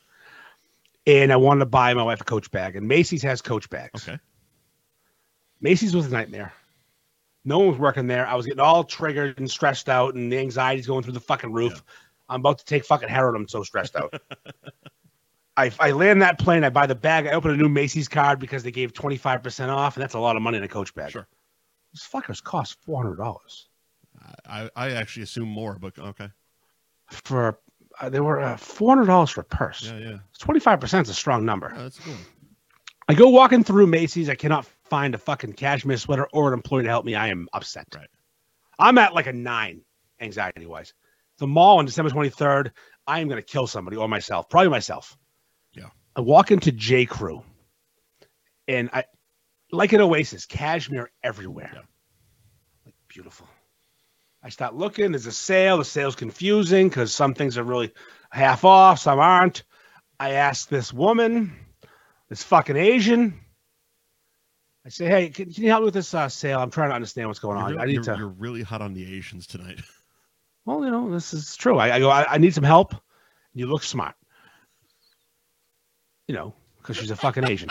And I wanted to buy my wife a Coach bag, and Macy's has Coach bags. Okay. Macy's was a nightmare. No one was working there. I was getting all triggered and stressed out, and the anxiety's going through the fucking roof. Yeah. I'm about to take fucking heroin. I'm so stressed out. I, I land that plane. I buy the bag. I open a new Macy's card because they gave 25% off, and that's a lot of money in a coach bag. Sure. These fuckers cost $400. Uh, I, I actually assume more, but okay. for uh, they were uh, four hundred dollars for a purse. Yeah, yeah. Twenty five percent is a strong number. Yeah, that's cool. I go walking through Macy's. I cannot find a fucking cashmere sweater or an employee to help me. I am upset. Right. I'm at like a nine anxiety wise. The mall on December 23rd, I am going to kill somebody or myself, probably myself. Yeah. I walk into J. Crew and I, like an oasis, cashmere everywhere. Yeah. Like beautiful. I start looking. There's a sale. The sale's confusing because some things are really half off, some aren't. I ask this woman, this fucking Asian. I say, hey, can, can you help me with this uh, sale? I'm trying to understand what's going You're on. really, I need you're- to. you're really hot on the Asians tonight. well, you know, this is true. I, I go, I, I need some help. You look smart. You know, because she's a fucking Asian.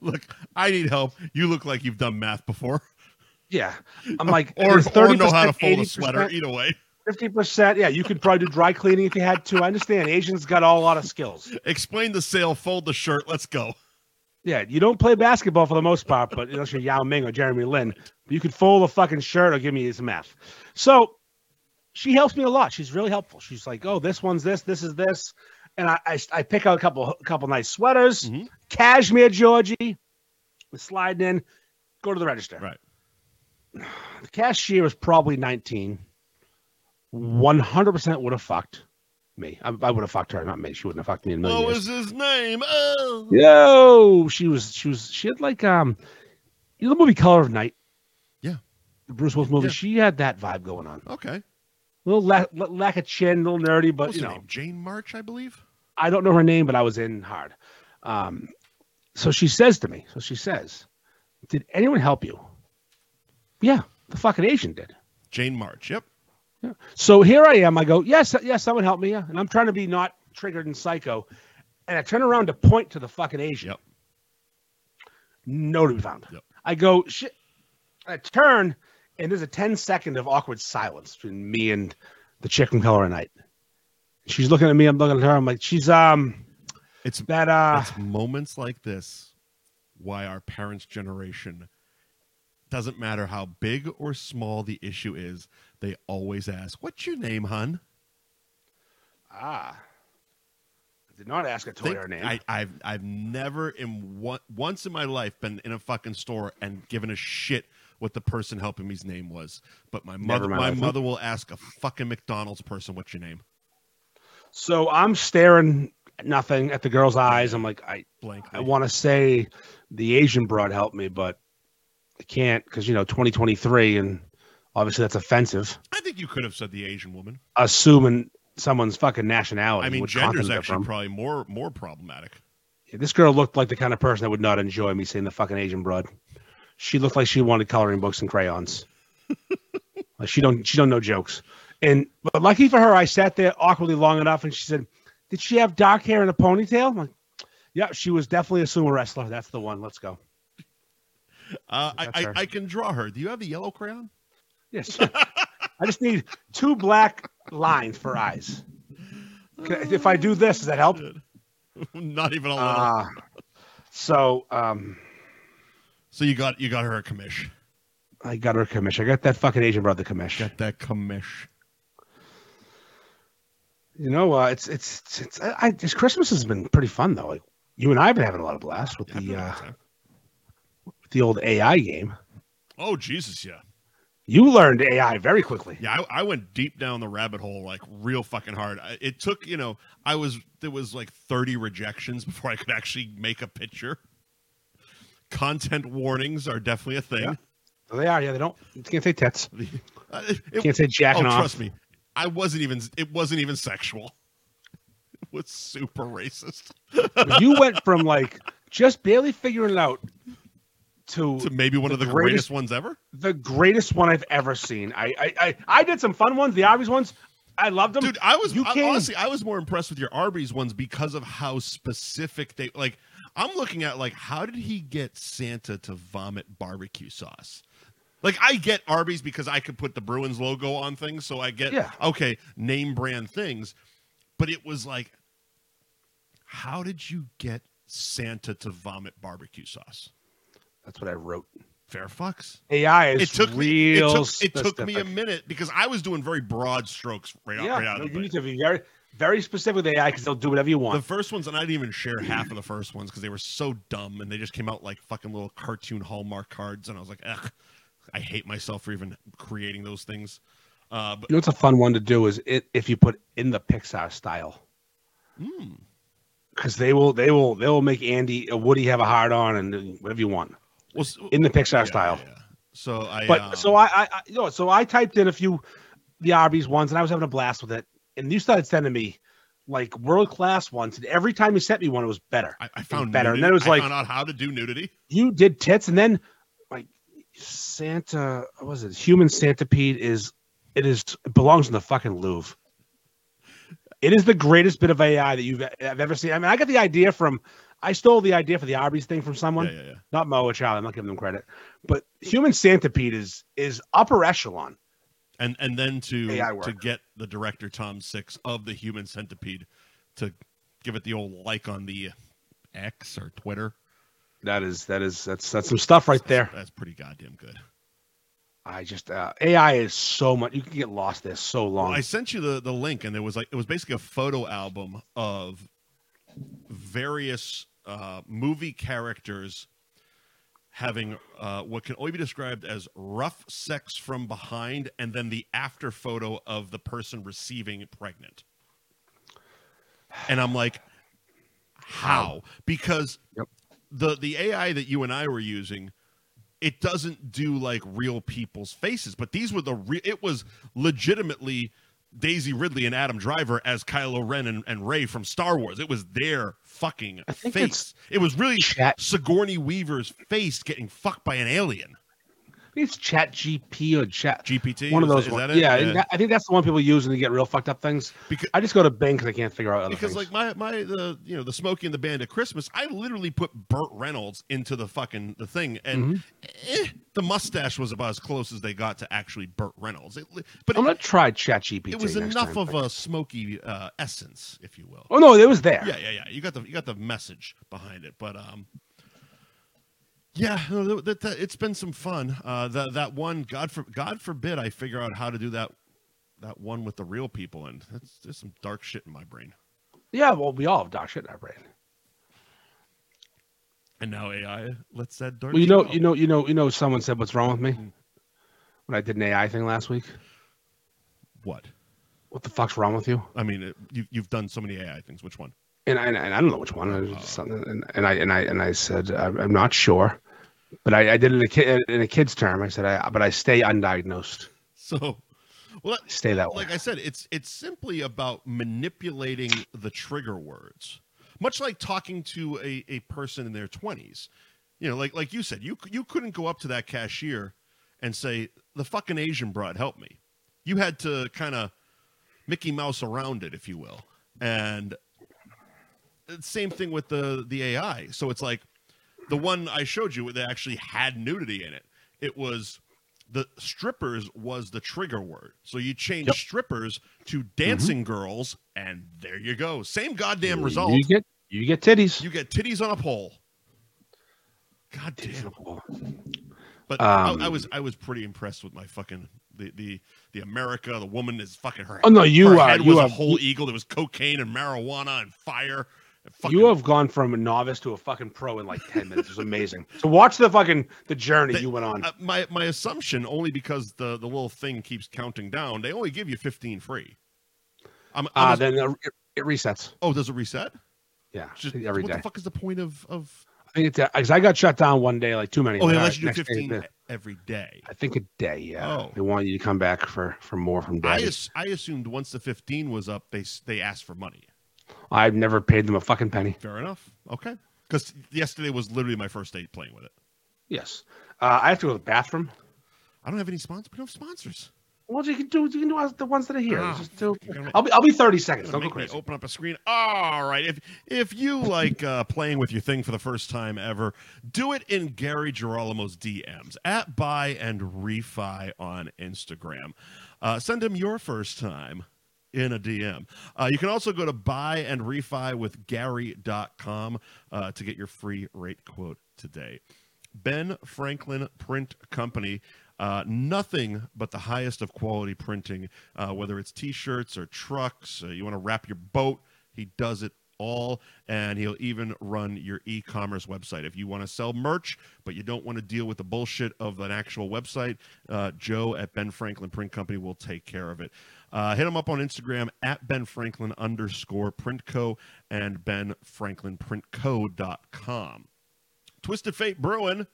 look, I need help. You look like you've done math before, Yeah. I'm like, or, there's or know how to 30%, fold a sweater. 80%, Either way, 50%. Yeah, you could probably do dry cleaning if you had to. I understand. Asians got a lot of skills. explain the sale, fold the shirt. Let's go. Yeah, you don't play basketball for the most part, but unless you're Yao Ming or Jeremy Lin, you could fold a fucking shirt or give me some math. So she helps me a lot. She's really helpful. She's like, oh, this one's this, this is this. And I, I, I pick out a couple a couple nice sweaters, Mhm. cashmere Georgie, we're sliding in, go to the register. Right. The cashier was probably 19. 100% would have fucked me. I, I would have fucked her, not me. She wouldn't have fucked me in a million What years. Oh, was his name? Oh, Yo, she was she was she had like um, you know the movie Color of Night. Yeah. the Bruce Willis movie. Yeah. She had that vibe going on. okay. little lack, lack of chin, little nerdy, but What's you her know, name? Jane March, I believe. I don't know her name, but I was in hard. Um, so she says to me, so she says, "Did anyone help you?" Yeah, the fucking Asian did. Jane March. Yep. So here I am. I go, yes, yes, someone help me. Yeah. And I'm trying to be not triggered and psycho. And I turn around to point to the fucking Asian. Yep. No to be found. Yep. I go, shit. I turn, and there's a 10 second of awkward silence between me and the chick from Color of Night. She's looking at me. I'm looking at her. I'm like, she's, um, It's that, uh, it's moments like this why our parents' generation doesn't matter how big or small the issue is. They always ask, "What's your name, hun?" ah. I did not ask her to think- her name. I, I've I've never in one once in my life been in a fucking store and given a shit what the person helping me's name was. But my Never mother in my my life. mother will ask a fucking McDonald's person what's your name. so I'm staring at nothing at the girl's eyes. I'm like, I, Blank. I want to say the Asian broad helped me, but I can't because you know 2023, and obviously that's offensive. I think you could have said the Asian woman. Assuming someone's fucking nationality. I mean which gender's continent they're actually from. probably more more problematic. Yeah, this girl looked like the kind of person that would not enjoy me saying the fucking Asian broad. She looked like she wanted coloring books and crayons. like she don't she don't know jokes. And but lucky for her, I sat there awkwardly long enough, and she said, "Did she have dark hair and a ponytail?" I'm like, yeah, she was definitely a sumo wrestler. That's the one. Let's go. Uh, I, That's I, her. I can draw her. Do you have the yellow crayon? Yes. I just need two black lines for eyes. Can- if I do this, does that help? Oh, Good. Not even a little. Uh, so um, so you got you got her a commish. I got her a commish. I got that fucking Asian brother commish. Got that commish. You know, uh, it's it's it's, it's I, I, this Christmas has been pretty fun though. Like, you and I have been having a lot of blast with the uh, with the old AI game. Oh Jesus, yeah. You learned AI very quickly. Yeah, I, I went deep down the rabbit hole like real fucking hard. I, it took, you know, I was there was like 30 rejections before I could actually make a picture. Content warnings are definitely a thing. They are, yeah. They don't. You can't say tits. Uh, it- You can't say oh, jacking off. trust me, I wasn't even. It wasn't even sexual. It was super racist. You went from like just barely figuring it out to To maybe one of the The greatest, greatest- ones ever. the greatest one I've ever seen. I I, I, I did some fun ones, the Arby's ones. I loved them. Dude, I was You I- can- honestly, I was more impressed with your Arby's ones because of how specific they like. I'm looking at like how did he get Santa to vomit barbecue sauce? Like I get Arby's because I could put the Bruins logo on things, so I get Yeah. okay name brand things. But it was like, how did you get Santa to vomit barbecue sauce? That's what I wrote. fair fucks. AI is it took me. It real. took, it took me a specific. minute because I was doing very broad strokes right, out Yeah, right out. no, of the you bat. need to be very, very specific with AI because they'll do whatever you The want. first ones, and I didn't even share half of the first ones because they were so dumb and they just came out like fucking little cartoon Hallmark cards, and I was like, ugh, I hate myself for even creating those things. Uh, but you know what's a fun one to do is it, if you put in the Pixar style mm, because they will, they will, they will make Andy, uh, Woody have a hard on and whatever you want well, s- in the Pixar yeah, style. yeah, yeah. So I, But um, so I, I, I you know, so I typed in a few the Arby's ones, and I was having a blast with it. And you started sending me like world class ones, and every time you sent me one, it was better. I, I found better, and Nudity. then it was I like- found out how to do nudity. You did tits, and then like Santa, what was it? Human centipede is it is it belongs in the fucking Louvre. It is the greatest bit of AI that you've I've ever seen. I mean, I got the idea from I stole the idea for the Arby's thing from someone. Yeah, yeah, yeah. not Moa Child. I'm not giving them credit, but human centipede is is upper echelon. and and then to AI to work. get the director Tom Six of the Human Centipede to give it the old like on the X or Twitter. That is that is that's that's some stuff right there. That's, that's pretty goddamn good. I just uh, AI is so much. You can get lost there so long. I sent you the the link, and there was like it was basically a photo album of various uh, movie characters having uh, what can only be described as rough sex from behind, and then the after photo of the person receiving it pregnant. And I'm like, how? Because Yep. the the AI that you and I were using it doesn't do like real people's faces, but these were the real. It was legitimately Daisy Ridley and Adam Driver as Kylo Ren and, and Ray from Star Wars. It was their fucking I think face. it's- It was really Chat- Sigourney Weaver's face getting fucked by an alien. it's Chat GP or Chat GPT. one of is- those. Is, ones. that it? yeah, I think that- I think that's the one people use when they get real fucked up things. Because- I just go to bank because I can't figure out other because things. like my my the you know the Smokey and the Bandit Christmas, I literally put Burt Reynolds into the fucking the thing, and Mm-hmm. eh, the mustache was about as close as they got to actually Burt Reynolds. It, li- but I'm it, gonna try Chat GPT. it was next enough time. of a smoky uh, essence, if you will. Oh no, it was there. Yeah, yeah, yeah. You got the you got the message behind it, but um, yeah, no, th- that, that, it's been some fun. Uh, that that one, God for, God forbid, I figure out how to do that that one with the real people, and that's there's some dark shit in my brain. Yeah, well, we all have dark shit in our brain. And now AI lets that dark. Well, you shit know, out. you know, you know, you know. Someone said, "What's wrong with me?" Hmm. When I did an AI thing last week. what? What the fuck's wrong with you? I mean, it, you you've done so many AI things. Which one? and I, and I don't know which one. It Oh. was just something, and, and I and I and I said uh, I'm I'm not sure, but I, I did it in a kid in a kid's term. I said I but I stay undiagnosed. So, well, that- Stay that way. like I said, it's it's simply about manipulating the trigger words, much like talking to a, a person in their twenties. You know, like like you said, you c- you couldn't go up to that cashier and say the fucking Asian broad, help me. You had to kind of Mickey Mouse around it, if you will, and it's same thing with the the AI. So it's like the one I showed you that actually had nudity in it. It was the strippers was the trigger word. So you change Yep. Mm-hmm. strippers to dancing girls, and there you go. Same goddamn result. You You get you get titties. get, titties on a pole. God damn. But Um, I, I was I was pretty impressed with my fucking the the the America. The woman is fucking her. Oh no, you her are head you was are a whole eagle. There was cocaine and marijuana and fire. and fucking- you have gone from a novice to a fucking pro in like ten minutes. It's amazing. so watch the fucking the journey They- you went on. uh, my my assumption only because the the little thing keeps counting down. They only give you fifteen free. I'm, I'm Ah, ass- then it, it resets. oh, does it reset? Yeah, Just, every what day. the fuck is the point of of? I think it's because I got shut down one day like too many. Oh, they All let right, you do next day, fifteen the- every day. I think a day. Yeah, Oh. they want you to come back for for more from I daddy. as, I assumed once the fifteen was up, they s- they asked for money. I've never paid them a fucking penny. Fair enough. Okay, because yesterday was literally my first day playing with it. Yes. Uh, I have to go to the bathroom. I don't have any sponsors. We don't have sponsors. Well, you can do you can do us- the ones that are here. Ah, Just do- you're gonna- I'll be I'll be thirty It's seconds. Don't gonna go make me crazy. open up a screen. All right. If if you like uh, playing with your thing for the first time ever, do it in Gary Girolimo's DMs at buy and refi on Instagram. Uh, send him your first time in a DM. Uh, you can also go to buy and refi with Gary.com uh, to get your free rate quote today. Ben Franklin Print Company. Uh, nothing but the highest of quality printing, uh, whether it's t shirts or trucks, or you want to wrap your boat, he does it all. And he'll even run your e commerce website. If you want to sell merch, but you don't want to deal with the bullshit of an actual website, uh, Joe at Ben Franklin Print Company will take care of it. Uh, hit him up on Instagram at Ben Franklin underscore printco and Ben Franklin printco.com. Twisted Fate Brewing,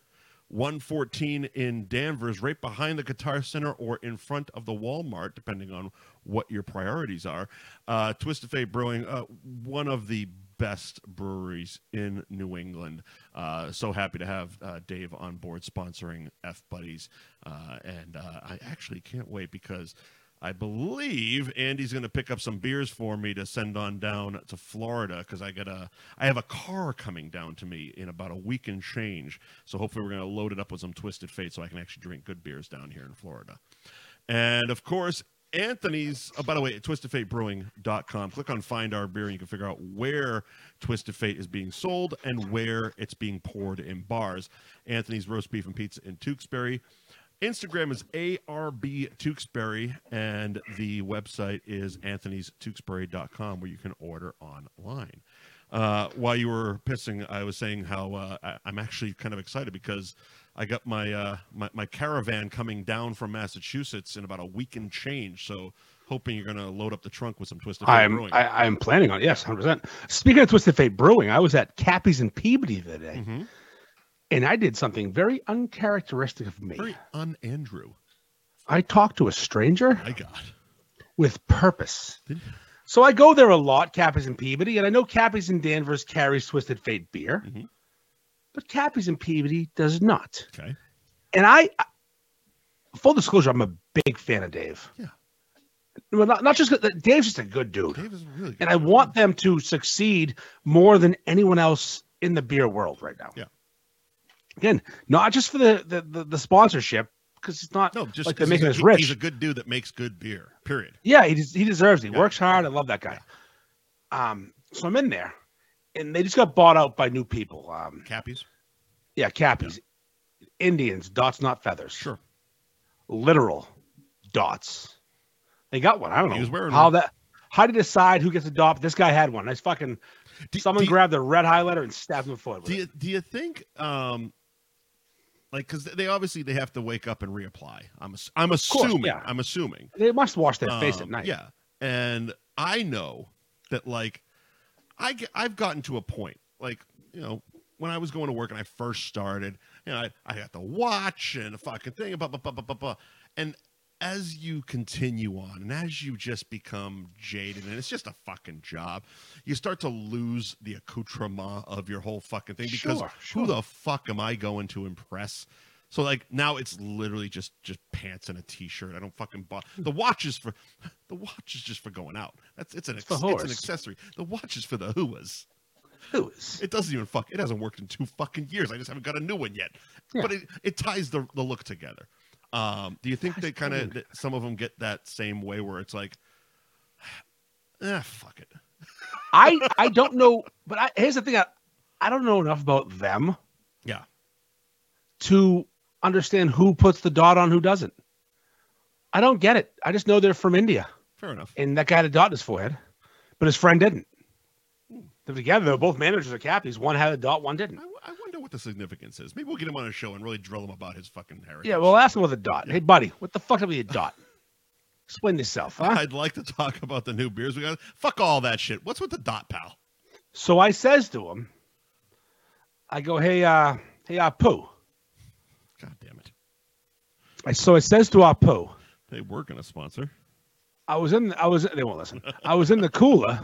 114 in Danvers, right behind the Guitar Center or in front of the Walmart, depending on what your priorities are. Uh, Twisted Fate Brewing, uh, one of the best breweries in New England. Uh, so happy to have uh, Dave on board sponsoring F Buddies. Uh, and uh, I actually can't wait because I believe Andy's going to pick up some beers for me to send on down to Florida because I got a I have a car coming down to me in about a week and change. So hopefully we're going to load it up with some Twisted Fate so I can actually drink good beers down here in Florida. And of course, Anthony's. Oh, by the way, at twistedfatebrewing.com. Click on Find Our Beer and you can figure out where Twisted Fate is being sold and where it's being poured in bars. Anthony's Roast Beef and Pizza in Tewksbury. Instagram is ARB Tewksbury, and the website is anthonystewksbury.com where you can order online. Uh, while you were pissing, I was saying how uh, I, I'm actually kind of excited because I got my, uh, my my caravan coming down from Massachusetts in about a week and change. So hoping you're going to load up the trunk with some twisted Fate I'm brewing. I, I'm planning on it, yes, hundred percent. Speaking of Twisted Fate Brewing, I was at Cappy's and Peabody the other day, Mhm. and I did something very uncharacteristic of me. Very un Andrew. I talked to a stranger My God. with purpose. Did you? So I go there a lot, Cappy's and Peabody, and I know Cappy's and Danvers carries Twisted Fate beer, Mhm. but Cappy's and Peabody does not. Okay. And I, I- full disclosure, I'm a big fan of Dave. Yeah. Well, not, not just good- Dave's just a good dude. Dave is really good. and I want them to succeed more than anyone else in the beer world right now. Yeah. Again, not just for the the, the, the sponsorship because it's not. No, just like they're 'cause making he's a- us rich. He's a good dude that makes good beer. Period. Yeah, he des- he deserves it. He Yeah. works hard. I love that guy. Um, so I'm in there, and they just got bought out by new people. Um, Cappies. yeah, Cappies, Indians, dots not feathers. Sure. literal dots. They got one. I don't know He was wearing how one. that. How to decide who gets a dot? This guy had one. Nice fucking. Do- Someone do- grabbed a red highlighter and stabbed him in the foot. with do it. you do you think um like because they obviously they have to wake up and reapply i'm ass- i'm course, assuming yeah. i'm assuming They must wash their face at Um, night. yeah and i know that like i get, i've gotten to a point like you know when i was going to work and i first started you know i, I got the watch and the fucking thing blah, blah, blah, blah, blah, blah. and as you continue on and as you just become jaded and it's just a fucking job you start to lose the accoutrement of your whole fucking thing because Sure, who sure. the fuck am I going to impress? So like now it's literally just just pants and a t-shirt. I don't fucking buy Hmm. the watch is for the watch is just for going out. That's it's an It's it's, for it's an whores. accessory. The watch is for the whoas. Who is? It doesn't even fuck. It hasn't worked in two fucking years. I just haven't got a new one yet. Yeah. But it, it ties the the look together. Um, do you think Ties they kind everything. of some of them get that same way where it's like, ah, fuck it. I I don't know, but I, here's the thing: I, I don't know enough about them Yeah. to understand who puts the dot on, who doesn't. I don't get it. I just know they're from India, Fair enough. and that guy had a dot in his forehead, but his friend didn't. They're together. They're both managers of Cappies. One had a dot, one I, didn't. w- I wonder what the significance is. Maybe we'll get him on a show and really drill him about his fucking heritage. Yeah, well, ask him with a dot. Hey, buddy, what the fuck up with your dot? Explain yourself, huh? I'd like to talk about the new beers we got. Fuck all that shit. What's with the dot pal? So I says to him, I go, hey, uh, hey, Apu. God damn it. I, so I says to uh, Apu, They were gonna sponsor. I was in, I was, they won't listen. I was in the cooler,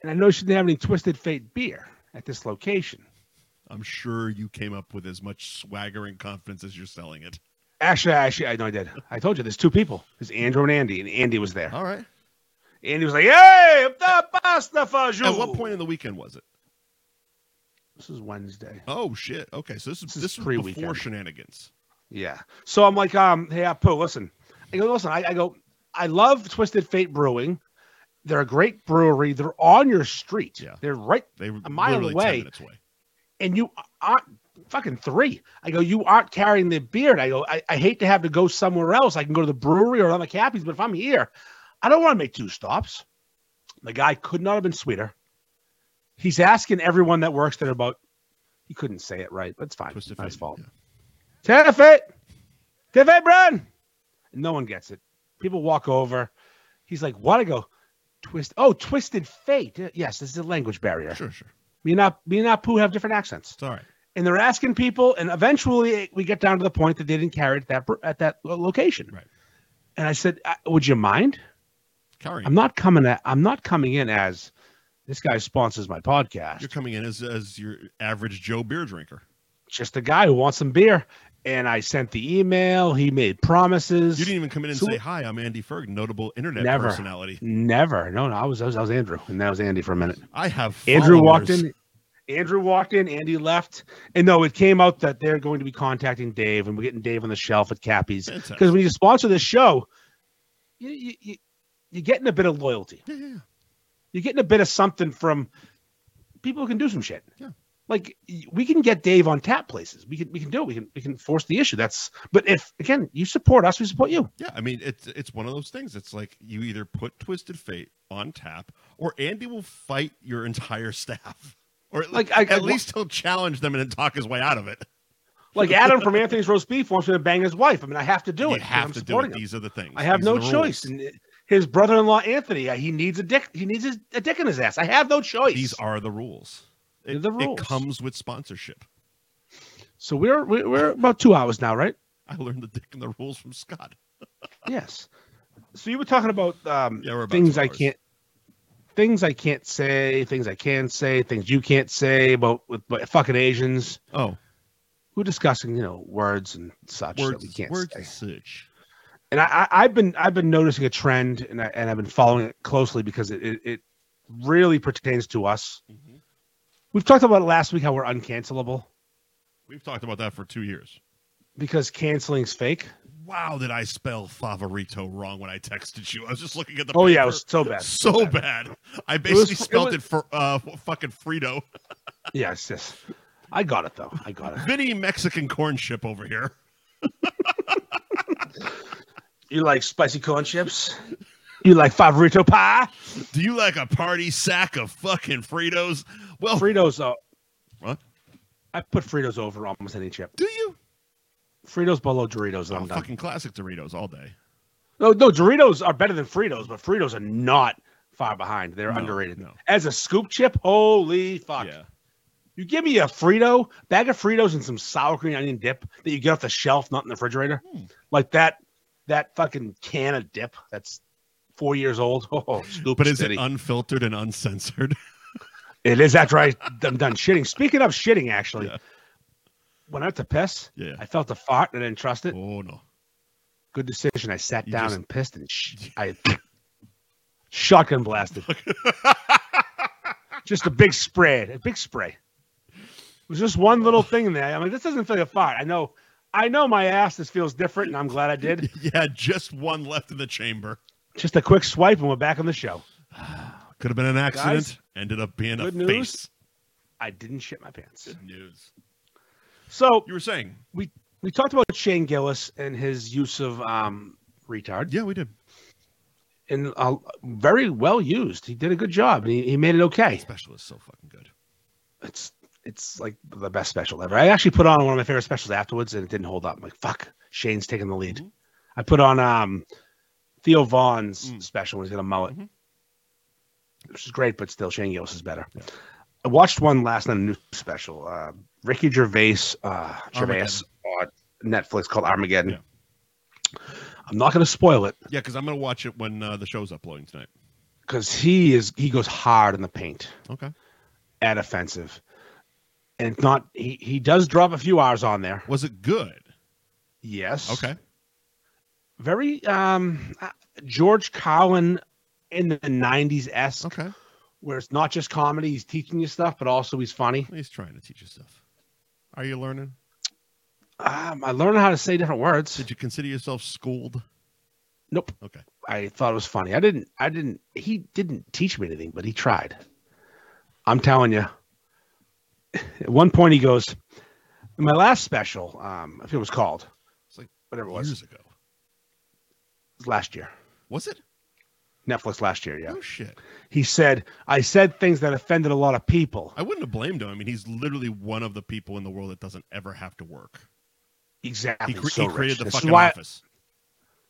and I noticed she didn't have any Twisted Fate beer at this location. I'm sure you came up with as much swagger and confidence as you're selling it. Actually, actually, I know I did. I told you, there's two people. There's Andrew and Andy, and Andy was there. All right. Andy was like, hey, I'm the pasta for you. At what point in the weekend was it? This is Wednesday. Oh shit. Okay, so this is This this, is was before pre-weekend. shenanigans. Yeah. So I'm like, um, hey, Apu, listen. I go, listen, I, I go, I love Twisted Fate Brewing. They're a great brewery. They're on your street. Yeah. They're right, They were A mile literally away. ten minutes away. and you aren't fucking three. I go, you aren't carrying the beard. I go, I, I hate to have to go somewhere else. I can go to the brewery or another Cappy's, but if I'm here, I don't want to make two stops. The guy could not have been sweeter. He's asking everyone that works there about. He couldn't say it right, but it's fine. It's Twisted not his Fate, fault. yeah. Tiff it, Tiff it, Brun. No one gets it. People walk over. He's like, "What?" I go, "Twist." Oh, twisted fate. Yes, this is a language barrier. Sure, sure. Me and Ap- me and Apu have different accents It's all right. and they're asking people, and eventually we get down to the point that they didn't carry it at that at that lo- location. Right. And I said, "Uh, "Would you mind? Carrying. I'm not coming. At, I'm not coming in as this guy sponsors my podcast. You're coming in as as your average Joe beer drinker. Just a guy who wants some beer." And I sent the email. He made promises. You didn't even come in and So- say hi. I'm Andy Ferg, notable internet Never. personality. Never. No, no. I was, I was I was Andrew, and that was Andy for a minute. I have Andrew walked followers. in. Andrew walked in. Andy left. And no, it came out that they're going to be contacting Dave, and we're getting Dave on the shelf at Cappy's. Fantastic. because when you sponsor this show, you, you, you, you're getting a bit of loyalty. Yeah, yeah, yeah. You're getting a bit of something from people who can do some shit. Yeah. Like y- we can get Dave on tap places. We can we can do it. We can we can force the issue. That's but if again you support us, we support you. Yeah, I mean it's it's one of those things. It's like you either put Twisted Fate on tap, or Andy will fight your entire staff, or at, Like, like I- I- at least he'll challenge them and then talk his way out of it. Like Adam from Anthony's roast beef wants me to bang his wife. I mean I have to do you it. because I'm have to do it. supporting him. These are the things. I have These no are the rules. choice. And it- his brother-in-law Anthony, uh, he needs a dick. He needs his, a dick in his ass. I have no choice. These are the rules. They're It, the it rules. comes with sponsorship. so we're, we're we're about two hours now, right? I learned the dick and the rules from Scott. yes. So you were talking about um, Yeah, we're about things two I hours. can't, things I can't say, things I can say, things you can't say about with but fucking Asians. Oh, We're discussing, you know, words and such that words, we can't words, say. and such. And I, I, I've been I've been noticing a trend, and I, and I've been following it closely because it, it, it really pertains to us. Mhm. We've talked about it last week how we're uncancelable We've talked about that for two years. because canceling's fake. Wow, did I spell favorito wrong when I texted you? I was just looking at the. Oh yeah, it paper. was so bad. so bad. I was- basically it spelled was- it, for uh fucking Frito. Yes, yes. I got it though. I got it. Mini Mexican corn chip over here. You like spicy corn chips? You like favorito pie? Do you like a party sack of fucking Fritos? Well, Fritos. Uh, Oh. What? I put Fritos over almost any chip. do you? Fritos below Doritos, and Oh, I'm done. fucking classic Doritos all day. No, no, Doritos are better than Fritos, but Fritos are not far behind. They're No, underrated. no. As a scoop chip, holy fuck! Yeah. You give me a Frito bag of Fritos and some sour green onion dip that you get off the shelf, not in the refrigerator, Hmm. like that. That fucking can of dip that's four years old. Oh, scoop But is steady. it unfiltered and uncensored? It is after I, I'm done shitting. Speaking of shitting, actually, Yeah. when I went to piss, Yeah. I felt a fart and I didn't trust it. Oh no. Good decision. I sat You down just- and pissed and sh- I shotgun blasted. just a big spray, a big spray. It was just one little thing in there. I'm like, this doesn't feel like a fart. I know, I know my ass. This feels different, and I'm glad I did. Yeah, just one left in the chamber. Just a quick swipe, and we're back on the show. Could have been an accident. Guys, Ended up being a good news. face. I didn't shit my pants. Good news. So You were saying? we we talked about Shane Gillis and his use of um, retard. Yeah, we did. and uh, very well used. He did a good job. and He, he made it okay. Special is so fucking good. It's it's like the best special ever. I actually put on one of my favorite specials afterwards, and it didn't hold up. I'm like, fuck, Shane's taking the lead. Mhm. I put on um, Theo Vaughn's Mm. special when he's got a mullet, Mhm. which is great, but still, Shane Gillis is better. I watched one last night, a new special, uh, Ricky Gervais, uh, Gervais on Netflix called Armageddon. I'm not going to spoil it Yeah, because I'm gonna watch it when uh, the show's uploading tonight. because he is he goes hard in the paint. Okay. and offensive. And it's not he, he does drop a few hours on there. Was it good? Yes. Okay. Very um uh, George Carlin in the nineties esque Okay. where it's not just comedy, he's teaching you stuff, but also he's funny. He's trying to teach you stuff. Are you learning? Um, I learned how to say different words. Did you consider yourself schooled? Nope. Okay. I thought it was funny. I didn't I didn't he didn't teach me anything, but he tried. I'm telling you. At one point he goes, in my last special, um, I think it was called. It's like whatever it was. years ago. It was last year. Was it? Netflix last year, yeah. Oh shit! He said, I said things that offended a lot of people. I wouldn't have blamed him. I mean, he's literally one of the people in the world that doesn't ever have to work. Exactly. He, cre- so he created rich. the This is fucking why- office.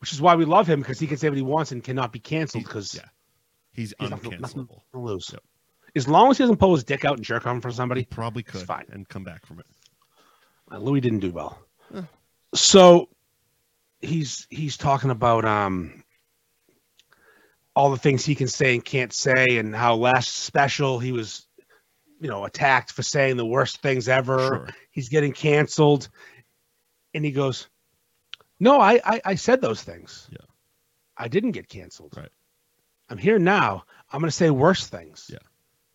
Which is why we love him because he can say what he wants and cannot be canceled because yeah, he's, he's not- uncancelable. nothing to lose. Yep. As long as he doesn't pull his dick out and jerk on for He somebody, probably could fine. and come back from it. uh, Louis didn't do well. Huh. So he's he's talking about um all the things he can say and can't say, and how last special he was, you know, attacked for saying the worst things ever. Sure. he's getting canceled and he goes no i i, I said those things Yeah. i didn't get canceled Right. i'm here now i'm going to say worse things Yeah.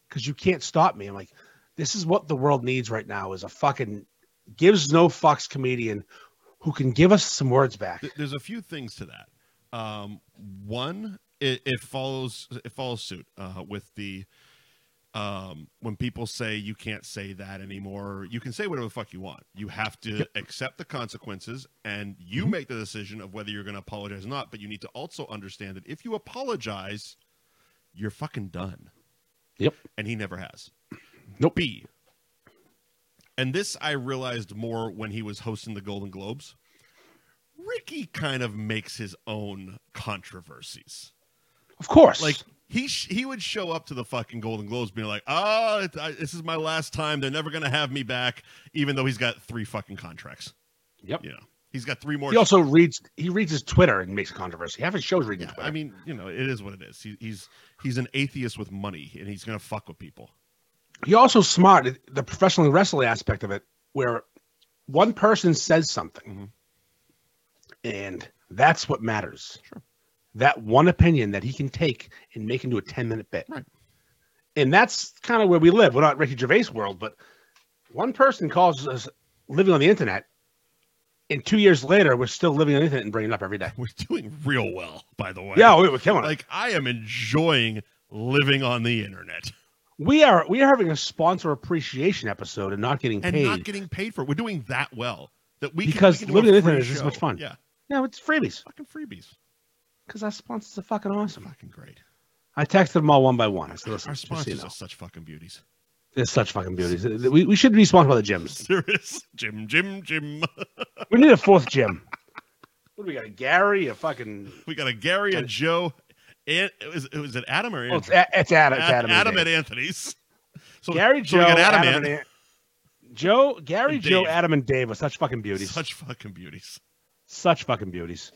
because you can't stop me i'm like this is what the world needs right now is a fucking gives no fucks comedian who can give us some words back Th- There's a few things to that. Um, one, it, it follows it follows suit uh, with the um, when people say you can't say that anymore. You can say whatever the fuck you want. You have to accept the consequences, and Mm-hmm. you make the decision of whether you're going to apologize or not. But you need to also understand that if you apologize, you're fucking done yep and he never has. Nope. B. And this I realized more when he was hosting the Golden Globes. Ricky kind of makes his own controversies. of course Like he sh- he would show up to the fucking Golden Globes being like, "Oh, it, I, this is my last time. They're never gonna have me back." Even though he's got three fucking contracts. Yep. You know, he's got three more. he also reads he reads his twitter and makes a controversy half his shows reading Yeah, twitter I mean, you know, it is what it is. He, he's he's an atheist with money, and he's gonna fuck with people. he also smart at the professional wrestling aspect of it where one person says something Mhm. and that's what matters Sure. that one opinion that he can take and make into a 10 minute bit Right. and that's kind of where we live we're not ricky gervais world but one person calls us living on the internet and two years later we're still living on the internet and bringing it up every day We're doing real well, by the way. yeah we were killing it like I am enjoying living on the internet we are we are having a sponsor appreciation episode and not getting and paid not getting paid for it. We're doing that well that we Because can, we can do living a on the free internet is just show. much fun. Yeah, no it's freebies fucking freebies, because our sponsors are fucking awesome fucking great. I texted them all one by one. I said, listen, Our just so you sponsors know, are such fucking beauties. they're such fucking beauties. We, we should be sponsored by the gyms. Serious, Jim, Jim, Jim. We need a fourth gym. What do we got? A Gary? A fucking? We got a Gary, a Joe, and was, was it Adam or Oh, it's, Anthony? A- it's Adam. It's Ad- Adam. and Dave. at Anthony's. So Gary, so Joe, we got Adam, Adam, and and An- Joe, Gary, And Joe, Dave. Adam, and Dave are such fucking beauties. Such, such fucking beauties. fucking beauties.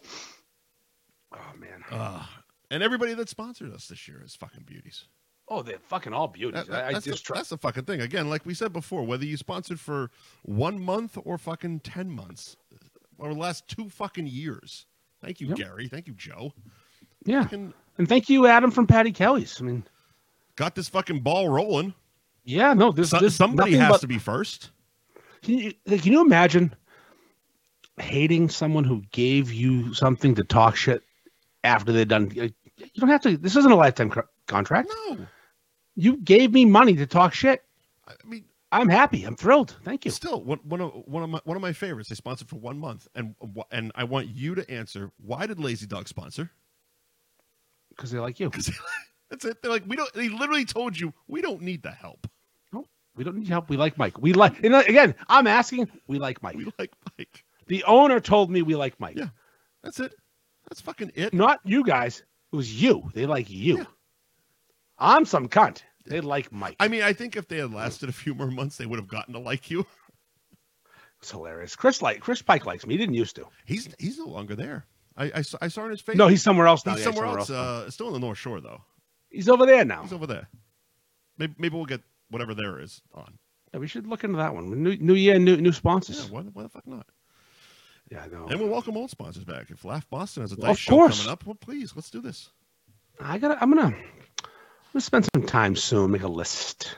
Oh man. Uh, and everybody that sponsored us this year is fucking beauties. Oh, they're fucking all beauties. That- that- I, I that's, just the, try. that's the fucking thing. Again, like we said before, whether you sponsored for one month or fucking 10 months or the last two fucking years. Thank you, Yep. Gary. Thank you, Joe. Yeah. Fucking And thank you, Adam, from Patty Kelly's. I mean, got this fucking ball rolling. yeah. No, this, So- this somebody nothing has but- to be first. Can you, like, can you imagine hating someone who gave you something to talk shit after they're done? Like, You don't have to. This isn't a lifetime co- contract. No. You gave me money to talk shit. I mean, I'm happy. I'm thrilled. Thank you. still one, one of one of my one of my favorites. They sponsored for one month, and wh- and I want you to answer why did Lazy Dog sponsor? Because they like you. Because that's it. They're like we don't. They literally told you we don't need the help. We don't need help. We like Mike. We like. And uh, again, I'm asking. We like Mike. We like Mike. The owner told me we like Mike. Yeah. That's it. That's fucking it. Not you guys. It was you. They like you. Yeah. I'm some cunt. They like Mike. I mean, I think if they had lasted a few more months, they would have gotten to like you. it's hilarious. Chris like Chris Pike likes me. He didn't used to. He's he's no longer there. I I saw, I saw in his face. No, he's somewhere else now. he's Yeah, somewhere else. Uh, still in the North Shore though. He's over there now. He's over there. Maybe, maybe we'll get whatever there is on. Yeah, we should look into that one. New, new year, new new Yeah, sponsors. why, the- why the fuck not? Yeah, I know. And we'll welcome old sponsors back. If Laugh Boston has a Well, dice Oh. of show course. coming up, well, please let's do this. I gotta. I'm gonna. I'm gonna spend some time soon. Make a list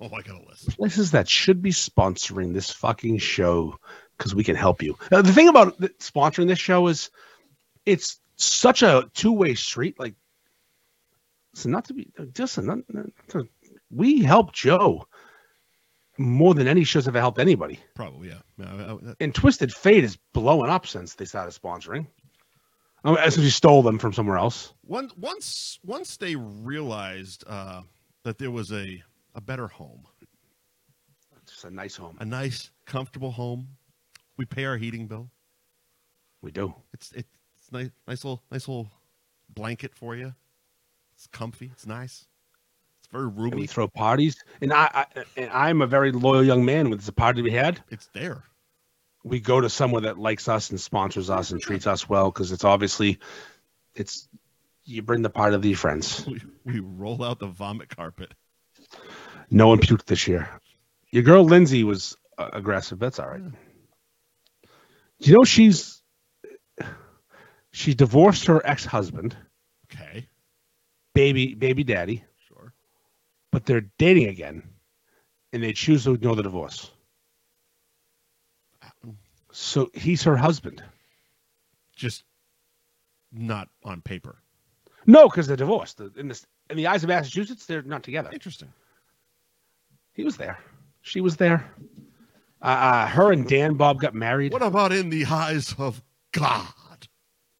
Oh, I got a list. places that should be sponsoring this fucking show because we can help you. Now, the thing about th- sponsoring this show is it's such a two way street. Like, so not to be just not, not to, we help Joe. more than any shows ever helped anybody. Probably, yeah. yeah I- I- that- And Twisted Fate is blowing up since they started sponsoring. I mean, since you stole them from somewhere else. one, once once they realized uh, that there was a a better home, It's a nice home. a nice, comfortable home, we pay our heating bill. We do. It's it's nice, nice little nice little blanket for you. It's comfy. It's nice. It's very And we roomy. throw parties. And I, I and I'm a very loyal young man. When there's a party we had, It's there. we go to someone that likes us and sponsors us and treats us well because it's obviously it's you bring the party of the friends. We, we roll out the vomit carpet. No one puked this year. Your girl Lindsay was uh, aggressive. That's all right. You know she's she divorced her ex-husband, Okay, baby baby daddy, sure. but they're dating again, and they choose to ignore the divorce. Uh, So he's her husband. Just not on paper. No, because they're divorced. In the in the eyes of Massachusetts, they're not together. Interesting. He was there. She was there. Uh, uh, her and Dan Bob got married. What about in the eyes of God?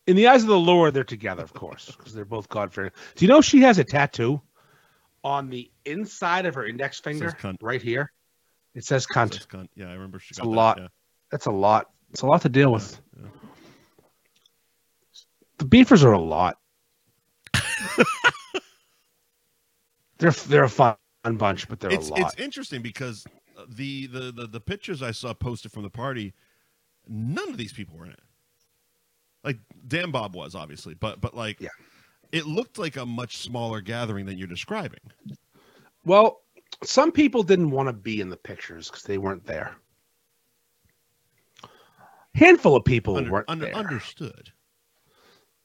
In the eyes of the Lord, they're together, of course, because they're both God fearing. Do you know she has a tattoo on the inside of her index finger, cunt. right here? It says cunt. That's cunt. Yeah, I remember she It's got a that, lot. yeah. That's a lot. It's a lot to deal with. Yeah, yeah. The beefers are a lot. they're they're a fun bunch, but they're It's a lot. it's interesting because uh, the, the the the pictures I saw posted from the party, none of these people were in it. Like Dan Bob was obviously, but but like Yeah. it looked like a much smaller gathering than you're describing. Well, some people didn't want to be in the pictures because they weren't there. Handful of people Under- weren't under- there. understood.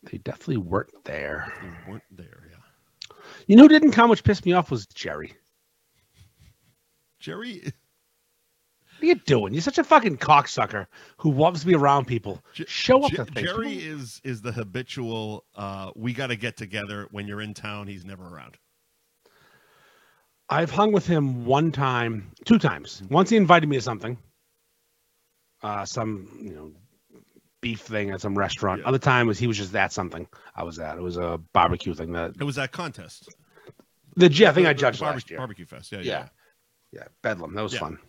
They definitely weren't there. They weren't there. Yeah. You know who didn't come, which pissed me off, was Jerry. Jerry What are you doing? You're such a fucking cocksucker who loves to be around people. Je- Show up Je- to things. Jerry People- is is the habitual. uh We got to get together when you're in town. He's never around. I've hung with him one time, two times. Once he invited me to something, uh, some you know beef thing at some restaurant. Yeah. Other time was he was just at something I was at. It was a barbecue thing that It was that contest. the yeah, I think The- I the judged barbe- last year. barbecue fest. Yeah, yeah. Yeah. Yeah, Bedlam. That was Yeah. fun.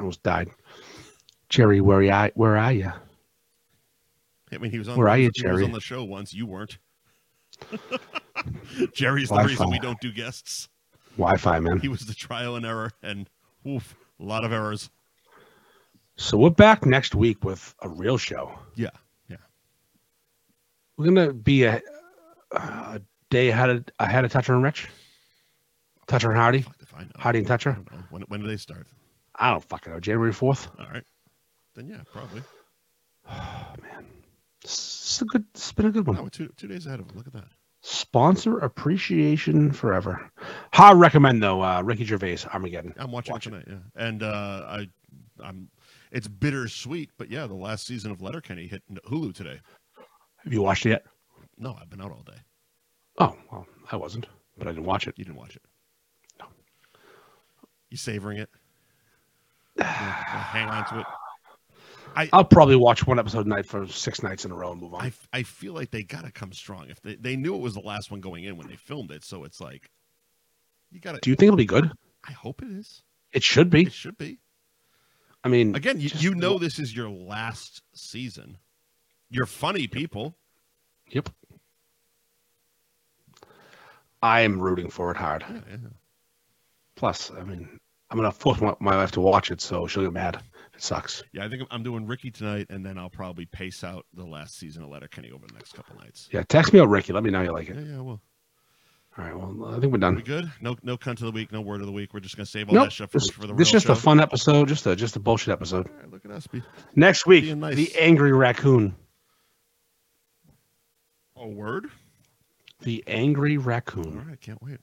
Almost died. Jerry, where are you? Where are you? I mean, he was on. Where are you, he was Jerry? on the show once. You weren't. Jerry's the Wi-Fi. reason we don't do guests. Wi-Fi man. He was the trial and error, and oof, a lot of errors. So we're back next week with a real show. Yeah, We're gonna be a, a day ahead of, ahead of Toucher and Rich, Toucher and Hardy, fuck if I know. Hardy and I Toucher. don't know. When when do they start? I don't fucking know. January fourth. All right, then yeah, probably. Oh man, it's a good. It's been a good No, one. we're two two days ahead of him. Look at that. Sponsor appreciation forever. High recommend though. Uh, Ricky Gervais Armageddon. I'm watching Watch it tonight. Yeah, and uh, I, I'm. It's bittersweet, but yeah, the last season of Letterkenny hit Hulu today. Have you watched it yet? No, I've been out all day. Oh well, I wasn't, but I didn't watch it. You didn't watch it. No. You savoring it? You wanna- wanna hang on to it. I'll probably watch one episode a night for six nights in a row and move on. I, I feel like they gotta come strong. If they, they knew it was the last one going in when they filmed it, so it's like you gotta. Do you think it'll be good? I hope it is. It should be. It should be. I mean, Again, you, Just you know wa- this is your last season. You're funny people. yep. I am rooting for it hard. Yeah, yeah. Plus, I mean, I'm gonna force my, my wife to watch it, so she'll get mad. It sucks. Yeah, I think I'm- I'm doing Ricky tonight, and then I'll probably pace out the last season of Letterkenny over the next couple nights. Yeah, text me out, Ricky. Let me know you like Yeah, it. yeah, well, All right. Well, I think we we're done. good? No, no cunt of the week, no word of the week. We're just gonna save all Nope. that stuff for, This, for the this real is just show. a fun episode. Just a just a bullshit episode. All right, look at us. Be, Next week, Being nice. the angry raccoon. a oh, word. The angry All raccoon. right, can't wait.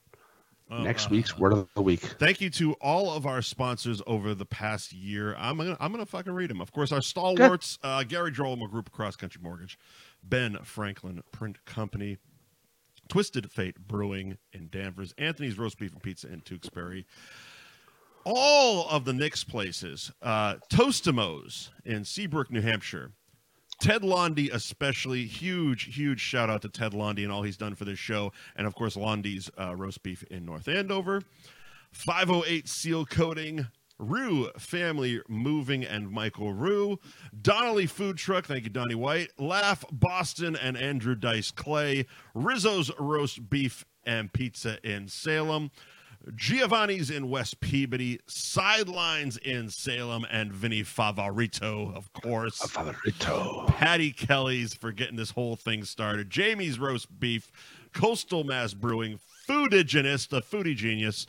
Um, Next uh, week's word of the week. Thank you to all of our sponsors over the past year. I'm gonna I'm gonna fucking read them. Of course, our stalwarts: uh, Gary Drolem, Group of Cross Country Mortgage, Ben Franklin Print Company, Twisted Fate Brewing in Danvers, Anthony's Roast Beef and Pizza in Tewksbury, all of the Knicks places, uh, Toastamos in Seabrook, New Hampshire. Ted Londy, especially, huge, huge shout out to Ted Londy and all he's done for this show. And of course, Londy's uh, roast beef in North Andover. 508 Seal Coating, Rue Family Moving and Michael Rue, Donnelly Food Truck, thank you, Donnie White, Laugh Boston and Andrew Dice Clay, Rizzo's Roast Beef and Pizza in Salem, Giovanni's in West Peabody, Sidelines in Salem, and Vinny Favorito, of course. Favorito. Patty Kelly's for getting this whole thing started. Jamie's Roast Beef, Coastal Mass Brewing, Foodigenist, the foodie genius,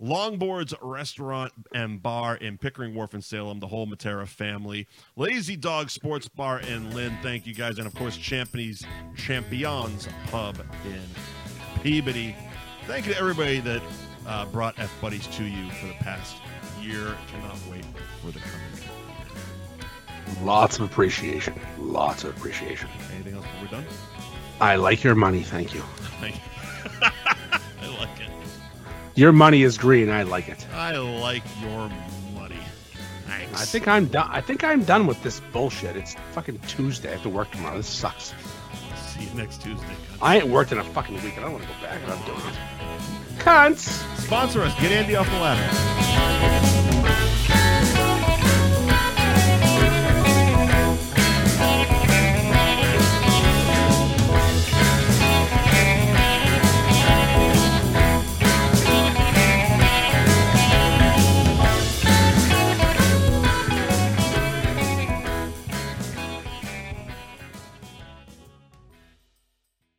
Longboard's Restaurant and Bar in Pickering Wharf in Salem, the whole Matera family, Lazy Dog Sports Bar in Lynn. Thank you guys. And of course, Champions, Champions Pub in Peabody. Thank you to everybody that uh, brought F Buddies to you for the past year. Cannot wait for the coming. Lots of appreciation. Lots of appreciation. Anything else before we're done? I like your money. Thank you. Thank you. I like it. Your money is green. I like it. I like your money. Thanks. I think I'm done. I think I'm done with this bullshit. It's fucking Tuesday. I have to work tomorrow. This sucks. See you next Tuesday. cunts. I ain't worked in a fucking week, and I don't want to go back. But I'm doing it. Cunts. Sponsor us. Get Andy off the ladder.